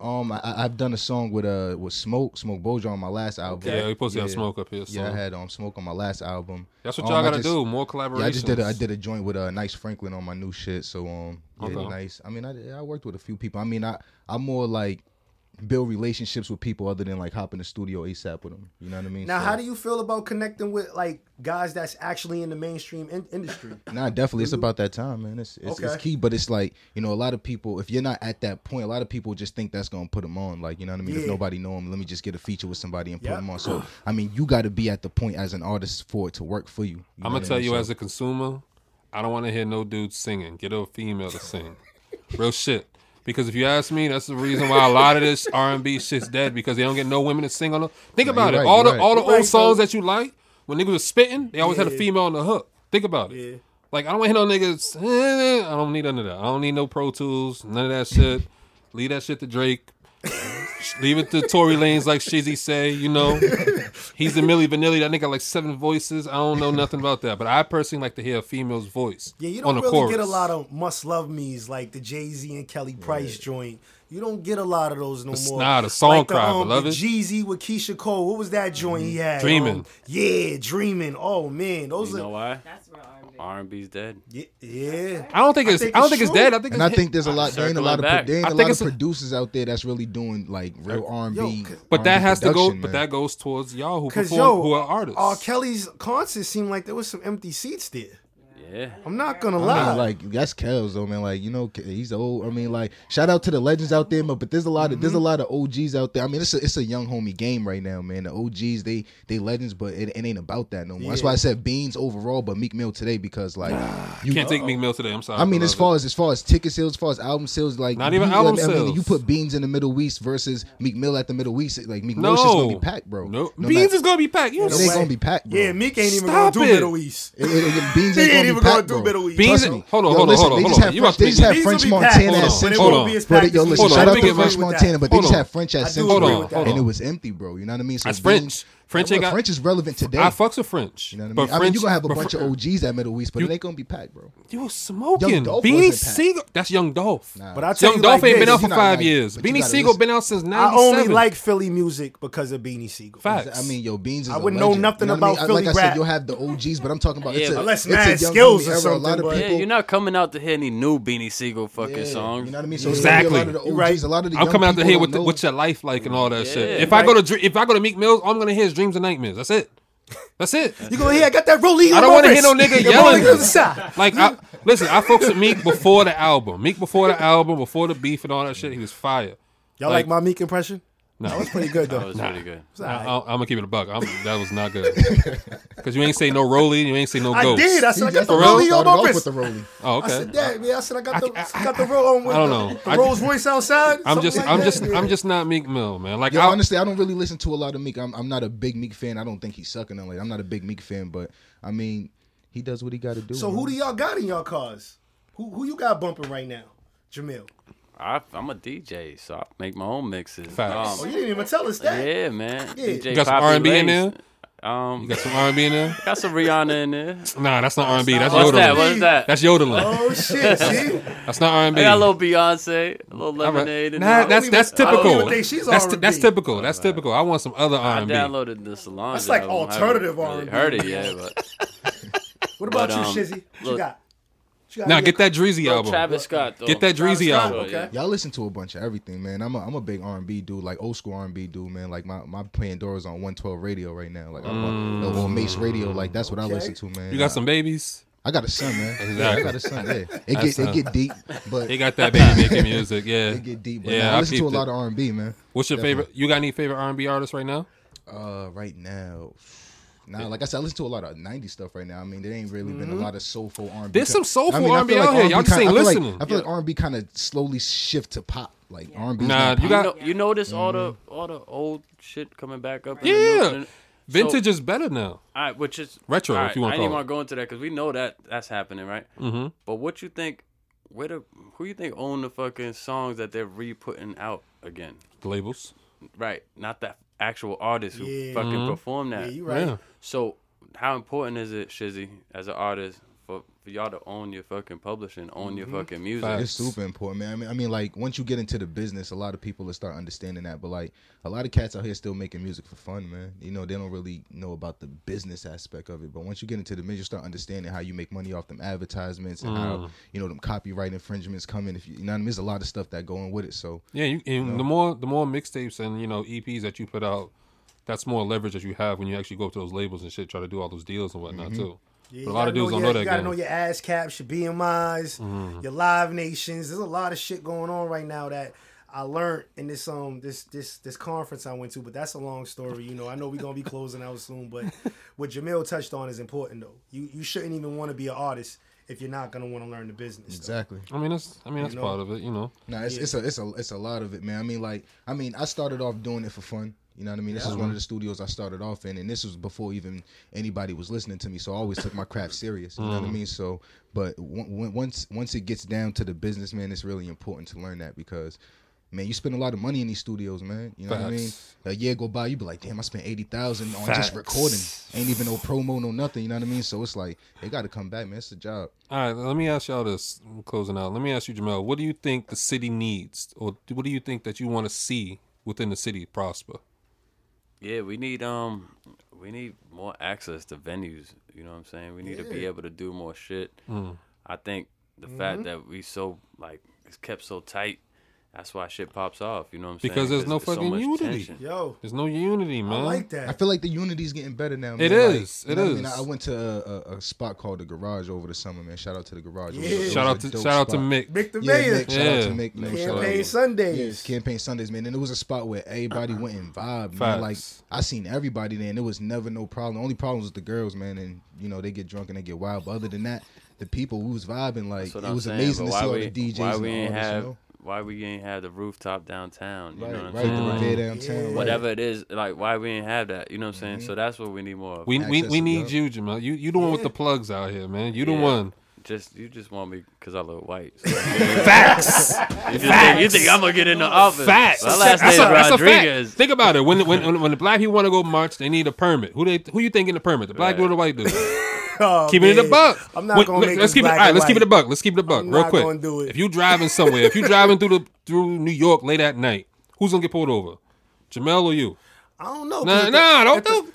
[SPEAKER 5] Um, I, I- I've done a song with uh with Smoke, Smoke Bojo on my last album.
[SPEAKER 3] Yeah, we supposed to have
[SPEAKER 5] Yeah.
[SPEAKER 3] smoke up here. So.
[SPEAKER 5] Yeah, I had um Smoke on my last album.
[SPEAKER 3] That's what
[SPEAKER 5] Um,
[SPEAKER 3] y'all
[SPEAKER 5] I
[SPEAKER 3] gotta
[SPEAKER 5] just-
[SPEAKER 3] do. More collaboration.
[SPEAKER 5] Yeah, I just did a, I did a joint with uh, Nice Franklin on my new shit. So um, yeah,
[SPEAKER 3] Okay.
[SPEAKER 5] nice. I mean, I, I worked with a few people. I mean, I I'm more like build relationships with people other than like hop in the studio ASAP with them. You know what I mean?
[SPEAKER 1] Now, how do you feel about connecting with like guys that's actually in the mainstream in- industry?
[SPEAKER 5] Nah, definitely, it's about that time, man. It's it's, it's
[SPEAKER 1] Okay.
[SPEAKER 5] key, but it's like you know, a lot of people. If you're not at that point, a lot of people just think that's gonna put them on. Like you know what I mean? If
[SPEAKER 1] Yeah.
[SPEAKER 5] nobody know them, let me just get a feature with somebody and put
[SPEAKER 1] Yep.
[SPEAKER 5] them on. So I mean, you got to be at the point as an artist for it to work for you.
[SPEAKER 3] I'm gonna tell you as a consumer, I don't want to hear no dude singing. Get a female to sing. Real shit. Because if you ask me, that's the reason why a lot of this R&B shit's dead because they don't get no women to sing on. Them. Think about it.
[SPEAKER 5] you're right,
[SPEAKER 3] all the
[SPEAKER 5] you're right.
[SPEAKER 3] all the
[SPEAKER 1] You're
[SPEAKER 3] old
[SPEAKER 1] right,
[SPEAKER 3] songs
[SPEAKER 1] though.
[SPEAKER 3] that you like, when niggas was spitting, they always had a
[SPEAKER 1] Yeah.
[SPEAKER 3] female on the hook. Think about it.
[SPEAKER 1] Yeah.
[SPEAKER 3] Like I don't want to hear no niggas. "Eh, eh." I don't need none of that. I don't need no Pro Tools. None of that shit. Leave that shit to Drake. Leave it to Tory Lanez, like Shizzy say. You know, he's the Millie Vanilli. That nigga got like seven voices. I don't know nothing about that, but I personally like to hear a female's voice.
[SPEAKER 1] Yeah, you don't
[SPEAKER 3] on the
[SPEAKER 1] really
[SPEAKER 3] chorus.
[SPEAKER 1] get a lot of must love me's like the Jay Z and Kelly Price joint. You don't get a lot of those no
[SPEAKER 3] It's
[SPEAKER 1] more.
[SPEAKER 3] not a song
[SPEAKER 1] like the,
[SPEAKER 3] cry,
[SPEAKER 1] um,
[SPEAKER 3] beloved. Mm-hmm.
[SPEAKER 1] The Jeezy with Keisha Cole. What was that joint he had?
[SPEAKER 3] Dreamin'.
[SPEAKER 1] Um, yeah, dreaming. Oh man, those
[SPEAKER 2] You
[SPEAKER 1] are
[SPEAKER 2] know why?
[SPEAKER 4] That's real R&B.
[SPEAKER 2] R&B's dead.
[SPEAKER 1] yeah. yeah.
[SPEAKER 3] I don't think
[SPEAKER 1] I
[SPEAKER 3] it's. I,
[SPEAKER 1] think
[SPEAKER 3] don't
[SPEAKER 1] it's
[SPEAKER 3] think it's
[SPEAKER 1] true.
[SPEAKER 3] dead. I think.
[SPEAKER 5] And I
[SPEAKER 3] it's hit-
[SPEAKER 5] think there's a lot, there ain't a lot of
[SPEAKER 2] Circling
[SPEAKER 5] pro- there ain't
[SPEAKER 3] back.
[SPEAKER 5] a
[SPEAKER 3] I think
[SPEAKER 5] lot of
[SPEAKER 3] it's a-
[SPEAKER 5] producers out there that's really doing like real R and
[SPEAKER 1] Yo,
[SPEAKER 5] B.
[SPEAKER 3] but that has to go. But that goes towards y'all who
[SPEAKER 1] Cause
[SPEAKER 3] perform,
[SPEAKER 1] yo,
[SPEAKER 3] who are artists.
[SPEAKER 1] R. Kelly's concerts seemed like there was some empty seats there.
[SPEAKER 2] Yeah.
[SPEAKER 1] I'm not gonna
[SPEAKER 5] I mean,
[SPEAKER 1] lie.
[SPEAKER 5] like that's Kels though, man. Like you know, K- he's old. I mean, like shout out to the legends out there, man. But there's a lot of there's
[SPEAKER 3] Mm-hmm.
[SPEAKER 5] a lot of OGs out there. I mean, it's a it's a young homie game right now, man. The OGs they they legends, but it, it ain't about that no more. That's why I said Beans overall, but Meek Mill today because like you
[SPEAKER 3] Can't take Meek Mill today. I'm sorry.
[SPEAKER 5] I mean, as
[SPEAKER 3] beloved.
[SPEAKER 5] far as as far as ticket sales, as far as album sales, like
[SPEAKER 3] Not even
[SPEAKER 5] you,
[SPEAKER 3] album
[SPEAKER 5] I mean,
[SPEAKER 3] sales.
[SPEAKER 5] you put Beans in the Middle East versus Meek Mill at the Middle East, like Meek
[SPEAKER 3] no,
[SPEAKER 5] Mill's just gonna be packed, bro.
[SPEAKER 3] No,
[SPEAKER 5] No
[SPEAKER 3] Beans
[SPEAKER 5] matter-
[SPEAKER 3] is gonna be packed. You
[SPEAKER 5] it ain't
[SPEAKER 1] way.
[SPEAKER 5] gonna be packed, bro.
[SPEAKER 1] yeah, Meek ain't even
[SPEAKER 3] Stop
[SPEAKER 1] gonna do
[SPEAKER 3] it.
[SPEAKER 1] Middle East.
[SPEAKER 5] It- it- it- Beans
[SPEAKER 1] He ain't
[SPEAKER 5] ain't gonna be
[SPEAKER 1] even gonna
[SPEAKER 5] packed,
[SPEAKER 1] do
[SPEAKER 5] bro.
[SPEAKER 1] Middle East.
[SPEAKER 3] Beans.
[SPEAKER 5] Plus,
[SPEAKER 3] Hold on, hold on,
[SPEAKER 5] yo,
[SPEAKER 3] hold on,
[SPEAKER 5] listen,
[SPEAKER 3] hold
[SPEAKER 5] They
[SPEAKER 3] on.
[SPEAKER 5] just have
[SPEAKER 3] You
[SPEAKER 5] French,
[SPEAKER 3] about to
[SPEAKER 5] they just have
[SPEAKER 1] Beans will
[SPEAKER 5] French
[SPEAKER 1] be packed,
[SPEAKER 5] Montana
[SPEAKER 1] hold
[SPEAKER 5] at
[SPEAKER 1] on. But it
[SPEAKER 5] Central.
[SPEAKER 1] won't be as
[SPEAKER 5] But
[SPEAKER 1] packed
[SPEAKER 5] yo,
[SPEAKER 1] as
[SPEAKER 5] listen,
[SPEAKER 3] Hold
[SPEAKER 5] shout
[SPEAKER 3] on, I
[SPEAKER 5] out
[SPEAKER 3] think
[SPEAKER 5] to
[SPEAKER 3] it
[SPEAKER 5] French
[SPEAKER 3] might-
[SPEAKER 5] Montana, but they
[SPEAKER 3] Hold
[SPEAKER 5] just
[SPEAKER 3] on.
[SPEAKER 5] have French at
[SPEAKER 1] I do
[SPEAKER 5] Central,
[SPEAKER 1] agree with that.
[SPEAKER 5] and
[SPEAKER 3] Hold
[SPEAKER 5] it
[SPEAKER 3] on.
[SPEAKER 5] was empty, bro. You know what I mean? So
[SPEAKER 3] That's
[SPEAKER 5] Beans-
[SPEAKER 3] French. French ain't got-
[SPEAKER 5] French is relevant today.
[SPEAKER 3] I fucks with French.
[SPEAKER 5] You know what I mean?
[SPEAKER 3] But
[SPEAKER 5] I mean,
[SPEAKER 3] French,
[SPEAKER 5] you're gonna have a
[SPEAKER 3] but
[SPEAKER 5] bunch
[SPEAKER 3] Fr-
[SPEAKER 5] of OGs at Middle East, but
[SPEAKER 3] You-
[SPEAKER 5] it ain't gonna be packed, bro.
[SPEAKER 3] You smoking.
[SPEAKER 5] Young Dolph
[SPEAKER 3] Beanie
[SPEAKER 5] wasn't packed.
[SPEAKER 3] Siegel. That's Young Dolph.
[SPEAKER 1] But I
[SPEAKER 3] Young
[SPEAKER 1] tell you
[SPEAKER 3] Dolph
[SPEAKER 1] like
[SPEAKER 3] ain't
[SPEAKER 1] this,
[SPEAKER 3] been out for
[SPEAKER 5] He's not
[SPEAKER 3] five
[SPEAKER 5] like-
[SPEAKER 3] years.
[SPEAKER 5] but you
[SPEAKER 3] Beanie
[SPEAKER 5] gotta
[SPEAKER 3] Siegel
[SPEAKER 5] listen.
[SPEAKER 3] been out since
[SPEAKER 1] I
[SPEAKER 3] '97.
[SPEAKER 1] only like Philly music because of Beanie Siegel.
[SPEAKER 3] Facts.
[SPEAKER 5] I mean, yo, Beans is.
[SPEAKER 1] I
[SPEAKER 5] a
[SPEAKER 1] wouldn't know
[SPEAKER 5] legend.
[SPEAKER 1] nothing
[SPEAKER 5] you know what I
[SPEAKER 1] about
[SPEAKER 5] mean?
[SPEAKER 1] Philly
[SPEAKER 5] Like I
[SPEAKER 1] rap.
[SPEAKER 5] said, you'll have the OGs, but I'm talking about it's
[SPEAKER 2] Yeah,
[SPEAKER 5] a,
[SPEAKER 2] unless
[SPEAKER 5] it's a
[SPEAKER 1] mad
[SPEAKER 5] young
[SPEAKER 1] skills
[SPEAKER 5] homie
[SPEAKER 1] or
[SPEAKER 5] era. A lot
[SPEAKER 1] something,
[SPEAKER 5] of
[SPEAKER 1] but-
[SPEAKER 2] Yeah,
[SPEAKER 5] people,
[SPEAKER 2] you're not coming out to hear any new Beanie Siegel fucking
[SPEAKER 5] yeah,
[SPEAKER 2] songs.
[SPEAKER 5] You know what I mean? So
[SPEAKER 3] Exactly.
[SPEAKER 5] It's gonna be a lot of the OGs, a lot of the
[SPEAKER 3] I'm
[SPEAKER 5] young
[SPEAKER 3] coming out to
[SPEAKER 5] people
[SPEAKER 3] hear
[SPEAKER 5] don't
[SPEAKER 3] what the,
[SPEAKER 5] know-
[SPEAKER 3] what your life like and all that shit.
[SPEAKER 2] Yeah.
[SPEAKER 3] If I go to Dr- if I go to Meek Mills, all I'm gonna hear is dreams and nightmares. That's it. That's it.
[SPEAKER 1] You go here, I got that rollie.
[SPEAKER 3] I
[SPEAKER 1] on
[SPEAKER 3] don't
[SPEAKER 1] my
[SPEAKER 3] want to hear
[SPEAKER 1] wrist.
[SPEAKER 3] no nigga
[SPEAKER 1] And rolling
[SPEAKER 3] yelling.
[SPEAKER 1] to the side.
[SPEAKER 3] Like, I, listen, I fucked with Meek before the album. Meek before the album, before the beef and all that shit, he was fire.
[SPEAKER 1] Y'all
[SPEAKER 3] Like-
[SPEAKER 1] like, my Meek impression?
[SPEAKER 3] No.
[SPEAKER 1] that was pretty good
[SPEAKER 2] That
[SPEAKER 1] though.
[SPEAKER 2] was really good.
[SPEAKER 1] It's all
[SPEAKER 3] I,
[SPEAKER 1] right.
[SPEAKER 3] am gonna keep it a buck. I'm, that was not good. Because you ain't say no Rolly, you ain't say no
[SPEAKER 1] I
[SPEAKER 3] Ghost.
[SPEAKER 1] did. I said I got
[SPEAKER 5] That's
[SPEAKER 1] the
[SPEAKER 5] how
[SPEAKER 3] real?
[SPEAKER 1] rollie
[SPEAKER 5] started
[SPEAKER 1] on my
[SPEAKER 5] off with
[SPEAKER 1] wrist.
[SPEAKER 5] the rolling.
[SPEAKER 3] oh,
[SPEAKER 1] I
[SPEAKER 3] okay.
[SPEAKER 1] said that. Yeah, I said I got the
[SPEAKER 3] I-
[SPEAKER 1] got the roll on with
[SPEAKER 3] I don't know.
[SPEAKER 1] the, the
[SPEAKER 3] I-
[SPEAKER 1] Rolls Royce outside.
[SPEAKER 3] I'm
[SPEAKER 1] something
[SPEAKER 3] just,
[SPEAKER 1] like
[SPEAKER 3] I'm
[SPEAKER 1] that.
[SPEAKER 3] just,
[SPEAKER 1] Yeah.
[SPEAKER 3] I'm just not Meek Mill, man. Like,
[SPEAKER 5] Yo,
[SPEAKER 3] I,
[SPEAKER 5] honestly, I don't really listen to a lot of Meek. I'm, I'm not a big Meek fan. I don't think he's sucking. Like, I'm not a big Meek fan, but I mean, he does what he got to do.
[SPEAKER 1] So
[SPEAKER 5] man.
[SPEAKER 1] who do y'all got in y'all cars? Who who you got bumping right now? Jamil.
[SPEAKER 2] I, I'm a DJ, so I make my own mixes.
[SPEAKER 3] Facts.
[SPEAKER 1] Oh,
[SPEAKER 2] Um,
[SPEAKER 1] you didn't even tell us that.
[SPEAKER 2] yeah, man.
[SPEAKER 1] Yeah.
[SPEAKER 2] DJ
[SPEAKER 3] You got some
[SPEAKER 2] Poppy
[SPEAKER 3] R&B in
[SPEAKER 2] Lace.
[SPEAKER 3] you
[SPEAKER 2] Um,
[SPEAKER 3] got some R&B in there.
[SPEAKER 2] got some Rihanna in there.
[SPEAKER 3] Nah, that's not R&B. That's
[SPEAKER 2] What's that?
[SPEAKER 3] yodeling.
[SPEAKER 2] What's that?
[SPEAKER 3] That's yodeling.
[SPEAKER 1] Oh shit! See,
[SPEAKER 3] That's not R&B.
[SPEAKER 2] I got a little Beyonce, a little
[SPEAKER 3] All right.
[SPEAKER 2] Lemonade. in
[SPEAKER 3] Nah,
[SPEAKER 2] there.
[SPEAKER 3] that's that's
[SPEAKER 1] I don't even
[SPEAKER 3] typical.
[SPEAKER 1] think she's
[SPEAKER 3] That's
[SPEAKER 1] R&B.
[SPEAKER 3] that's typical. That's typical. I want some other
[SPEAKER 2] I
[SPEAKER 3] R&B.
[SPEAKER 2] downloaded the Solange.
[SPEAKER 1] That's like
[SPEAKER 2] album. I haven't
[SPEAKER 1] alternative
[SPEAKER 2] really
[SPEAKER 1] R&B.
[SPEAKER 2] Heard it yet? But
[SPEAKER 1] what about
[SPEAKER 2] But, um,
[SPEAKER 1] you, Shizzy? What
[SPEAKER 2] look.
[SPEAKER 1] you got? What you got
[SPEAKER 3] Now
[SPEAKER 1] in
[SPEAKER 3] get
[SPEAKER 1] your-
[SPEAKER 3] that Dreezy album.
[SPEAKER 2] Travis Scott. Though.
[SPEAKER 3] Get that
[SPEAKER 1] Travis
[SPEAKER 3] Dreezy
[SPEAKER 1] Scott,
[SPEAKER 3] album.
[SPEAKER 1] Okay.
[SPEAKER 5] Y'all listen to a bunch of everything, man. I'm a I'm a big R and B dude, like old school R and B dude, man. Like my my Pandora's on 112 radio right now, like I'm on, you know, on Mace radio, like that's what I
[SPEAKER 1] Okay.
[SPEAKER 5] listen to, man.
[SPEAKER 3] Mm. You got some babies.
[SPEAKER 5] I got a son, man. Yeah, I
[SPEAKER 3] Exactly.
[SPEAKER 5] got a son. Yeah, it
[SPEAKER 3] That's
[SPEAKER 5] get it
[SPEAKER 3] a-
[SPEAKER 5] get deep, but
[SPEAKER 3] They got that baby making music. Yeah,
[SPEAKER 5] it get deep. But
[SPEAKER 3] Yeah,
[SPEAKER 5] yeah,
[SPEAKER 3] I
[SPEAKER 5] I listen to a
[SPEAKER 3] peeped
[SPEAKER 5] lot
[SPEAKER 3] it.
[SPEAKER 5] of R and B, man.
[SPEAKER 3] What's your
[SPEAKER 5] Definitely.
[SPEAKER 3] favorite? You got any favorite R&B artists right now?
[SPEAKER 5] Uh, right now. Nah, like I said, I listen to a lot of '90s stuff right now. I mean, there ain't really been a lot of soulful R&B.
[SPEAKER 3] Mm-hmm. There's some soulful
[SPEAKER 5] I
[SPEAKER 3] R&B
[SPEAKER 5] feel
[SPEAKER 3] out here. Y'all just ain't
[SPEAKER 5] kinda- I feel like-
[SPEAKER 3] listening.
[SPEAKER 5] I feel like R&B kind of slowly shift to pop. Like R&B.
[SPEAKER 3] Nah, you
[SPEAKER 2] You,
[SPEAKER 3] got- Mm-hmm.
[SPEAKER 2] know, you notice all the all the old shit coming back up. in the new-
[SPEAKER 3] Yeah,
[SPEAKER 2] in-
[SPEAKER 3] vintage is better now.
[SPEAKER 2] All right, which is
[SPEAKER 3] Retro,
[SPEAKER 2] all
[SPEAKER 3] if you wanna
[SPEAKER 2] I didn't even
[SPEAKER 3] call it. Mm.
[SPEAKER 2] want to go into that because we know that that's happening, right? Mm-hmm. But what you think? Where the who you think own the fucking songs that they're re putting out again?
[SPEAKER 3] The labels.
[SPEAKER 2] Right, not the actual artists who
[SPEAKER 1] Yeah.
[SPEAKER 2] fucking
[SPEAKER 3] Mm-hmm.
[SPEAKER 2] perform that.
[SPEAKER 1] Yeah, you right.
[SPEAKER 3] Yeah.
[SPEAKER 2] So, how important is it, Shizzy, as an artist, for for y'all to own your fucking publishing, own
[SPEAKER 1] Mm-hmm.
[SPEAKER 2] your fucking music.
[SPEAKER 3] Facts.
[SPEAKER 5] It's super important, man. I mean, I mean, like once you get into the business, a lot of people will start understanding that. But like a lot of cats out here still making music for fun, man. You know, they don't really know about the business aspect of it. But once you get into the business, you start understanding how you make money off them advertisements
[SPEAKER 3] Mm.
[SPEAKER 5] and how you know them copyright infringements come in. If you, you know what I mean, there's a lot of stuff that go in with it. So
[SPEAKER 3] Yeah, you, and the more the more mixtapes and you know EPs that you put out, that's more leverage that you have when you actually go up to those labels and shit, try to do all those deals and whatnot
[SPEAKER 5] Mm-hmm.
[SPEAKER 3] too.
[SPEAKER 1] Yeah,
[SPEAKER 3] but a
[SPEAKER 1] you
[SPEAKER 3] lot
[SPEAKER 1] gotta
[SPEAKER 3] of dudes don't
[SPEAKER 1] your-
[SPEAKER 3] know that
[SPEAKER 1] You gotta
[SPEAKER 3] game. Mm-hmm.
[SPEAKER 1] know your ass caps, your BMIs, your Live Nations. There's a lot of shit going on right now that I learned in this um this this this conference I went to. But that's a long story. You know, I know we're gonna be closing out soon. But what Jamil touched on is important though. You you shouldn't even want to be an artist if you're not gonna want to learn the business. though.
[SPEAKER 5] exactly.
[SPEAKER 3] I mean, that's I mean that's
[SPEAKER 1] know?
[SPEAKER 3] part of it, you know.
[SPEAKER 5] No, it's, it's a it's a it's a lot of it, man. I mean, like, I mean, I started off doing it for fun. You know what I mean? This is one of the studios I started off in, and this was before even anybody was listening to me. So I always took my craft serious. You know what I mean? So, but on- on- once once it gets down to the business, man, it's really important to learn that because. Man, you spend a lot of money in these studios, man. You know what I mean?
[SPEAKER 3] Facts.
[SPEAKER 5] A year go by, you be like, damn, I spent eighty thousand on just recording. Ain't even no promo, no nothing. You know what I mean? So it's like they got to come back, man. It's a job.
[SPEAKER 3] All right, let me ask y'all this. I'm closing out. Let me ask you, Jamel. What do you think the city needs, or do- what do you think that you want to see within the city prosper?
[SPEAKER 2] Yeah, we need um we need more access to venues, you know what I'm saying? We need to be able to do more shit.
[SPEAKER 3] Mm.
[SPEAKER 2] I think the
[SPEAKER 1] Mm-hmm.
[SPEAKER 2] fact that we so like it's kept so tight, that's why shit pops off, you know what I'm saying?
[SPEAKER 3] Because there's no
[SPEAKER 2] it's so
[SPEAKER 3] fucking
[SPEAKER 2] much
[SPEAKER 3] unity.
[SPEAKER 2] tension.
[SPEAKER 1] Yo,
[SPEAKER 3] There's no unity,
[SPEAKER 1] I
[SPEAKER 3] man.
[SPEAKER 1] like
[SPEAKER 5] I
[SPEAKER 1] that.
[SPEAKER 5] feel like the unity's getting better now.
[SPEAKER 3] It
[SPEAKER 5] Man. Like,
[SPEAKER 3] is.
[SPEAKER 5] you
[SPEAKER 3] It
[SPEAKER 5] know what I, mean?
[SPEAKER 3] is.
[SPEAKER 5] I went to a, a, a spot called the Garage over the summer, man. Shout out to the Garage. It was a-
[SPEAKER 1] Yeah.
[SPEAKER 5] it was
[SPEAKER 3] Shout
[SPEAKER 5] a
[SPEAKER 3] out to
[SPEAKER 5] dope
[SPEAKER 3] shout out to
[SPEAKER 5] spot.
[SPEAKER 3] Mick.
[SPEAKER 1] Mick the
[SPEAKER 5] Yeah,
[SPEAKER 1] Mayor.
[SPEAKER 5] Mick, shout out to
[SPEAKER 3] Yeah.
[SPEAKER 5] Mick. man. Shout out to
[SPEAKER 1] Campaign
[SPEAKER 5] Mick.
[SPEAKER 1] Sundays.
[SPEAKER 5] Yeah, campaign Sundays, man. And it was a spot where everybody went and vibed, man. Like
[SPEAKER 3] Uh-huh. Facts.
[SPEAKER 5] I seen everybody there, and it was never no problem. The only problem was the girls, man, and you know they get drunk and they get wild. But other than that, the people we was vibing like
[SPEAKER 2] That's what
[SPEAKER 5] it
[SPEAKER 2] I'm
[SPEAKER 5] was
[SPEAKER 2] saying,
[SPEAKER 5] amazing
[SPEAKER 2] but
[SPEAKER 5] to see
[SPEAKER 2] why
[SPEAKER 5] all
[SPEAKER 2] we-
[SPEAKER 5] the DJs
[SPEAKER 2] why
[SPEAKER 5] and
[SPEAKER 2] we
[SPEAKER 5] the
[SPEAKER 2] ain't
[SPEAKER 5] artists,
[SPEAKER 2] have
[SPEAKER 5] you know?
[SPEAKER 2] why we ain't have the rooftop downtown, you know what
[SPEAKER 5] Right,
[SPEAKER 2] I'm
[SPEAKER 5] right,
[SPEAKER 2] saying?
[SPEAKER 5] the
[SPEAKER 2] Like,
[SPEAKER 5] Revere downtown.
[SPEAKER 1] Yeah.
[SPEAKER 5] right.
[SPEAKER 2] Whatever it is, like why we ain't have that, you know what I'm saying? So that's what we need more of.
[SPEAKER 3] We, we,
[SPEAKER 5] Access
[SPEAKER 3] we
[SPEAKER 5] to
[SPEAKER 3] need
[SPEAKER 5] drugs.
[SPEAKER 3] you, Jamel. You you the one with the plugs out here, man. You the
[SPEAKER 2] Yeah.
[SPEAKER 3] one.
[SPEAKER 2] just you just want me because I look white. Facts. You, just Think, you think I'm gonna get in the office?
[SPEAKER 3] Facts.
[SPEAKER 2] My last
[SPEAKER 3] That's
[SPEAKER 2] name
[SPEAKER 3] a- that's
[SPEAKER 2] is
[SPEAKER 3] a fact.
[SPEAKER 2] Rodriguez.
[SPEAKER 3] Think about it. When when when, when the black people want to go march, they need a permit. Who they who you think getting a permit? The black
[SPEAKER 2] Right.
[SPEAKER 3] dude or the white dude?
[SPEAKER 1] Oh,
[SPEAKER 3] Keep it in the
[SPEAKER 1] man.
[SPEAKER 3] buck.
[SPEAKER 1] I'm not
[SPEAKER 3] When-
[SPEAKER 1] gonna
[SPEAKER 3] let-
[SPEAKER 1] make
[SPEAKER 3] let's
[SPEAKER 1] this
[SPEAKER 3] keep it.
[SPEAKER 1] black
[SPEAKER 3] all right,
[SPEAKER 1] and
[SPEAKER 3] let's keep it
[SPEAKER 1] white.
[SPEAKER 3] a buck. Let's keep it a buck.
[SPEAKER 1] I'm
[SPEAKER 3] real
[SPEAKER 1] not
[SPEAKER 3] quick.
[SPEAKER 1] gonna do it.
[SPEAKER 3] If you driving somewhere, if you driving through the through New York late at night, who's gonna get pulled over? Jamel or you?
[SPEAKER 1] I don't know. 'cause
[SPEAKER 3] Nah,
[SPEAKER 1] the-
[SPEAKER 3] nah, don't do,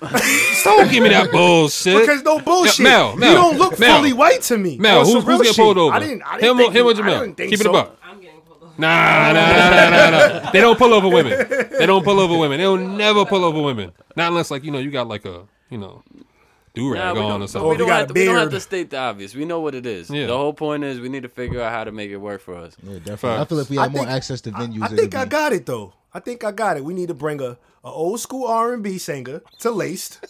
[SPEAKER 3] don't give me that bullshit.
[SPEAKER 1] Because no bullshit.
[SPEAKER 3] Mel, Mel,
[SPEAKER 1] you don't look
[SPEAKER 3] Mel.
[SPEAKER 1] fully white to me.
[SPEAKER 3] Mel,
[SPEAKER 1] On
[SPEAKER 3] who,
[SPEAKER 1] some real
[SPEAKER 3] who's getting
[SPEAKER 1] shit.
[SPEAKER 3] pulled over?
[SPEAKER 1] I didn't. I didn't
[SPEAKER 3] him,
[SPEAKER 1] think,
[SPEAKER 3] or- him or
[SPEAKER 1] I
[SPEAKER 3] Jamel?
[SPEAKER 1] didn't think
[SPEAKER 3] Keep it
[SPEAKER 1] so.
[SPEAKER 3] a buck.
[SPEAKER 4] I'm getting pulled over.
[SPEAKER 3] Nah, nah, nah, nah, nah, nah. They don't pull over women. They don't pull over women. They'll never pull over women. Not unless like you know you got like a you know do
[SPEAKER 2] Nah,
[SPEAKER 3] rag
[SPEAKER 2] we
[SPEAKER 3] on
[SPEAKER 2] don't,
[SPEAKER 3] or
[SPEAKER 2] we,
[SPEAKER 3] something.
[SPEAKER 1] you
[SPEAKER 2] don't
[SPEAKER 1] got
[SPEAKER 2] have
[SPEAKER 1] a
[SPEAKER 2] to, we don't have
[SPEAKER 1] beard.
[SPEAKER 2] to state the obvious. We know what it is.
[SPEAKER 3] Yeah.
[SPEAKER 2] The whole point is we need to figure out how to make it work for us.
[SPEAKER 5] Yeah, definitely. I feel if we
[SPEAKER 1] I
[SPEAKER 5] had more
[SPEAKER 1] think-
[SPEAKER 5] access to venues,
[SPEAKER 1] I
[SPEAKER 5] it'd
[SPEAKER 1] think I
[SPEAKER 5] be-
[SPEAKER 1] got it though. I think I got it. We need to bring a, a old school R and B singer to Laced.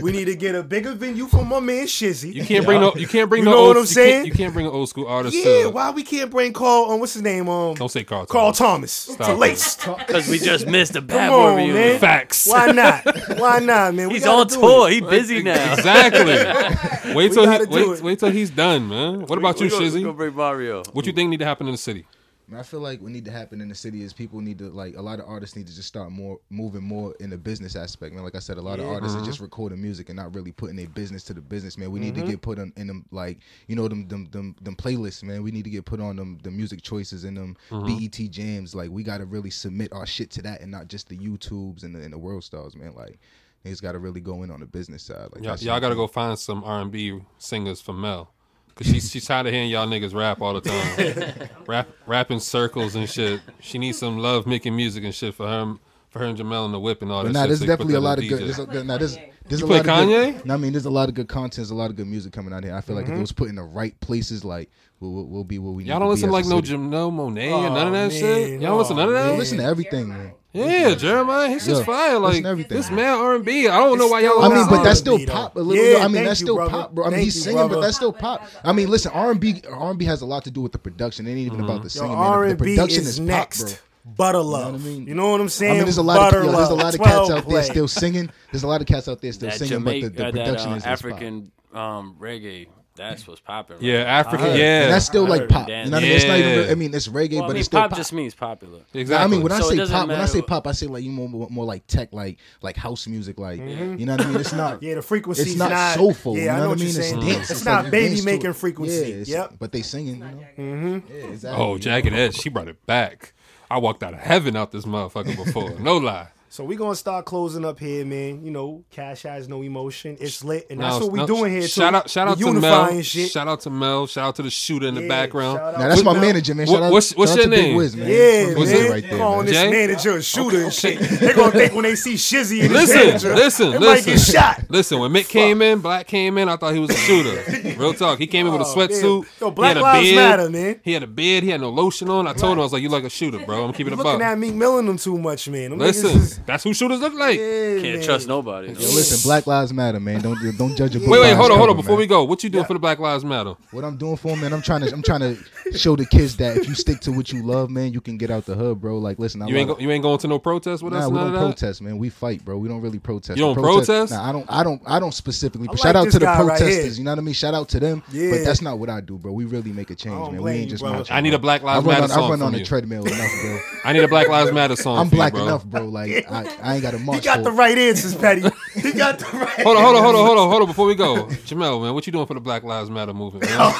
[SPEAKER 1] we need to get a bigger venue for my man Shizzy.
[SPEAKER 3] You can't bring no. You can't bring
[SPEAKER 1] You
[SPEAKER 3] no.
[SPEAKER 1] know what
[SPEAKER 3] old,
[SPEAKER 1] I'm
[SPEAKER 3] you can't-
[SPEAKER 1] saying?
[SPEAKER 3] You can't bring an old school artist.
[SPEAKER 1] yeah,
[SPEAKER 3] to,
[SPEAKER 1] why we can't bring Carl on what's his name? Um
[SPEAKER 3] Don't say Carl.
[SPEAKER 1] Carl
[SPEAKER 3] Thomas.
[SPEAKER 1] Thomas to
[SPEAKER 3] it.
[SPEAKER 1] Laced.
[SPEAKER 2] Because we just missed a bad
[SPEAKER 1] Come on,
[SPEAKER 2] boy reunion.
[SPEAKER 1] man.
[SPEAKER 3] Facts.
[SPEAKER 1] Why not? Why not, man? We
[SPEAKER 2] He's
[SPEAKER 1] gotta
[SPEAKER 2] on
[SPEAKER 1] do
[SPEAKER 2] tour.
[SPEAKER 1] it.
[SPEAKER 2] He busy now.
[SPEAKER 3] Exactly. wait till
[SPEAKER 1] gotta
[SPEAKER 3] he,
[SPEAKER 1] do
[SPEAKER 3] wait,
[SPEAKER 1] it.
[SPEAKER 3] wait till he's done, man. What about you,
[SPEAKER 2] we gonna- we
[SPEAKER 3] Shizzy?
[SPEAKER 2] gonna bring Mario.
[SPEAKER 3] What you think need to happen in the city?
[SPEAKER 5] Man, I feel like what need to happen in the city is people need to like a lot of artists need to just start more moving more in the business aspect, man. Like I said, a lot of artists
[SPEAKER 3] Mm-hmm.
[SPEAKER 5] are just recording music and not really putting their business to the business, man. We need
[SPEAKER 3] Mm-hmm.
[SPEAKER 5] to get put on in them like you know them them them, them playlists, man. We need to get put on them the music choices and them
[SPEAKER 3] Mm-hmm.
[SPEAKER 5] BET jams. Like we got to really submit our shit to that and not just the YouTubes and the, and the world stars, man. Like niggas got to really go in on the business side. Like
[SPEAKER 3] Y'all,
[SPEAKER 5] that's-
[SPEAKER 3] y'all gotta go find some R and B singers for Mel, cause she's she's tired of hearing y'all niggas rap all the time, rap rap in circles and shit. She needs some love making music and shit for her for her and Jamel and the whip and all that.
[SPEAKER 5] But nah,
[SPEAKER 3] shit,
[SPEAKER 5] there's
[SPEAKER 3] so you put
[SPEAKER 5] definitely
[SPEAKER 3] that
[SPEAKER 5] a
[SPEAKER 3] in
[SPEAKER 5] lot of
[SPEAKER 3] DJ.
[SPEAKER 5] good. There's a,
[SPEAKER 4] play
[SPEAKER 5] nah, there's,
[SPEAKER 4] Kanye?
[SPEAKER 5] there's
[SPEAKER 3] You
[SPEAKER 5] a
[SPEAKER 3] play
[SPEAKER 5] lot of
[SPEAKER 3] Kanye?
[SPEAKER 5] good. Nah, I mean, there's a lot of good content. There's a lot of good music coming out here. I feel
[SPEAKER 1] Mm-hmm.
[SPEAKER 5] like if it was put in the right places, like we'll, we'll, we'll be where we.
[SPEAKER 3] Y'all
[SPEAKER 5] need
[SPEAKER 3] don't
[SPEAKER 5] to
[SPEAKER 3] listen
[SPEAKER 5] be as
[SPEAKER 3] like
[SPEAKER 5] a
[SPEAKER 3] no
[SPEAKER 5] city.
[SPEAKER 3] Jim, no Monet
[SPEAKER 1] Aw,
[SPEAKER 3] or none of that
[SPEAKER 1] Oh, man.
[SPEAKER 3] shit. Y'all don't listen to none of
[SPEAKER 1] Aw,
[SPEAKER 3] that.
[SPEAKER 1] man.
[SPEAKER 5] Listen to everything, man.
[SPEAKER 3] Yeah, Jeremiah, his shit's
[SPEAKER 5] Yeah.
[SPEAKER 3] fire.
[SPEAKER 5] Listen
[SPEAKER 3] Like
[SPEAKER 5] to everything.
[SPEAKER 3] this man R and B. I don't know why y'all.
[SPEAKER 5] I
[SPEAKER 1] Well,
[SPEAKER 5] mean,
[SPEAKER 1] that's
[SPEAKER 3] always-
[SPEAKER 5] but
[SPEAKER 1] R&B,
[SPEAKER 5] that's still
[SPEAKER 1] though.
[SPEAKER 5] pop. A little,
[SPEAKER 1] Yeah,
[SPEAKER 5] I mean,
[SPEAKER 1] thank
[SPEAKER 5] that's
[SPEAKER 1] you,
[SPEAKER 5] still
[SPEAKER 1] brother.
[SPEAKER 5] pop, bro. I mean,
[SPEAKER 1] Thank
[SPEAKER 5] he's
[SPEAKER 1] you,
[SPEAKER 5] singing, but
[SPEAKER 1] brother.
[SPEAKER 5] that's still pop. I mean, listen, R and B, R and B has a lot to do with the production. It ain't even
[SPEAKER 3] Mm-hmm.
[SPEAKER 5] about the
[SPEAKER 1] Yo,
[SPEAKER 5] singing.
[SPEAKER 1] R
[SPEAKER 5] man. The
[SPEAKER 1] and B
[SPEAKER 5] production
[SPEAKER 1] is
[SPEAKER 5] is
[SPEAKER 1] next.
[SPEAKER 5] pop, bro.
[SPEAKER 1] Butter love. You know,
[SPEAKER 5] what I mean?
[SPEAKER 1] what I'm saying?
[SPEAKER 5] I mean, there's a lot
[SPEAKER 1] Butter
[SPEAKER 5] of yo, there's a
[SPEAKER 1] love.
[SPEAKER 5] lot of cats
[SPEAKER 1] 12
[SPEAKER 5] out
[SPEAKER 1] play.
[SPEAKER 5] there still singing. There's a lot of cats out there still
[SPEAKER 2] That
[SPEAKER 5] singing, but the,
[SPEAKER 2] Jamaica,
[SPEAKER 5] the
[SPEAKER 2] that
[SPEAKER 5] production
[SPEAKER 2] uh,
[SPEAKER 5] is is pop.
[SPEAKER 2] African um, reggae That's what's popping. Right
[SPEAKER 3] Yeah, Africa.
[SPEAKER 1] heard.
[SPEAKER 3] Yeah,
[SPEAKER 5] And that's still
[SPEAKER 1] I
[SPEAKER 5] like
[SPEAKER 1] heard
[SPEAKER 5] pop.
[SPEAKER 2] that.
[SPEAKER 5] You know what I mean? It's not even.
[SPEAKER 3] Yeah.
[SPEAKER 5] real- I mean, it's reggae,
[SPEAKER 2] Well, I
[SPEAKER 5] but
[SPEAKER 2] mean,
[SPEAKER 5] it's still
[SPEAKER 2] pop,
[SPEAKER 5] pop.
[SPEAKER 2] just means popular.
[SPEAKER 5] I
[SPEAKER 3] exactly.
[SPEAKER 5] mean, when
[SPEAKER 2] So it
[SPEAKER 5] I say
[SPEAKER 2] doesn't
[SPEAKER 5] pop, when I
[SPEAKER 2] matter
[SPEAKER 5] say
[SPEAKER 2] what-
[SPEAKER 5] pop, I say like you more more, more like tech, like like house music, like you know what I mean. It's not.
[SPEAKER 1] Mm-hmm. Yeah, the frequency's
[SPEAKER 5] It's not soulful.
[SPEAKER 1] Yeah,
[SPEAKER 5] you know
[SPEAKER 1] I know
[SPEAKER 5] what I mean.
[SPEAKER 1] you're
[SPEAKER 5] It's
[SPEAKER 1] saying.
[SPEAKER 5] dance.
[SPEAKER 1] It's
[SPEAKER 5] like
[SPEAKER 1] not
[SPEAKER 5] you
[SPEAKER 1] baby
[SPEAKER 5] dance to
[SPEAKER 1] making
[SPEAKER 5] it.
[SPEAKER 1] frequency.
[SPEAKER 5] Yeah, it's-
[SPEAKER 1] Yep. Mm-hmm.
[SPEAKER 5] But they singing. You know? Yeah, exactly.
[SPEAKER 3] oh, Jagged Edge, she brought it back. I walked out of heaven out this motherfucker before. no lie.
[SPEAKER 1] So we're gonna start closing up here, man. You know, Cash has no emotion. It's lit, and that's
[SPEAKER 3] No,
[SPEAKER 1] what we
[SPEAKER 3] no,
[SPEAKER 1] doing here.
[SPEAKER 3] Shout
[SPEAKER 1] too.
[SPEAKER 3] out, shout
[SPEAKER 1] We
[SPEAKER 3] out to
[SPEAKER 1] unifying
[SPEAKER 3] Mel.
[SPEAKER 1] shit.
[SPEAKER 3] Shout out to Mel. Shout out to the shooter in the
[SPEAKER 1] Yeah,
[SPEAKER 3] background.
[SPEAKER 1] shout
[SPEAKER 5] Now that's
[SPEAKER 1] What
[SPEAKER 5] my
[SPEAKER 1] now?
[SPEAKER 5] manager, man.
[SPEAKER 3] What-
[SPEAKER 5] Shout out,
[SPEAKER 3] what's- what's
[SPEAKER 5] shout out
[SPEAKER 3] your
[SPEAKER 5] to Big
[SPEAKER 3] name?
[SPEAKER 5] Wiz, man.
[SPEAKER 1] Yeah,
[SPEAKER 5] That's my
[SPEAKER 1] man.
[SPEAKER 5] dude right there,
[SPEAKER 1] Calling
[SPEAKER 5] man.
[SPEAKER 1] this
[SPEAKER 3] Jay?
[SPEAKER 1] manager a shooter and shit. They're gonna think when they see Shizzy and
[SPEAKER 3] Listen,
[SPEAKER 1] his manager,
[SPEAKER 3] listen,
[SPEAKER 1] they might get
[SPEAKER 3] listen.
[SPEAKER 1] shot.
[SPEAKER 3] Listen, when Mick came in, Black came in, I thought he was a shooter. Real talk. He came in with a
[SPEAKER 1] Oh, man.
[SPEAKER 3] sweatsuit.
[SPEAKER 1] Yo,
[SPEAKER 3] he had
[SPEAKER 1] Black
[SPEAKER 3] a
[SPEAKER 1] Lives
[SPEAKER 3] beard.
[SPEAKER 1] Matter, man.
[SPEAKER 3] He had a beard. He had no lotion on. I told him, I was like, you like a shooter, bro. I'm keeping it
[SPEAKER 1] Looking at
[SPEAKER 3] above.
[SPEAKER 1] Meek Mill and them too much, man. Them niggas is-
[SPEAKER 3] Listen, that's who shooters look like.
[SPEAKER 1] yeah,
[SPEAKER 2] Can't
[SPEAKER 1] man.
[SPEAKER 2] trust nobody.
[SPEAKER 5] Yo, listen, Black Lives Matter, man. Don't don't judge a book.
[SPEAKER 3] Wait,
[SPEAKER 5] by
[SPEAKER 3] wait,
[SPEAKER 5] its
[SPEAKER 3] hold on, hold on.
[SPEAKER 5] cover,
[SPEAKER 3] Before
[SPEAKER 5] man.
[SPEAKER 3] we go, what you doing for the Black Lives Matter?
[SPEAKER 5] What I'm doing for 'em, man, I'm trying to I'm trying to show the kids that if you stick to what you love, man, you can get out the hub, bro. Like, listen, I
[SPEAKER 3] You
[SPEAKER 5] love
[SPEAKER 3] ain't go, you ain't going to no protest with
[SPEAKER 5] Nah,
[SPEAKER 3] us,
[SPEAKER 5] we
[SPEAKER 3] none
[SPEAKER 5] don't
[SPEAKER 3] of that.
[SPEAKER 5] protest, man. We fight, bro. We don't really protest.
[SPEAKER 3] You
[SPEAKER 5] The
[SPEAKER 3] don't protest?
[SPEAKER 5] Nah, I don't. I don't. I don't specifically. But
[SPEAKER 1] like
[SPEAKER 5] shout out
[SPEAKER 1] this
[SPEAKER 5] to the
[SPEAKER 1] guy right
[SPEAKER 5] protesters.
[SPEAKER 1] here.
[SPEAKER 5] you know what I mean? Shout out to them.
[SPEAKER 1] Yeah.
[SPEAKER 5] But that's not what I do, bro. We really make a change,
[SPEAKER 1] don't
[SPEAKER 5] man. We
[SPEAKER 1] blame
[SPEAKER 5] ain't
[SPEAKER 1] you,
[SPEAKER 5] just.
[SPEAKER 1] bro.
[SPEAKER 5] marching,
[SPEAKER 3] I need
[SPEAKER 5] bro.
[SPEAKER 3] a Black
[SPEAKER 5] I
[SPEAKER 3] Lives
[SPEAKER 5] run
[SPEAKER 3] Matter
[SPEAKER 5] on, I
[SPEAKER 3] song
[SPEAKER 5] run on
[SPEAKER 3] from
[SPEAKER 5] the
[SPEAKER 3] you.
[SPEAKER 5] treadmill enough, bro.
[SPEAKER 3] I need a Black Lives Matter song.
[SPEAKER 5] I'm
[SPEAKER 3] from you,
[SPEAKER 5] black
[SPEAKER 3] bro.
[SPEAKER 5] enough, bro. Like I, I ain't got to march.
[SPEAKER 1] He got
[SPEAKER 5] for
[SPEAKER 1] the
[SPEAKER 5] it.
[SPEAKER 1] right answers, Patty. He got the right.
[SPEAKER 3] Hold on, hold on, hold on, hold on, hold on. Before we go, Jamel, man, what you doing for the Black Lives Matter movement, man?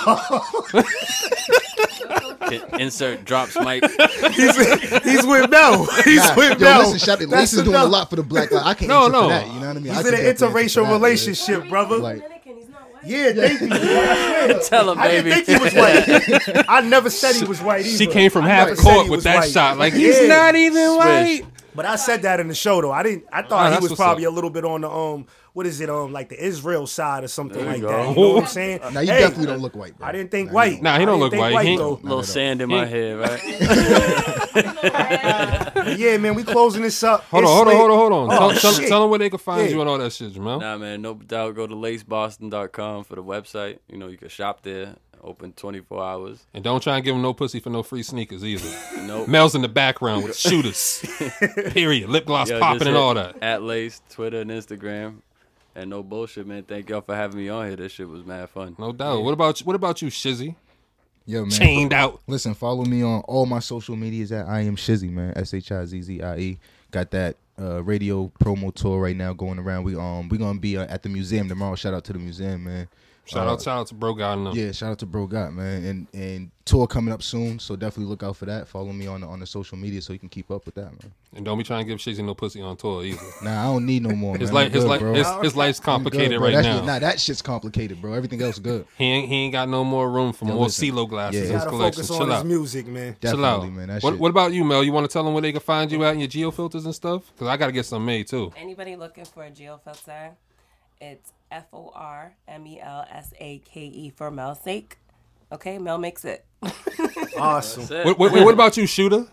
[SPEAKER 2] Can- Insert drops mic.
[SPEAKER 1] He's, he's with Mel. He's
[SPEAKER 5] Nah,
[SPEAKER 1] with
[SPEAKER 5] yo,
[SPEAKER 1] Mel.
[SPEAKER 5] listen, shout out.
[SPEAKER 1] That's
[SPEAKER 5] Lace is doing a
[SPEAKER 1] enough.
[SPEAKER 5] lot for the black. Like, I can't
[SPEAKER 3] No,
[SPEAKER 5] answer
[SPEAKER 3] no.
[SPEAKER 5] for that. You know what I mean?
[SPEAKER 1] He's in
[SPEAKER 5] I
[SPEAKER 1] an
[SPEAKER 5] can definitely answer for
[SPEAKER 1] interracial
[SPEAKER 5] that, man.
[SPEAKER 1] relationship, brother.
[SPEAKER 5] Like-
[SPEAKER 1] yeah, thank you.
[SPEAKER 2] Tell him,
[SPEAKER 1] I didn't
[SPEAKER 2] baby.
[SPEAKER 1] think he was white. I never said he was white either.
[SPEAKER 3] She came from
[SPEAKER 1] I
[SPEAKER 3] half
[SPEAKER 1] never said
[SPEAKER 3] court
[SPEAKER 1] he
[SPEAKER 3] with
[SPEAKER 1] was
[SPEAKER 3] that
[SPEAKER 1] white.
[SPEAKER 3] shot. Like he's
[SPEAKER 1] Yeah.
[SPEAKER 3] not e- even
[SPEAKER 2] Swish.
[SPEAKER 3] white.
[SPEAKER 1] But I said that in the show though. I didn't. I thought
[SPEAKER 3] that's
[SPEAKER 1] he was
[SPEAKER 3] what's
[SPEAKER 1] probably
[SPEAKER 3] up.
[SPEAKER 1] a little bit on the um, what is it um, like the Israel side or something
[SPEAKER 2] There
[SPEAKER 1] like
[SPEAKER 2] you
[SPEAKER 1] that. You
[SPEAKER 2] go.
[SPEAKER 1] know what I'm saying?
[SPEAKER 5] Now you
[SPEAKER 1] Hey,
[SPEAKER 5] definitely don't look white, bro.
[SPEAKER 1] I didn't think
[SPEAKER 5] Nah, you
[SPEAKER 1] white.
[SPEAKER 3] Nah, he
[SPEAKER 1] I
[SPEAKER 3] don't
[SPEAKER 1] didn't
[SPEAKER 3] look
[SPEAKER 1] think
[SPEAKER 3] white. He ain't-
[SPEAKER 1] though.
[SPEAKER 2] little sand in my head, right?
[SPEAKER 1] But yeah, man, we closing this up.
[SPEAKER 3] Hold on,
[SPEAKER 1] It's
[SPEAKER 3] hold on,
[SPEAKER 1] lit.
[SPEAKER 3] hold on, hold on.
[SPEAKER 1] Oh,
[SPEAKER 3] tell, tell,
[SPEAKER 1] shit.
[SPEAKER 3] tell them where they can find
[SPEAKER 1] Yeah.
[SPEAKER 3] you and all that shit, Jamel.
[SPEAKER 2] Nah, man, no doubt. Go to laceboston.com for the website. You know, you can shop there. Open 24 hours.
[SPEAKER 3] And don't try and give him no pussy for no free sneakers either.
[SPEAKER 2] Nope.
[SPEAKER 3] Mel's in the background with shooters. Period. Lip gloss
[SPEAKER 2] Yo,
[SPEAKER 3] popping
[SPEAKER 2] just
[SPEAKER 3] and
[SPEAKER 2] hit
[SPEAKER 3] all that.
[SPEAKER 2] At Lace, Twitter, and Instagram. And no bullshit, man. Thank y'all for having me on here. This shit was mad fun.
[SPEAKER 3] No doubt. What about you, what about you, Shizzy?
[SPEAKER 5] Yo, man.
[SPEAKER 3] Chained out.
[SPEAKER 5] Listen, follow me on all my social medias at I am Shizzy, man. S H I Z Z I E. Got that uh, radio promo tour right now going around. We um we gonna be uh, at the museum tomorrow. Shout out to the museum, man.
[SPEAKER 3] Shout out, shout out to Bro God and them.
[SPEAKER 5] Yeah, shout out to Bro Got, man. And and tour coming up soon, so definitely look out for that. Follow me on the, on the social media so you can keep up with that, man.
[SPEAKER 3] And don't be trying to give Shizzy no pussy on tour either.
[SPEAKER 5] Nah, I don't need no more. man.
[SPEAKER 3] His
[SPEAKER 5] I'm
[SPEAKER 3] life, his
[SPEAKER 5] good,
[SPEAKER 3] life,
[SPEAKER 5] bro.
[SPEAKER 3] his,
[SPEAKER 5] I'm
[SPEAKER 3] his life's
[SPEAKER 5] good,
[SPEAKER 3] complicated
[SPEAKER 5] bro.
[SPEAKER 3] right
[SPEAKER 5] That's-
[SPEAKER 3] now.
[SPEAKER 5] Nah, that shit's complicated, bro. Everything else good.
[SPEAKER 3] He ain't, he ain't got no more room for more
[SPEAKER 5] listen.
[SPEAKER 3] CeeLo glasses
[SPEAKER 5] Yeah.
[SPEAKER 3] in
[SPEAKER 1] You
[SPEAKER 3] his
[SPEAKER 1] Gotta
[SPEAKER 3] collection.
[SPEAKER 1] focus on
[SPEAKER 3] Chill
[SPEAKER 1] his
[SPEAKER 3] out.
[SPEAKER 1] music, man.
[SPEAKER 3] Chill
[SPEAKER 5] Definitely,
[SPEAKER 3] out.
[SPEAKER 5] man. That
[SPEAKER 3] what,
[SPEAKER 5] shit.
[SPEAKER 3] what about you, Mel? You want to tell them where they can find you out in your geo filters and stuff? Because I got to get some made too.
[SPEAKER 4] Anybody looking for a Geo filter? It's F O R M E L S A K E for Mel's sake. Okay, Mel makes it.
[SPEAKER 1] Awesome.
[SPEAKER 3] What, what, what about you, shooter?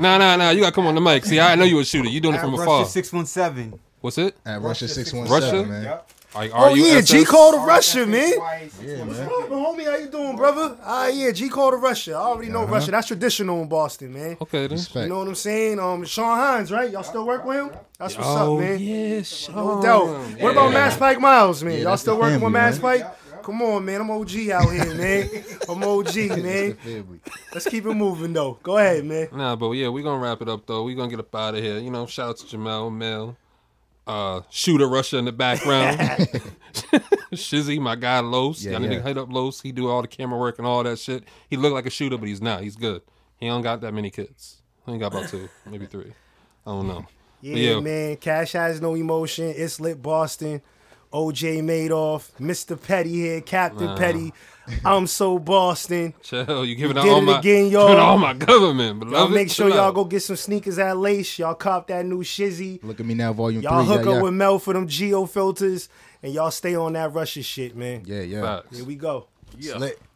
[SPEAKER 3] Nah, nah, nah. You got to come on the mic. See, I know you a shooter. You doing it from afar.
[SPEAKER 6] Russia 617.
[SPEAKER 3] What's it?
[SPEAKER 5] at Russia six one
[SPEAKER 3] Russia?
[SPEAKER 5] seven, man.
[SPEAKER 3] Like,
[SPEAKER 1] Oh yeah,
[SPEAKER 3] RUSS?
[SPEAKER 1] G called to Russia, man.
[SPEAKER 6] Yeah, man.
[SPEAKER 1] What up, homie? How you doing, brother? Ah, yeah, G called to Russia. I already know Russia. That's traditional in Boston, man.
[SPEAKER 3] Uh-huh. Okay, then.
[SPEAKER 1] You know what I'm saying? Um, Sean Hines, right? Y'all still work with him? That's what's
[SPEAKER 3] Oh,
[SPEAKER 1] up, man.
[SPEAKER 3] yes.
[SPEAKER 1] No doubt. What about Mass Pike Miles, man? Y'all
[SPEAKER 5] that's
[SPEAKER 1] still
[SPEAKER 5] the
[SPEAKER 1] working with
[SPEAKER 5] family,
[SPEAKER 1] Mass
[SPEAKER 5] right?
[SPEAKER 1] Pike? Come on, man. I'm OG out here, man. I'm OG, man.
[SPEAKER 5] Family.
[SPEAKER 1] Let's keep it moving, though. Go ahead, man.
[SPEAKER 3] Nah, but yeah, we're gonna wrap it up though. We're gonna get up out of here. You know, shout out to Jamel, Mel, uh, shooter Russia in the background. Shizzy, my guy Los.
[SPEAKER 5] Yeah,
[SPEAKER 3] Y'all need
[SPEAKER 5] yeah.
[SPEAKER 3] to hit up Los. He do all the camera work and all that shit. He look like a shooter, but he's not. He's good. He don't got that many kids. He ain't got about two, maybe three. I don't know. But
[SPEAKER 1] Yeah, man. Cash has no emotion. It's lit Boston. OJ Madoff, Mr. Petty here, Captain Petty. I'm so Boston.
[SPEAKER 3] Chill, you giving
[SPEAKER 1] We
[SPEAKER 3] out
[SPEAKER 1] did
[SPEAKER 3] all
[SPEAKER 1] it
[SPEAKER 3] my
[SPEAKER 1] again,
[SPEAKER 3] giving
[SPEAKER 1] y'all.
[SPEAKER 3] out all my government, beloved.
[SPEAKER 1] Y'all make sure
[SPEAKER 3] Chill
[SPEAKER 1] y'all
[SPEAKER 3] out.
[SPEAKER 1] go get some sneakers at Lace. Y'all cop that new shizzy.
[SPEAKER 5] Look at me now, volume
[SPEAKER 1] Y'all
[SPEAKER 5] three.
[SPEAKER 1] hook
[SPEAKER 5] yeah,
[SPEAKER 1] up
[SPEAKER 5] yeah.
[SPEAKER 1] with Mel for them geo filters, and y'all stay on that Russia shit, man.
[SPEAKER 5] yeah, yeah.
[SPEAKER 3] Facts.
[SPEAKER 1] Here we go.
[SPEAKER 5] Slick.